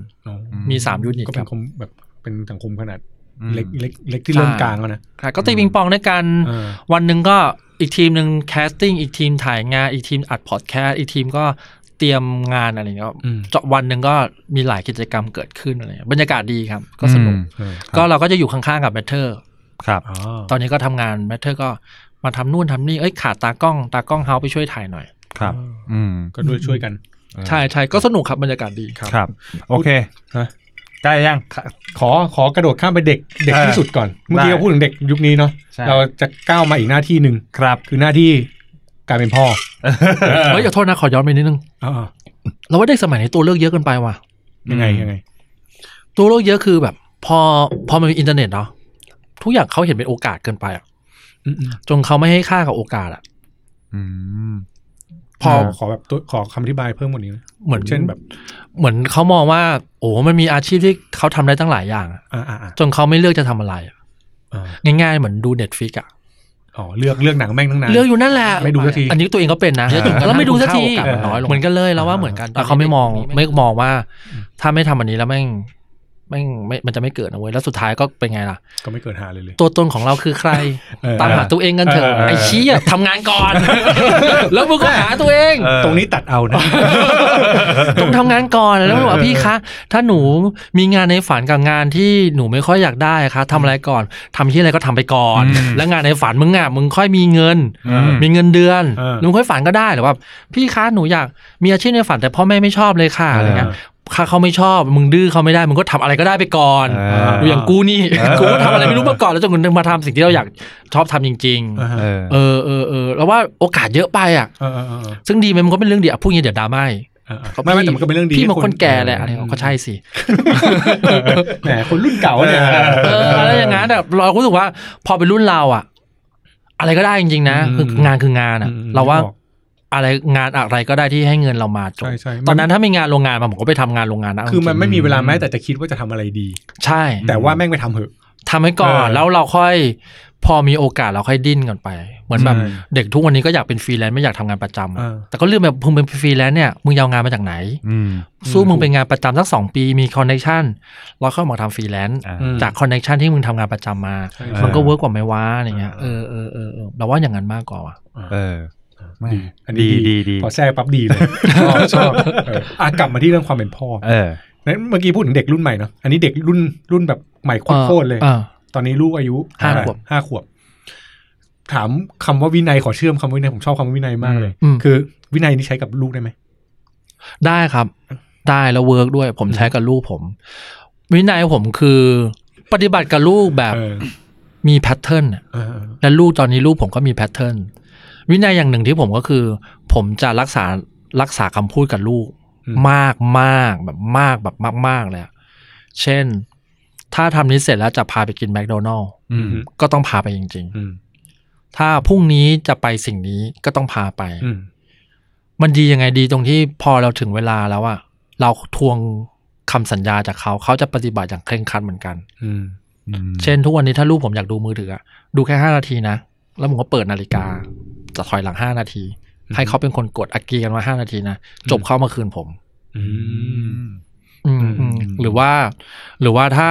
Speaker 1: มีสามยูนิต
Speaker 2: ก็
Speaker 1: ค
Speaker 2: เป็
Speaker 1: รั
Speaker 2: น
Speaker 1: บ
Speaker 2: คมแบบเป็นสังคมขนาด
Speaker 4: อืม
Speaker 2: เล็กเล็กเล็กที่เริ่ม
Speaker 1: ใช่
Speaker 2: กลางแล้วนะ
Speaker 1: ครับก็ตีปิงปองด้วยกัน
Speaker 2: เออ
Speaker 1: วันหนึ่งก็อีกทีมหนึ่งแคสติ้งอีกทีมถ่ายงาน อีกทีมอัดพอดแคสต์อีกทีมก็เตรียมงานอะไรเงี้ย
Speaker 2: อืม
Speaker 1: เจาะวันหนึ่งก็มีหลายกิจกรรมเกิดขึ้นอะไรเงี้ยบรรยากาศดีครับ ก็สนุก
Speaker 4: อืม
Speaker 2: เออ
Speaker 1: ก็เราก็จะอยู่ข้างๆกับแมทเทอร์
Speaker 4: ครับ
Speaker 2: อ๋อ
Speaker 1: ตอนนี้ก็ทำงานแมทเทอร์ก็มาทำนู่นทำนี่เอ้ยขาดตากล้องตากล้องเฮาไปช่วยถ่ายหน่อย
Speaker 4: ครับ อืม
Speaker 2: ก็ด้วยช่วยกัน
Speaker 1: ใช่ใช่ก็สนุกครับบรรยากาศดี
Speaker 4: ครับ โอเค
Speaker 2: ฮะ
Speaker 4: ใกล้ยัง
Speaker 2: ขอขอกระโดดข้ามไปเด็กเด็ก
Speaker 4: เออ
Speaker 2: ที่สุดก่อน เมื่อกี้
Speaker 4: ได้
Speaker 2: เราพูดถึงเด็กยุคนี้เนาะ
Speaker 4: ใช่
Speaker 2: เราจะก้าวมาอีกหน้าที่หนึ่ง
Speaker 4: ครับ
Speaker 2: คือหน้าที่การเป็นพ่อ
Speaker 1: เฮ้ยอย่าโทษนะ ขอย้อนไปนิดนึง
Speaker 2: อ่า
Speaker 1: เราว่าเด็กสมัยนี้ตัวเลือกเยอะเกินไปว่ะ
Speaker 2: ๆยังไง
Speaker 4: อืม
Speaker 2: ยังไง
Speaker 1: ตัวเลือกเยอะคือแบบ พอพอมันมีอินเทอร์เน็ตเนาะทุกอย่างเขาเห็นเป็นโอกาสเกินไปอะ
Speaker 2: อืม
Speaker 1: จนเขาไม่ให้ค่ากับโอกาสอะ
Speaker 4: อืม
Speaker 2: ๆ
Speaker 1: พอ
Speaker 2: ขอแบบตัวขอคำอธิบายเพิ่มกว่านี้นะ
Speaker 1: เหมือน
Speaker 2: เช่นแบบ
Speaker 1: เหมือนเขามองว่า โอ้มันมีอาชีพที่เขาทำได้ตั้งหลายอย่างอะ
Speaker 2: อ่าอ่าอ่า
Speaker 1: จนเขาไม่เลือกจะทำอะไรอะ
Speaker 2: อ่า
Speaker 1: ง่ายๆเหมือนดูเน็ตฟิกอะ
Speaker 2: อ๋อเลือกเลือกหนังแม่งตั้งนาน
Speaker 1: เลือกอยู่นั่นแหละ
Speaker 2: ไม่ดูสักที
Speaker 1: อันนี้ตัวเองก็เป็นนะแล้วไม่ดูสักที
Speaker 2: ค่าโอกาสมันน้อยลง
Speaker 1: เหมือนกันเลยแล้วว่า
Speaker 2: อ่า
Speaker 1: เหมือนกันแต่เขาไม่มองไม่มองว่า ถ้าไม่ทำอันนี้แล้วแม่งแม่งไม่มันจะไม่เกิดนะเว้ยแล้วสุดท้ายก็เป็นไงล่ะ
Speaker 2: ก็ไม่เกิดหาเลยเลย
Speaker 1: ตัวตนของเราคือใคร
Speaker 2: เออ
Speaker 1: ตามหาตัวเองกันเถอะ
Speaker 4: เออ
Speaker 1: ไอ้ชี้อะทำงานก่อน แล้วมึงก็หาตัวเอง
Speaker 4: เออ
Speaker 2: ตรงนี้ตัดเอานะ
Speaker 1: ต้องทำงานก่อนแล้วบอกว่าพี่คะ ถ้าหนูมีงานในฝันกับงานที่หนูไม่ค่อยอยากได้คะทำอะไรก่อนทำที่อะไรก็ทำไปก่อน แล้วงานในฝันมึงอะมึงค่อยมีเงิน
Speaker 4: อืม
Speaker 1: มีเงินเดือน
Speaker 2: เออ
Speaker 1: หนูค่อยฝันก็ได้หรือว่า พี่คะหนูอยากมีอาชีพในฝันแต่พ่อแม่ไม่ชอบเลยค่ะอะไรเงี้ย ถ้าเขาไม่ชอบมึงดื้อเขาไม่ได้มึงก็ทำอะไรก็ได้ไปก่อน
Speaker 4: เออ
Speaker 1: ดูอย่างกูนี่
Speaker 4: เออ
Speaker 1: กูก็ทำอะไรไม่รู้มาก่อนแล้วจนมึงมาทำสิ่งที่เราอยากชอบทำจริง
Speaker 2: อ่าฮะ
Speaker 4: เออ
Speaker 1: ๆ เออเออเออแล้วว่าโอกาสเยอะไปอ่ะ
Speaker 2: เออเออเออเออ
Speaker 1: ซึ่งดีไหมมันก็เป็นเรื่องดีอ่ะพูดอย่างนี้เดี๋ยวดราม่าอีก
Speaker 2: เออไม่ไม่แต่มันก็เป็นเรื่องดี
Speaker 1: พี่มัน
Speaker 2: ให้
Speaker 1: คนแก่แหละอะไรก็ใช่สิ
Speaker 2: แหมคนรุ่นเก่าเนี่ย
Speaker 1: เอออะไรอย่างนั้นแต่เรารู้สึกว่าพอเป็นรุ่นเราอะอะไรก็ได้จริงๆนะคืองานคืองานอะ
Speaker 2: ม
Speaker 1: เราว่าอะไรงานอะไรก็ได้ที่ให้เงินเรามาจบ
Speaker 2: ใช่ใช่
Speaker 1: ตอนนั้นถ้ามีงานโรงงานมาผมก็ไปทำงานโรงงานนะ
Speaker 2: คือมัน
Speaker 1: เาจริง
Speaker 2: ไม่มีเวลาแม้แต่จะคิดว่าจะทำอะไรดี
Speaker 1: ใช่
Speaker 2: แต่ว่าแม่งไปทำเถอะ
Speaker 1: ทำให้ก่อน
Speaker 2: เออ
Speaker 1: แล้วเราค่อย พอมีโอกาสเราค่อยดิ้นกันไป เหมือนแบบ
Speaker 2: ใช่
Speaker 1: เด็กทุกวันนี้ก็อยากเป็นฟรีแลนซ์ไม่อยากทำงานประจำ
Speaker 2: เออ
Speaker 1: แต่ก็เรื่องแบบพึงเป็นฟรีแลนซ์เนี่ยมึงยาวงานมาจากไหน
Speaker 4: อืม
Speaker 1: สู้มึงเป็นงานประจำสักสองปีมีคอนเนคชั่นเราเข้ามาทำฟรีแลนซ์
Speaker 4: อ่า
Speaker 2: อืม
Speaker 1: จากคอนเนคชันที่มึงทำงานประจำมา
Speaker 2: ใช่
Speaker 1: มันก็
Speaker 4: เออ
Speaker 1: เวิร์กกว่าไหมวะอะไรเงี้ย
Speaker 2: เอ
Speaker 1: เอ
Speaker 2: อ
Speaker 1: อเออเออเออเราว่าอย่างนั้นมากกว่าว่ะ
Speaker 4: เออไม่
Speaker 2: ดีอัน
Speaker 4: ดี
Speaker 2: นี้
Speaker 4: ดีดี
Speaker 2: พอแทรกปั๊บดีเลยชอบชอบเอออ่ะกลับมาที่เรื่องความเป็นพ่อ
Speaker 4: เออ
Speaker 2: นั้นเมื่อกี้พูดถึงเด็กรุ่นใหม่เนาะอันนี้เด็กรุ่นรุ่นแบบใหม่โคตรๆเลย
Speaker 1: ออ
Speaker 2: ตอนนี้ลูกอายุ
Speaker 1: ห้า
Speaker 2: เท่ไหร่
Speaker 1: ขวบ
Speaker 2: ห้าขวบ ถามคำว่าวินัยขอเชื่อมคำว่าวินัยผมชอบคำว่าวินัยมากเลย
Speaker 1: อืม
Speaker 2: คือวินัยนี่ใช้กับลูกได้ไหม
Speaker 1: ได้ครับ ได้แล้วเวิร์กด้วย ผมใช้กับลูกผม วินัยผมคือปฏิบัติกับลูกแบบ
Speaker 2: เออ
Speaker 1: มีแพทเทิร์นน่ะ
Speaker 2: เออเออ
Speaker 1: และลูกตอนนี้ลูกผมก็มีแพทเทิร์น วินัยอย่างหนึ่งที่ผมก็คือ ผมจะรักษารักษาคำพูดกับลูก
Speaker 2: อืม
Speaker 1: มากมากแบบมากแบบมาก ๆ เลยอะเช่น ถ้าทำนี้เสร็จแล้วจะพาไปกินแมคโดนัลล์
Speaker 4: อืม
Speaker 1: ก็ต้องพาไปจริง ๆ
Speaker 2: อืม
Speaker 1: ถ้าพรุ่งนี้จะไปสิ่งนี้ก็ต้องพาไป
Speaker 2: อืม
Speaker 1: มันดียังไงดีตรงที่พอเราถึงเวลาแล้วอะเราทวงคำสัญญาจากเขา เขาจะปฏิบัติอย่างเคร่งครัดเหมือนกัน
Speaker 2: อืม
Speaker 4: อืม
Speaker 1: เช่นทุกวันนี้ถ้าลูกผมอยากดูมือถืออะดูแค่ห้านาทีนะ แล้วผมก็เปิดนาฬิกา จะถอยหลังห้านาที ให้เขาเป็นคนกดอักกีกันมาห้านาทีนะ จบเข้ามาคืนผม
Speaker 2: อืม
Speaker 1: อืมอืมหรือว่า หรือว่าถ้า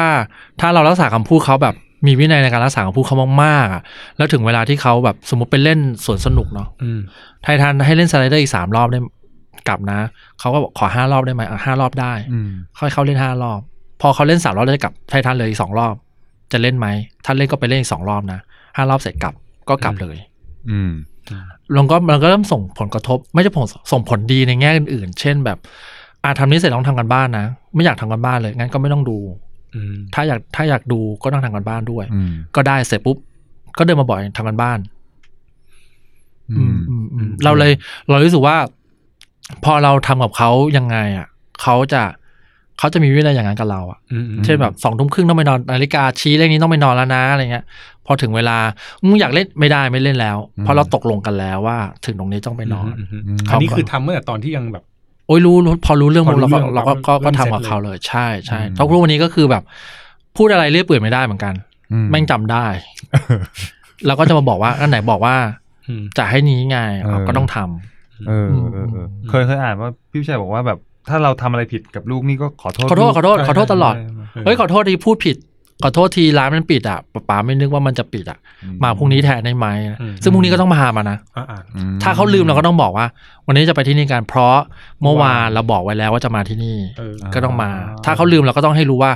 Speaker 1: ถ้าเรารักษาคำพูดเขาแบบมีวินัยในการรักษาคำพูดเขามากๆอะแล้วถึงเวลาที่เขาแบบสมมติไปเล่นสวนสนุกเนาะ
Speaker 2: อืม
Speaker 1: ไททันให้เล่นสไลเดอร์อีกสามรอบได้กลับนะ เขาก็บอกขอห้ารอบได้ไหมอ่ะห้ารอบได้
Speaker 4: อืม
Speaker 1: ค่อยเข้าเล่นห้ารอบ พอเขาเล่นสามรอบแล้วจะกลับไททันเลยอีกสองรอบ จะเล่นไหม ถ้าเล่นก็ไปเล่นอีกสองรอบนะห้ารอบเสร็จกลับก็กลับเลย
Speaker 4: อืม
Speaker 1: มันก็มันก็เริ่มส่งผลกระทบ ไม่ใช่ผลส่งผลดีในแง่อื่นๆ เช่นแบบอาทำนี้เสร็จต้องทำกันบ้านนะ ไม่อยากทำกันบ้านเลยงั้นก็ไม่ต้องดู
Speaker 2: อืม
Speaker 1: ถ้าอยากถ้าอยากดูก็ต้องทำกันบ้านด้วย
Speaker 4: อืม
Speaker 1: ก็ได้เสร็จปุ๊บก็เดินมาบอกทำกันบ้าน
Speaker 4: อื
Speaker 1: อื
Speaker 4: ม
Speaker 1: มอืมอืมเราเลยเรารู้สึกว่า พอเราทำกับเขายังไงอ่ะเขาจะเขาจะมีวินัยอย่างนั้นกับเราอ่ะ
Speaker 2: อืม
Speaker 1: เช่นแบบสองทุ่มครึ่งต้องไปนอนนาฬิกาชี้เลขนี้ต้องไปนอนแล้วนะอะไรเงี้ย พอถึงเวลาอืมอยากเล่นไม่ได้ไม่เล่นแล้ว
Speaker 4: อืม
Speaker 1: เพราะเราตกลงกันแล้วว่า ถึงตรงนี้ต้องไปนอน
Speaker 2: ม
Speaker 4: อืม
Speaker 2: อันนี้คือทำเมื่อแต่ตอนที่ยังแบบ
Speaker 1: โอ้ยรู้รู้พอรู้เรื่อง
Speaker 2: พอรู้
Speaker 1: เราก็
Speaker 2: เรื่อง
Speaker 1: เราก็ก็
Speaker 2: เริ่
Speaker 1: ก็
Speaker 2: ม
Speaker 1: ทำกับ
Speaker 2: เสร็จเลย
Speaker 1: เขาเลยใช่ใช่
Speaker 4: อืม
Speaker 1: เพราะรู้วันนี้ก็คือแบบ พูดอะไรเรียบเปื่อยไม่ได้เหมือนกัน
Speaker 4: อื
Speaker 1: แม่งจำได้เราก็จะมาบอกว่าอันไหนบอกว่า
Speaker 2: อืม
Speaker 1: จะให้นี้ไงเราก็ต้องทำ
Speaker 4: เออเออเออเคยเคยอ่านว่าพี่วิชัยบอกว่าแบบ ถ้าเราทำอะไรผิดกับลูกนี่ก็ขอโทษ
Speaker 1: ขอโทษ
Speaker 4: ลูก
Speaker 1: ขอโทษขอโทษตลอด
Speaker 2: เออ
Speaker 1: เฮ้ยขอโทษทีพูดผิด ขอโทษทีร้านมันปิดอ่ะป๊าป๋าไม่นึกว่ามันจะปิดอ่ะ
Speaker 4: อื
Speaker 1: มาพรุ่งนี้แทนได้ไหมนะ
Speaker 2: อืม
Speaker 1: ซึ่งพรุ่งนี้ก็ต้องมาหามานะ
Speaker 2: อ่าอ่า
Speaker 4: อื
Speaker 1: ถ้าเขาลืมเราก็ต้องบอกว่า วันนี้จะไปที่นี่กันเพราะเมื่อวานเราบอกไว้แล้วว่าจะมาที่นี่
Speaker 2: เออ
Speaker 1: ก็ต้องมา ถ้าเขาลืมเราก็ต้องให้รู้ว่า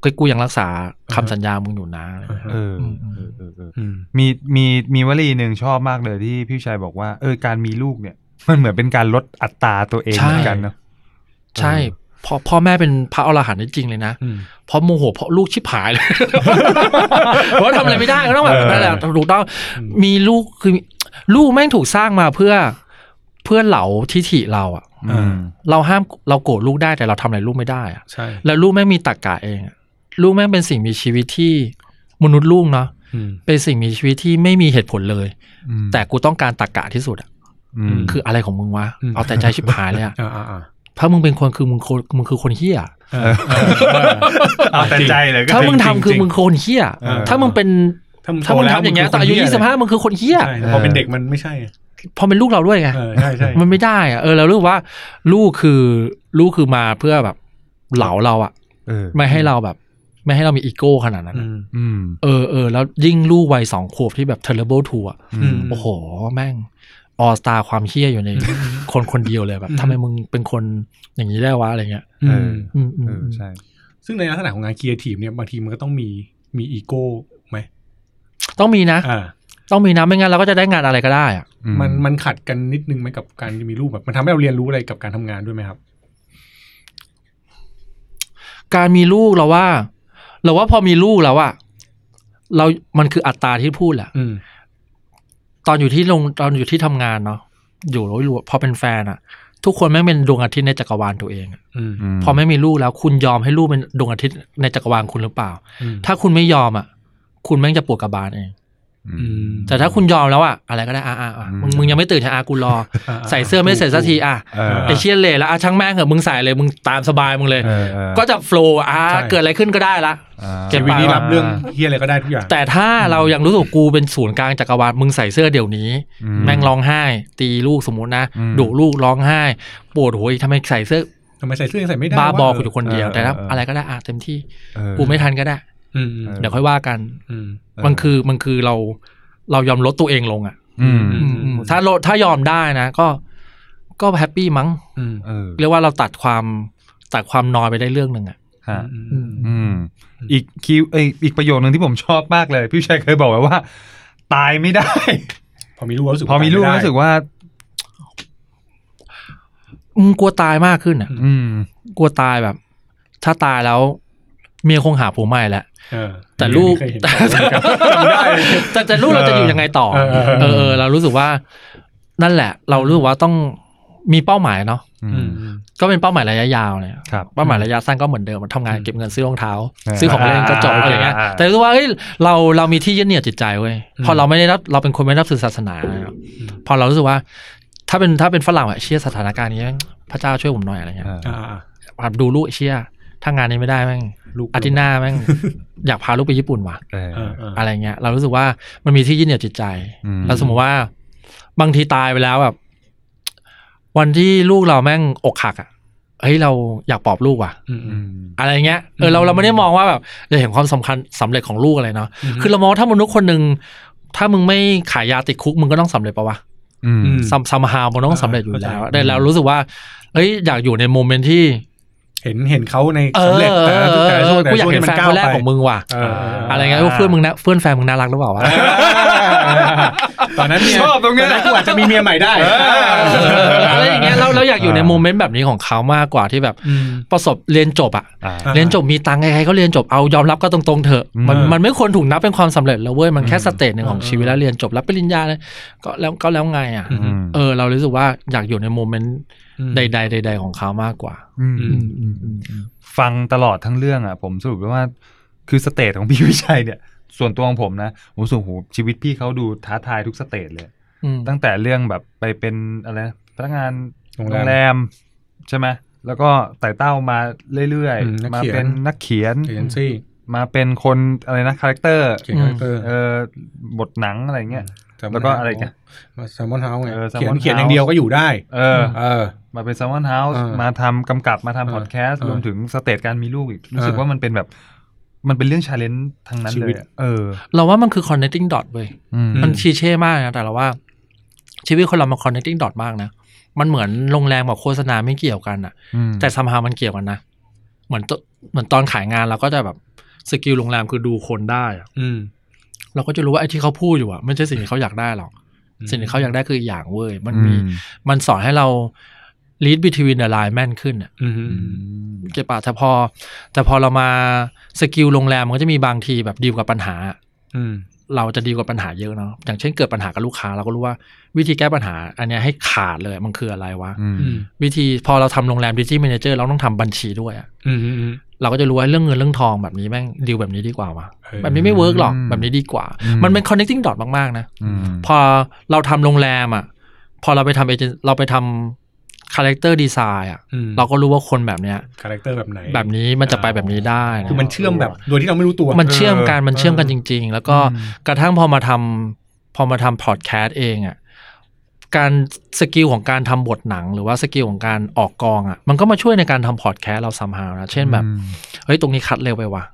Speaker 1: เฮ้ยกูยังรักษาคำสัญญามึงอยู่นะ
Speaker 4: เอออ
Speaker 1: ม
Speaker 4: เออเออเออ
Speaker 2: อืม
Speaker 4: มีมีมีวลีหนึ่งชอบมากเลยที่พี่วิชัยบอกว่าเออการมีลูกเนี่ย มันเหมือนเป็นการลดอัตราตัวเองเหมือนกันเนาะ
Speaker 1: ใช่พอพ่อแม่เป็นพระอรหันต์ได้จริงเลยนะ
Speaker 2: อืม
Speaker 1: เพราะโมโหเพราะลูกชิบหายเลย เพราะทำอะไรไม่ได้ก็ต้องแบบ
Speaker 4: เออ
Speaker 1: นั่นแหละถูกต้อง
Speaker 2: อืม
Speaker 1: มีลูกคือลูกแม่งถูกสร้างมาเพื่อเพื่อเหลาทิฐิเราอะ
Speaker 4: อืม
Speaker 1: เราห้ามเราโกรธลูกได้แต่เราทำอะไรลูกไม่ได้อะ
Speaker 2: ใช่
Speaker 1: แล้วลูกแม่งมีตรรกะเองอะลูกแม่งเป็นสิ่งมีชีวิตที่มนุษย์ลูกเนาะ
Speaker 2: อืม
Speaker 1: เป็นสิ่งมีชีวิตที่ไม่มีเหตุผลเลย
Speaker 4: อืม
Speaker 1: แต่กูต้องการตรรกะที่สุดอะ
Speaker 4: อืม
Speaker 1: คืออะไรของมึงวะ
Speaker 2: อืม
Speaker 1: เอาแต่ใจชิบหายเลย อะ
Speaker 2: อ่าอ่าอ่า
Speaker 1: ถ้ามึงเป็นคนคือมึงคนมึงคือคนเฮี้ย
Speaker 2: เออเออเออ
Speaker 4: เอาแต่ใจเลยก็
Speaker 1: ถ้ามึงทำ
Speaker 4: จริๆ
Speaker 1: คือมึงคนเฮี้ย
Speaker 4: เออ
Speaker 1: ถ้ามึงเป็น
Speaker 2: ถ้ามึง
Speaker 1: ถ้ามึงทำอย่างเงี้ยตอนอายุ
Speaker 2: โตแล้ว
Speaker 1: ยี่สิบห้ามึงคือคนเฮี้ย
Speaker 2: ใช่พอเป็นเด็กมันไม่ใช่
Speaker 1: พอเป็นลูกเราด้วยไง
Speaker 2: เออใช่ใช่
Speaker 1: มันไม่ได้อะเออเรารู้ว่า ลูกคือลูกคือมาเพื่อแบบ เหลาเราอะ
Speaker 4: เออ
Speaker 1: ไม่ให้เราแบบ ไม่ให้เรามีอีโก้ขนาดนั้นอะ
Speaker 4: อืม
Speaker 1: เออเออแล้วยิ่งลูกวัยสองขวบที่แบบ terrible two อะ
Speaker 4: อืม
Speaker 2: ม
Speaker 1: โอ้โห แม่งออสตาความเฮี้ยอยู่ใน คนคนเดียวเลยแบบทำไมมึงเป็นคนอย่างนี้ได้วะอะไรเงี้ย
Speaker 2: อืม
Speaker 4: เออ
Speaker 1: อืมอืม
Speaker 4: เออใช่
Speaker 2: ซึ่งในลักษณะของงานครีเอทีฟเนี่ยบางทีมันก็ต้องมีมีอีโก้ไหม
Speaker 1: ต้องมีนะ
Speaker 2: อ่า
Speaker 1: ต้องมีนะไม่งั้นเราก็จะได้งานอะไรก็ได้อะ
Speaker 2: มันมันขัดกันนิดนึงไหมกับการมีรูปแบบมันทำให้เราเรียนรู้อะไรกับการทำงานด้วยไหมครับ
Speaker 1: การมีลูกเราว่า เราว่าพอมีลูกแล้วอะเรา มันคืออัตราที่พูดแหละ
Speaker 2: อืม
Speaker 1: ตอนอยู่ที่โรงตอนอยู่ที่ทำงานเนาะอยู่แล้วอยู่พอเป็นแฟนอะทุกคนแม่งเป็นดวงอาทิตย์ในจักรวาลตัวเองอะ
Speaker 2: อืม
Speaker 4: ม
Speaker 1: พอไม่มีลูกแล้ว คุณยอมให้ลูกเป็นดวงอาทิตย์ในจักรวาลคุณหรือเปล่า
Speaker 2: อืม
Speaker 1: ถ้าคุณไม่ยอมอะคุณแม่งจะปวดกระบาลเอง
Speaker 4: อื
Speaker 2: อื
Speaker 4: ม
Speaker 2: ม
Speaker 1: แต่ถ้าคุณยอมแล้วอะอะไรก็ได้อ่ะอ่ะอ่ะมึง
Speaker 4: อืม
Speaker 1: มึงยังไม่ตื่นใช่อ่ะกูรอ ใส่เสื้อไม่เสร็จสักทีอ่ะ
Speaker 4: เออ
Speaker 1: ไอเชียเลยแล้วอ่ะช่างแม่งเหอะมึงใส่เลยมึงตามสบายมึงเลย
Speaker 4: เออเออ
Speaker 1: ก็จะโฟล์อ่ะ
Speaker 2: ใช่
Speaker 1: เกิดอะไรขึ้นก็ได้ละ
Speaker 4: อ่า
Speaker 1: เก็บ
Speaker 2: ชีวิตนี้รับเรื่องเฮียอะไรก็ได้ทุกอย่าง
Speaker 1: แต่ถ้าเรายังรู้สึกกูเป็นศูนย์กลางจักรวาลมึงใส่เสื้อเดี๋ยวนี้
Speaker 4: อืม
Speaker 1: แม่งร้องไห้ ตีลูกสมมตินะ
Speaker 4: อืม
Speaker 1: ดุลูกร้องไห้ปวดหัวอีกทำไมใส่เสื้อ
Speaker 2: ทำไมใส่เสื้อยังใส่ไม่
Speaker 1: บ้าว
Speaker 2: ได้ะ
Speaker 1: บอกูอยู่คนเดียว
Speaker 4: เออ
Speaker 1: แต่ถ้า
Speaker 4: เอออ
Speaker 1: อะไรก็ได้อ่ะเต็มที่
Speaker 4: เออ
Speaker 1: กูไม่ทันก็ได้
Speaker 2: อืมอืม
Speaker 4: เอ
Speaker 1: เดี๋ยวค่อยว่ากัน
Speaker 2: อืม
Speaker 4: เออ
Speaker 1: มันคือมันคือเราเรายอมลดตัวเองลงอ่ะ
Speaker 4: อืม
Speaker 2: อื ม
Speaker 1: อืมถ้าลดถ้ายอมได้นะ ก็ก็แฮปปี้มั้ง
Speaker 2: อืม
Speaker 4: เออ
Speaker 1: เรียกว่าเราตัดความตัดความนอยไปได้เรื่องหนึ่งอ่ะ
Speaker 4: ฮะ
Speaker 2: อืม
Speaker 4: อืมอีกคิวเอยอีกประโยคนึงที่ผมชอบมากเลย พี่ชัยเคยบอกไว้ว่า ตายไม่ได้
Speaker 2: พอมีลูกรู้สึก
Speaker 4: พอมีลูกรู้สึกว่า
Speaker 1: อืมกลัวตายมากขึ้นอ่ะ
Speaker 4: อืม
Speaker 1: กลัวตายแบบ ถ้าตายแล้ว เมียคงหาผัวใหม่แหละ
Speaker 2: เออ
Speaker 1: แต่ลูก
Speaker 2: เคยเห็น
Speaker 1: แต่แต่ลูกเราจะอยู่ยังไงต่อ
Speaker 2: เออเออ
Speaker 1: เอ
Speaker 2: เออ
Speaker 1: อเออเรารู้สึกว่า นั่นแหละ เรารู้สึกว่าต้องมีเป้าหมายเนาะ
Speaker 4: อื
Speaker 2: อื
Speaker 4: ม
Speaker 2: ม
Speaker 1: ก็เป็นเป้าหมายระยะยาวเนี่ย
Speaker 4: ครับ
Speaker 1: เป้าหมายระยะสั้นก็เหมือนเดิมทำงาน
Speaker 2: อืม
Speaker 1: เก็บเงินซื้อรองเท้า
Speaker 4: เออ
Speaker 1: ซื้อของเล่นก็จบ
Speaker 4: อ่า
Speaker 1: อะไรเงี้ย
Speaker 4: อ่าอ่า
Speaker 1: แต่รู้สึกว่าเฮ้ยเราเรามีที่ยึดเหนี่ยวจิตใจเว้ยพอเราไม่ได้รับเราเป็นคนไม่นับถือศาสนานะครับพอเรารู้สึกว่า ถ้าเป็นถ้าเป็นฝรั่งอะเชียสถานการณ์อย่างเงี้ยพระเจ้าช่วยผมหน่อยอะไรเงี้ย
Speaker 4: อ่า
Speaker 2: อ่า
Speaker 1: แบบดูลูกไอ้เชียถ้างานนี้ไม่ได้แม่ง
Speaker 2: ลูก
Speaker 1: อาทิตย์หน้าแม่ง อยากพาลูกไปญี่ปุ่นว่ะ
Speaker 4: เออ
Speaker 2: เออเออ
Speaker 1: อะไรเงี้ย เรารู้สึกว่ามันมีที่ยึดเหนี่ยวจิตใจ
Speaker 4: อืม
Speaker 1: แล้วสมมติว่า บางทีตายไปแล้วแบบ วันที่ลูกเราแม่งอกหักอ่ะเฮ้ยเราอยากปลอบลูกว่ะ
Speaker 2: อืมอื
Speaker 4: อื
Speaker 2: ม
Speaker 4: ม
Speaker 1: อะไรเงี้ยเออเราเราไม่ได้มองว่าแบบเราเห็นความสำคัญสำเร็จของลูกอะไรเนาะ
Speaker 2: อืม
Speaker 1: คือเรามองว่าถ้ามนุษย์คนหนึ่งถ้ามึงไม่ขายยาติดคุกมึงก็ต้องสำเร็จปะวะ
Speaker 4: อืม
Speaker 1: ซัมซัมฮาวมันต้องสำเร็จอยู่
Speaker 2: เข้าใจ
Speaker 1: แล้วแต่เรารู้สึกว่าเอ้ยอยากอยู่ในโมเมนต์ที่
Speaker 2: เห็นเห็นเขาใน
Speaker 1: เอ
Speaker 2: สำ
Speaker 1: อ
Speaker 2: เร็จ
Speaker 1: เอ
Speaker 2: แต่
Speaker 1: อ
Speaker 2: ละแต่ละ
Speaker 1: เอ
Speaker 2: ช่วงแต่ละช่ว
Speaker 1: อกูอยาก
Speaker 2: ง
Speaker 1: เห็
Speaker 2: นี้มั
Speaker 1: นแฟ
Speaker 2: น
Speaker 1: น
Speaker 2: ก้า
Speaker 1: ค
Speaker 2: วน
Speaker 1: แรก
Speaker 2: ไป
Speaker 1: ของมึงว่ะ
Speaker 2: เออเออ
Speaker 1: อะไรเงี้ย
Speaker 4: อ่า
Speaker 1: ว่าเพื่อนมึงนะเพื่อนแฟนมึงน่ารักหรือเปล่าวะ
Speaker 2: ตอนนั้นเนี่ย
Speaker 4: ชอบตรงเนี้ย
Speaker 2: ตกูอาจจะมีเมียใหม่ได้
Speaker 1: เอออะไรอย่างเงี้ยเราเราอยากอยู่ใน
Speaker 4: อ่า
Speaker 1: โมเมนต์แบบนี้ของเขามากกว่าที่แบบประสบเรียนจบอะ
Speaker 4: อ่า
Speaker 2: อ่า
Speaker 1: เรียนจบมีตังค์ใครๆก็เรียนจบเอายอมรับก็ตรงๆเถอะมัน
Speaker 4: อืม
Speaker 1: มันไม่ควรถูกนับเป็นความสำเร็จแล้วเว้ยมันแค่สเตจหนึ่งของ
Speaker 2: อืม
Speaker 1: ชีวิตแล้วเรียนจบรับปริญญาเลยก็แล้วก็แล้วไงอ่ะ
Speaker 4: อืม
Speaker 1: เออเรารู้สึกว่าอยากอยู่ในโมเมนต์
Speaker 2: ม
Speaker 1: ใด ๆ ใด ๆ ของเขามากกว่า
Speaker 4: ม
Speaker 2: อืม
Speaker 4: ฟังตลอดทั้งเรื่องอ่ะ ผมสรุปได้ว่า คือสเตจของพี่วิชัยเนี่ย ส่วนตัวของผมนะผมรู้สูโหชีวิตพี่เขาดูท้าทายทุกสเตจเลย
Speaker 1: อืม
Speaker 4: ตั้งแต่เรื่องแบบไปเป็นอะไรนะพนักงาน
Speaker 2: โรงแรม
Speaker 4: โรงแรม ใช่ไหมแล้วก็ไต่เต้ามาเรื่อย
Speaker 2: อืมนัก
Speaker 4: มา
Speaker 2: เขียน
Speaker 4: เป็นนักเขียน
Speaker 2: เอเจนซี่
Speaker 4: มาเป็นคนอะไรนะคาแรคเตอร์
Speaker 2: เขียนคาแรคเตอร์
Speaker 4: เออบทหนังอะไรเงี้ย แล้วก็อะไรกัน
Speaker 2: แซมมอนเฮาไง
Speaker 4: เออ Salmon
Speaker 2: เขียน
Speaker 4: House
Speaker 2: เขียนอย่างเดียวก็อยู่ได้
Speaker 4: เออ
Speaker 2: เออ
Speaker 4: มาเป็น s ซ m ม n นเฮาส์
Speaker 2: เออ
Speaker 4: มาทำกำกับมาทำ
Speaker 2: เออ
Speaker 4: พอดแคสต์
Speaker 2: เออ
Speaker 4: รวมถึงสเตจการมีลูกอีก รู้สึก
Speaker 2: เออ
Speaker 4: ว่ามันเป็นแบบ มันเป็นเรื่องชาเลนจ์ทั้งนั้น
Speaker 2: ชี
Speaker 4: เล
Speaker 2: วิ
Speaker 4: ย
Speaker 2: ต
Speaker 4: อะเออ
Speaker 1: เราว่ามันคือ connecting dot เว้ย
Speaker 4: อืม
Speaker 1: มันชีเช่มากนะ แต่เราว่า ชีวิตคนเรามัน connecting dot มากนะ มันเหมือนโรงแรมกับโฆษณาไม่เกี่ยวกันอะแต่ซัมฮามันเกี่ยวกันนะ เหมือนตเหมือนตอนขายงานเราก็จะแบบสกิลโรงแรมคือดูคนได้อะ
Speaker 2: อืม
Speaker 1: เราก็จะรู้ว่าไอ้ที่เขาพูดอยู่อะไม่ใช่สิ่งที่เขาอยากได้หรอก
Speaker 2: อืม
Speaker 1: สิ่งที่เขาอยากได้คืออีกอย่างเว้ย มัน
Speaker 4: อืม
Speaker 1: มี มันสอนให้เรา lead between the line แม่นขึ้นอะ
Speaker 2: อืม
Speaker 4: อืม
Speaker 1: เก็บปะแต่พอ แต่พอเรามาสกิลโรงแรมมันก็จะมีบางทีแบบดีลกับปัญหา
Speaker 2: อืม
Speaker 1: เราจะดีลกับปัญหาเยอะเนาะอย่างเช่นเกิดปัญหากับลูกค้าเราก็รู้ว่าวิธีแก้ปัญหา อันเนี้ยให้ขาดเลยมันคืออะไรวะ
Speaker 4: อืม
Speaker 2: อืม
Speaker 1: วิธีพอเราทำโรงแรมดิจิทัล a มเนเจอร์เราต้องทำบัญชีด้วยอะ
Speaker 2: อืมอืมอืม
Speaker 1: เราก็จะรู้ว่าเรื่องเงินเรื่องทองแบบนี้แม่งดีลแบบนี้ดีกว่าวะ
Speaker 2: เออ
Speaker 1: แบบนี้ไม่เวิร์กหรอก
Speaker 4: อืม
Speaker 1: แบบนี้ดีกว่า
Speaker 4: อืม
Speaker 1: มันเป็น connecting dot มากๆนะ
Speaker 4: อืม
Speaker 1: พอเราทำโรงแรมอ่ะพอเราไปทำเอเจนเราไปทำคาแรคเตอร์ดีไซน์อ่ะ
Speaker 2: อืม
Speaker 1: เราก็รู้ว่าคนแบบเนี้ย
Speaker 2: คาแรคเตอร์แบบไหน
Speaker 1: แบบนี้มันจะไปแบบนี้ได้ะ
Speaker 2: คือมันเชื่อมแบบโดยที่เราไม่รู้ตัว
Speaker 1: มันเชื่อมกันมันเชื่อมกันจริง ๆ แล้วก็
Speaker 4: อืม
Speaker 1: กระทั่งพอมาทำพอมาทำพอดแคสต์เองอ่ะการสกิลของการทำบทหนัง หรือว่าสกิลของการออกกองอ่ะมันก็มาช่วยในการทำพอดแคสต์เราซัมฮาวนะเช่นแบบเฮ้ยตรงนี้คัดเร็วไปว่ะ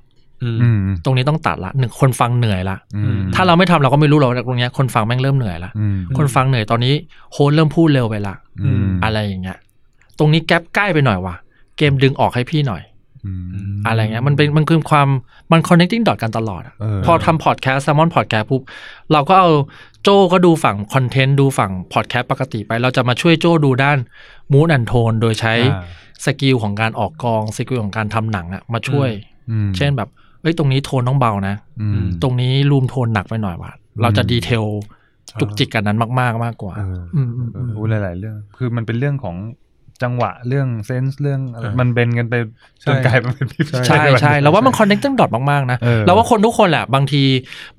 Speaker 4: อืม
Speaker 1: ตรงนี้ต้องตัดละหนึ่งคนฟังเหนื่อยละ
Speaker 4: อืม
Speaker 1: ถ้าเราไม่ทำเราก็ไม่รู้หรอกว่าตรงเนี้ยคนฟังแม่งเริ่มเหนื่อยละ
Speaker 4: อืม
Speaker 1: คนฟังเหนื่อยตอนนี้โค้ดเริ่มพูดเร็วไปละ
Speaker 4: อืม
Speaker 1: อะไรอย่างเงี้ย ตรงนี้แกลบใกล้ไปหน่อยว่ะเกมดึงออกให้พี่หน่อย
Speaker 4: อืม
Speaker 1: อะไรเงี้ยมันเป็นมันคือความมัน connecting dot กันตลอดอะ
Speaker 4: เออ
Speaker 1: พอทำ podcast salmon podcast ปุ๊บเราก็เอาโจก็ดูฝั่งคอนเทนต์ดูฝั่ง podcast ปกติไป เราจะมาช่วยโจดูด้าน mood and tone โดยใช้
Speaker 4: อ่า
Speaker 1: สกิลของการออกกองสกิลของการทำหนังอะมาช่วย
Speaker 4: อืม
Speaker 1: เช่นแบบเอ้ยตรงนี้โทนต้องเบานะ
Speaker 4: อืม
Speaker 1: ตรงนี้รูมโทนหนักไปหน่อยว่ะเราจะดีเทลจุกจิกกันนั้นมาก ๆ มากกว่า
Speaker 4: เออ
Speaker 1: มอืม
Speaker 4: เอ
Speaker 1: อื
Speaker 4: อ
Speaker 1: ม
Speaker 4: อู้หลาย ๆ เรื่อง คือมันเป็นเรื่องของจังหวะเรื่องเซนส์เรื่องอะไร
Speaker 2: เออ
Speaker 4: มันเบนกันไป
Speaker 2: ใช่
Speaker 4: จนกลายเป็นพี่
Speaker 2: ใช่
Speaker 1: ใช่
Speaker 4: แบบนี้
Speaker 1: ใช่เราว่ามันคอนเน c t ติ้งดอทมาก ๆ นะ
Speaker 4: เออ
Speaker 1: เราว่าคนทุกคนแหละ บางที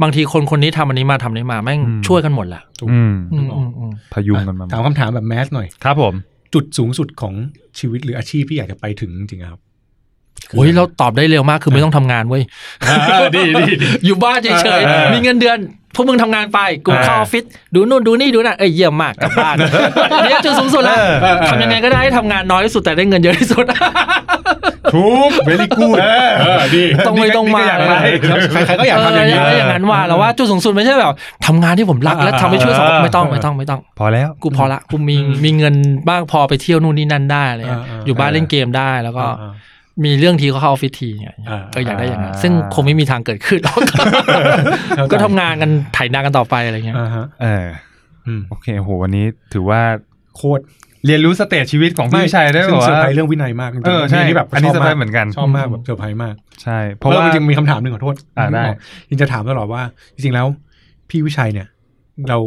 Speaker 1: บางทีคนคนนี้ทำอันนี้มาทำอันนี้มาแม่ง
Speaker 4: อืม
Speaker 1: ช่วยกันหมดแหละ
Speaker 4: อืม
Speaker 1: อืมอืมอืม
Speaker 4: พยุงกันมา
Speaker 2: ถามคำถามแบบแมสหน่อย
Speaker 4: ครับผม
Speaker 2: จุดสูงสุดของชีวิตหรืออาชีพที่อยากจะไปถึงจริงๆครับ
Speaker 1: โอ้ยเราตอบได้เร็วมากคือไม่ต้องทำงานเว้ย
Speaker 2: ดีดีดี
Speaker 1: อยู่บ้านเฉย
Speaker 2: เออ
Speaker 1: ๆมีเงินเดือน พวกมึงทำงานไปกูเข้าออฟฟิศดูนู่นดูนี่ดูนั่นเอ้ยเยี่ยมมากกลับบ้านเนี่ยจุดสูงสุดละ
Speaker 4: เออ
Speaker 1: ทำยังไงก็ได้ให้ทำงานน้อยที่สุดแต่ได้เงินเยอะที่สุด
Speaker 4: ทุกเวลี่กูด
Speaker 2: ดี
Speaker 1: ตรงไปตรงมา
Speaker 2: ใครๆก็อยากทำอย่างนี้
Speaker 1: เอออย่างนั้นว่าเราว่าจุดสูงสุดไม่ใช่แบบทำงานที่ผมรักและทำให้ช่วยสังคมไม่ต้องไม่ต้องไม่ต้อง
Speaker 4: พอแล้ว
Speaker 1: กูพอละกูมีมีเงินบ้างพอไปเที่ยวนู่นนี่นั่นได้อะไรเงี้ย
Speaker 2: อ่าอ่า
Speaker 1: อยู่บ้านเล่นเกมได้แล้วก็มีเรื่องทีก็เข้าออฟฟิศทีเนี่ย
Speaker 2: อ่า
Speaker 1: เอออยากได้อย่างนั้น
Speaker 4: อ่า
Speaker 1: ซึ่งคงไม่มีทางเกิดขึ้นหรอกก็ทำงานกันไถนากันต่อไปอะไรเงี้ย
Speaker 2: อ่าฮะ
Speaker 4: เออ
Speaker 2: อืม
Speaker 4: โอเคโหวันนี้ถือว่า
Speaker 2: โคตร
Speaker 4: เรียนรู้สเตจชีวิตของพี่วิชัยได้
Speaker 2: ซึ่
Speaker 4: แบ
Speaker 2: ง
Speaker 4: บ
Speaker 2: เซอร์
Speaker 4: ว่า
Speaker 2: ไพรส์เรื่องวินัยมากจริงๆ
Speaker 4: เออใช่
Speaker 2: นี่แบบ
Speaker 4: อันนี้
Speaker 2: ชบ
Speaker 4: เซอร์ไพรส์เหมือนกัน
Speaker 2: ชอบมากแบบเซอร์ไพรส์มาก
Speaker 4: ใช่ เพ
Speaker 2: เพราะ
Speaker 4: ราะ
Speaker 2: ว่า
Speaker 4: ว่า
Speaker 2: จริงๆมีคำถามหนึ่งขอโทษ
Speaker 4: อ่าได้
Speaker 2: จริงจะถามตลอดว่า จริงๆแล้ว พี่วิชัยเนี่ย เรา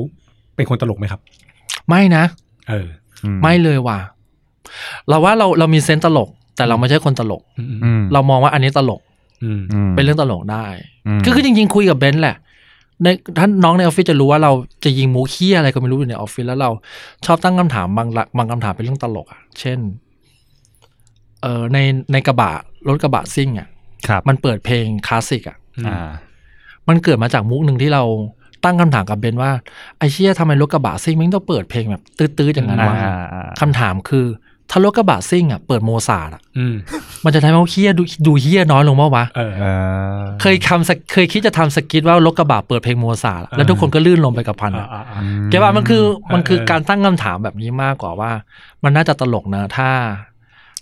Speaker 2: เป็นคนตลกไหมครับ
Speaker 1: ไม่นะ
Speaker 2: เออ
Speaker 4: อื
Speaker 1: ไม่เลยว่ะเราว่าเราเรามีเซนส์ตลก แต่เราไม่ใช่คนตลก
Speaker 2: อืม
Speaker 4: อืม
Speaker 1: เรามองว่าอันนี้ตลก
Speaker 2: อืม
Speaker 4: ม
Speaker 1: เป็นเรื่องตลกได้
Speaker 4: ม
Speaker 1: ก็คือจริง ๆ คุยกับเบนซ์แหละ ในท่านน้องในออฟฟิศจะรู้ว่าเราจะยิงมูขี้ยอะไรก็ไม่รู้อยู่ในออฟฟิศแล้วเราชอบตั้งคำถามบางละบางคำถามเป็นเรื่องตลกอ่ะ เช่น เออในในกระบะรถกระบะซิ่งอ่ะ
Speaker 4: ครับ
Speaker 1: มันเปิดเพลงคลาสสิกอ่ะ
Speaker 4: อ่า
Speaker 1: มันเกิดมาจากมุกหนึ่งที่เราตั้งคำถามกับเบนซ์ว่าไอเชี่ยทำไมรถกระบะซิ่งมันต้องเปิดเพลงแบบตื้อๆอย่างนั้นวะ
Speaker 4: อ่าอ่าอ่า
Speaker 1: คำถามคือ ถ้ารถกระบะซิ่งอ่ะเปิดโมซาร์ทอ่ะ
Speaker 2: อืม
Speaker 1: มันจะทำให้เขาเฮี้ยดูดูเฮี้ยน้อยลงมั้วะ
Speaker 2: เออ
Speaker 4: เออ
Speaker 1: เคยทำสกเคยคิดจะทำสกิทว่ารถกระบะเปิดเพลงโมซาร์ทอะแล้วทุกคนก็ลื่นลมไปกับพันอะ
Speaker 2: อ่า
Speaker 4: อื
Speaker 1: แกว่ามันคือ
Speaker 2: เออ
Speaker 1: มันคือ
Speaker 2: เออ
Speaker 1: การตั้งคำถามแบบนี้มากกว่าว่า มันน่าจะตลกนะถ้า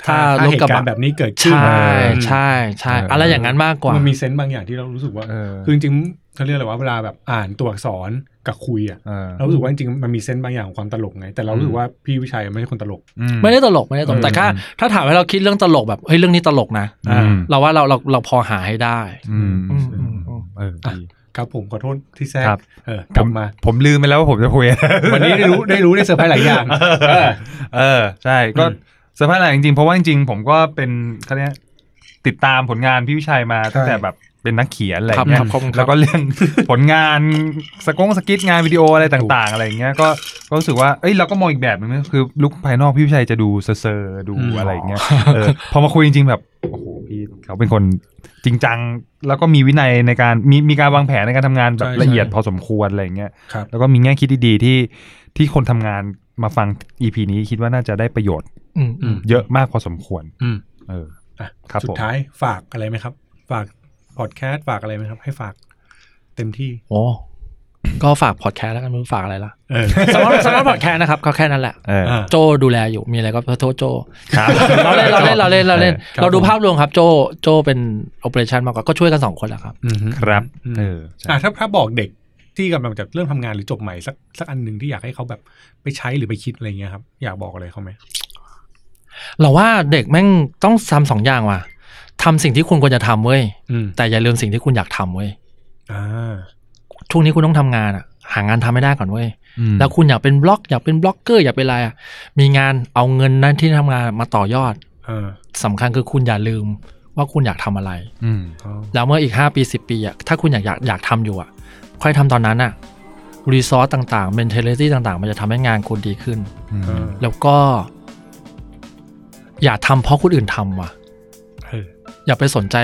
Speaker 1: ถ้า
Speaker 2: ถ้าร
Speaker 1: ถ
Speaker 2: เห
Speaker 1: กระ
Speaker 2: ตุการ
Speaker 1: บะ
Speaker 2: ณ์แบบนี้เกิดขึ้น
Speaker 1: ใช่
Speaker 2: อืม
Speaker 1: ใช่ใช่อะไรอย่างนั้นมากกว่าม
Speaker 2: มันมีเซนต์บางอย่างที่เรารู้สึกว่า
Speaker 4: เออ
Speaker 2: คือจริงๆเขาเรียกอะไรว่าเวลาแบบอ่านตัวอักษรกับคุยอ่ะ
Speaker 4: เออ
Speaker 2: เรารู้สึกว่าจริงๆมันมีเซนต์บางอย่างของความตลกไง แต่เรารู้สึกว่าพี่วิชัยไม่ใช่คนตลก
Speaker 4: อื
Speaker 1: ไม่ได้ตลกไม่ได้ตลกแต่ถ้าถ้าถามให้เราคิดเรื่องตลกแบบเฮ้ยเรื่องนี้ตลกนะ
Speaker 4: อืม
Speaker 1: เราว่าเราเราเราพอหาให้ได้
Speaker 4: อืม
Speaker 1: อืมอืมอืม
Speaker 4: เออดี
Speaker 2: ครับผมขอโทษที่แทรก
Speaker 4: ครับ
Speaker 2: เออกลับมา
Speaker 4: ผมลืมไปแล้วว่าผมจะคุย
Speaker 2: วันนี้ได้รู้ได้รู้ได้เซอร์ไพรส์หลายอย่าง
Speaker 4: เออเออ ใช่ก็เซอร์ไพรส์แหละจริงๆ เพราะว่าจริงๆ ผมก็เป็นเขาเรียกติดตามผลงานพี่วิชัยมา
Speaker 2: ใช่
Speaker 4: ตั้งแต่แบบเป็นนักเขียนอะไร
Speaker 1: ครับ
Speaker 4: เงี้
Speaker 1: ค
Speaker 4: ย
Speaker 1: รับขอบคุณครับ
Speaker 4: แล้วก็เรื่อง ผลงานสกงสกิทงานวิดีโออะไรต่างๆ อะไรอย่างเงี้ยก็ก็รู้สึกว่าเอ้ยเราก็มองอีกแบบนึงนะคือลุคภายนอกพี่วิชัยจะดูเซอร์ๆดู
Speaker 2: อืม
Speaker 4: อะไรอย่างเงี้ยเออพอมาคุยจริงๆแบบโอ้โหพี่เขาเป็นคนจริงจังแล้วก็มีวินัยในการมีมีการวางแผนในการทำงานแบบละเอียดพอสมควรอะไรอย่างเงี้ย
Speaker 2: ครับ
Speaker 4: แล้วก็มีแง่คิดดีๆที่ที่คนทำงานมาฟัง EP นี้คิดว่าน่าจะได้ประโยชน์
Speaker 1: อืมอืม
Speaker 4: เยอะมากพอสมควร
Speaker 2: อืม
Speaker 4: เออ
Speaker 2: อ่ะ
Speaker 4: ครับผม
Speaker 2: สุดท้ายฝากอะไรไหมครับ ฝากพอดแคสต์ฝากอะไรไหมครับ ให้ฝากเต็มที่
Speaker 1: โอ้ก็ฝากพอดแคสต์แล้วกันไม่รู้ฝากอะไร ละ
Speaker 2: เออ
Speaker 1: สำหรับสำหรับพอดแคสต์นะครับก็แค่นั้นแหละ
Speaker 4: เออ
Speaker 2: อ่า
Speaker 1: โจดูแลอยู่มีอะไรก็โทษโจ
Speaker 4: ครับ
Speaker 1: เราเล่นเราเล่นเราเล่นเราเล่น
Speaker 2: ครับ
Speaker 1: เราดูภาพรวมครับโจโจเป็นโอเปอเรชันมากกว่าก็ช่วยกันสองคนแหละครับ
Speaker 2: อืมฮึ
Speaker 4: ครับเออใช่
Speaker 2: อ่ะถ้าถ้าบอกเด็กที่กำลังจะเริ่มทำงานหรือจบใหม่สักสักอันหนึ่งที่อยากให้เขาแบบไปใช้หรือไปคิดอะไรเงี้ยครับ อยากบอกอะไรเขาไหม
Speaker 1: เราว่าเด็กแม่งต้องทำสองอย่างว่ะทำสิ่งที่คุณควรจะทำเว้ย
Speaker 2: อืม
Speaker 1: แต่อย่าลืมสิ่งที่คุณอยากทำเว้ย
Speaker 2: อ่า
Speaker 1: ช่วงนี้คุณต้องทำงานอ่ะ หางานทำไม่ได้ก่อนเว้ย
Speaker 4: อืม
Speaker 1: แล้วคุณอยากเป็นบล็อกอยากเป็นบล็อกเกอร์อยากเป็นอะไรอ่ะมีงานเอาเงินนั้นที่ทำงานมาต่อยอด
Speaker 2: อ่า
Speaker 1: สำคัญคือคุณอย่าลืมว่าคุณอยากทำอะไร
Speaker 4: อืม
Speaker 2: อ๋อ
Speaker 1: แล้วเมื่ออีก 5 ปี 10 ปีอะถ้าคุณอยากอยากอยากทำอยู่อะค่อยทำตอนนั้นอะรีซอสต่างๆ mentality ต่างๆ มันจะทำให้งานคุณดีขึ้น
Speaker 4: อืม
Speaker 2: อ่า
Speaker 1: แล้วก็ อย่าทำเพราะคนอื่นทำว่ะ
Speaker 2: เออ
Speaker 1: อย่าไปสนใจ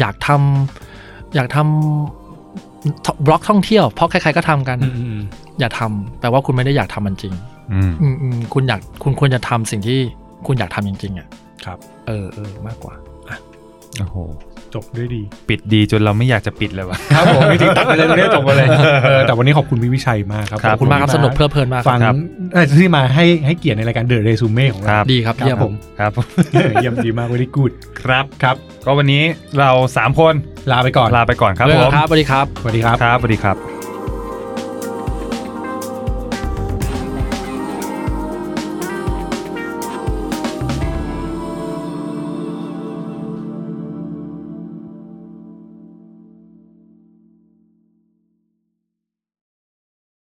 Speaker 1: อยากทำอยากทำบล็อกท่องเที่ยวเพราะใครๆก็ทำกัน
Speaker 2: อืมอืม
Speaker 1: อย่าทำแปลว่าคุณไม่ได้อยากทำมันจริง
Speaker 4: อืม
Speaker 1: อืมอืมคุณอยากคุณควรจะทำสิ่งที่คุณอยากทำจริงๆอะ
Speaker 2: ครับ
Speaker 1: เออเออมากกว่า
Speaker 4: โอ้โห
Speaker 2: จบด้วยดี
Speaker 4: ปิดดีจนเราไม่อยากจะปิดเลยว่ะ
Speaker 2: ครับผมจริงๆตัดไปเลยตรงนี้จบไปเลยเออแต่วันนี้ขอบคุณพี่วิชัยมากครับ
Speaker 4: ครั
Speaker 1: ขอบคุณมากครับสนุกเพลิดเพลินมาก
Speaker 2: ฟัง
Speaker 4: ครับ
Speaker 2: เอ่อที่มาให้ให้เกียรติในรายการเดอะเรซูเม่ของ
Speaker 4: ค
Speaker 2: เรา
Speaker 4: รับ
Speaker 1: ดีครับ
Speaker 2: ครับ
Speaker 1: เยี่ยม
Speaker 2: ผม
Speaker 4: ครับ
Speaker 2: เยี่ยมดีมากเวลี่กูด
Speaker 4: ครับ
Speaker 2: ครับ
Speaker 4: ก็วันนี้เราสามคน
Speaker 2: ลาไปก่อน
Speaker 4: ลาไปก่อนครับ
Speaker 1: เลิ
Speaker 4: ผ
Speaker 1: ก
Speaker 4: ม
Speaker 1: ครับสวัสดีครับ
Speaker 2: สวัสดีครับ
Speaker 4: ครับสวัสดีครับ
Speaker 2: ค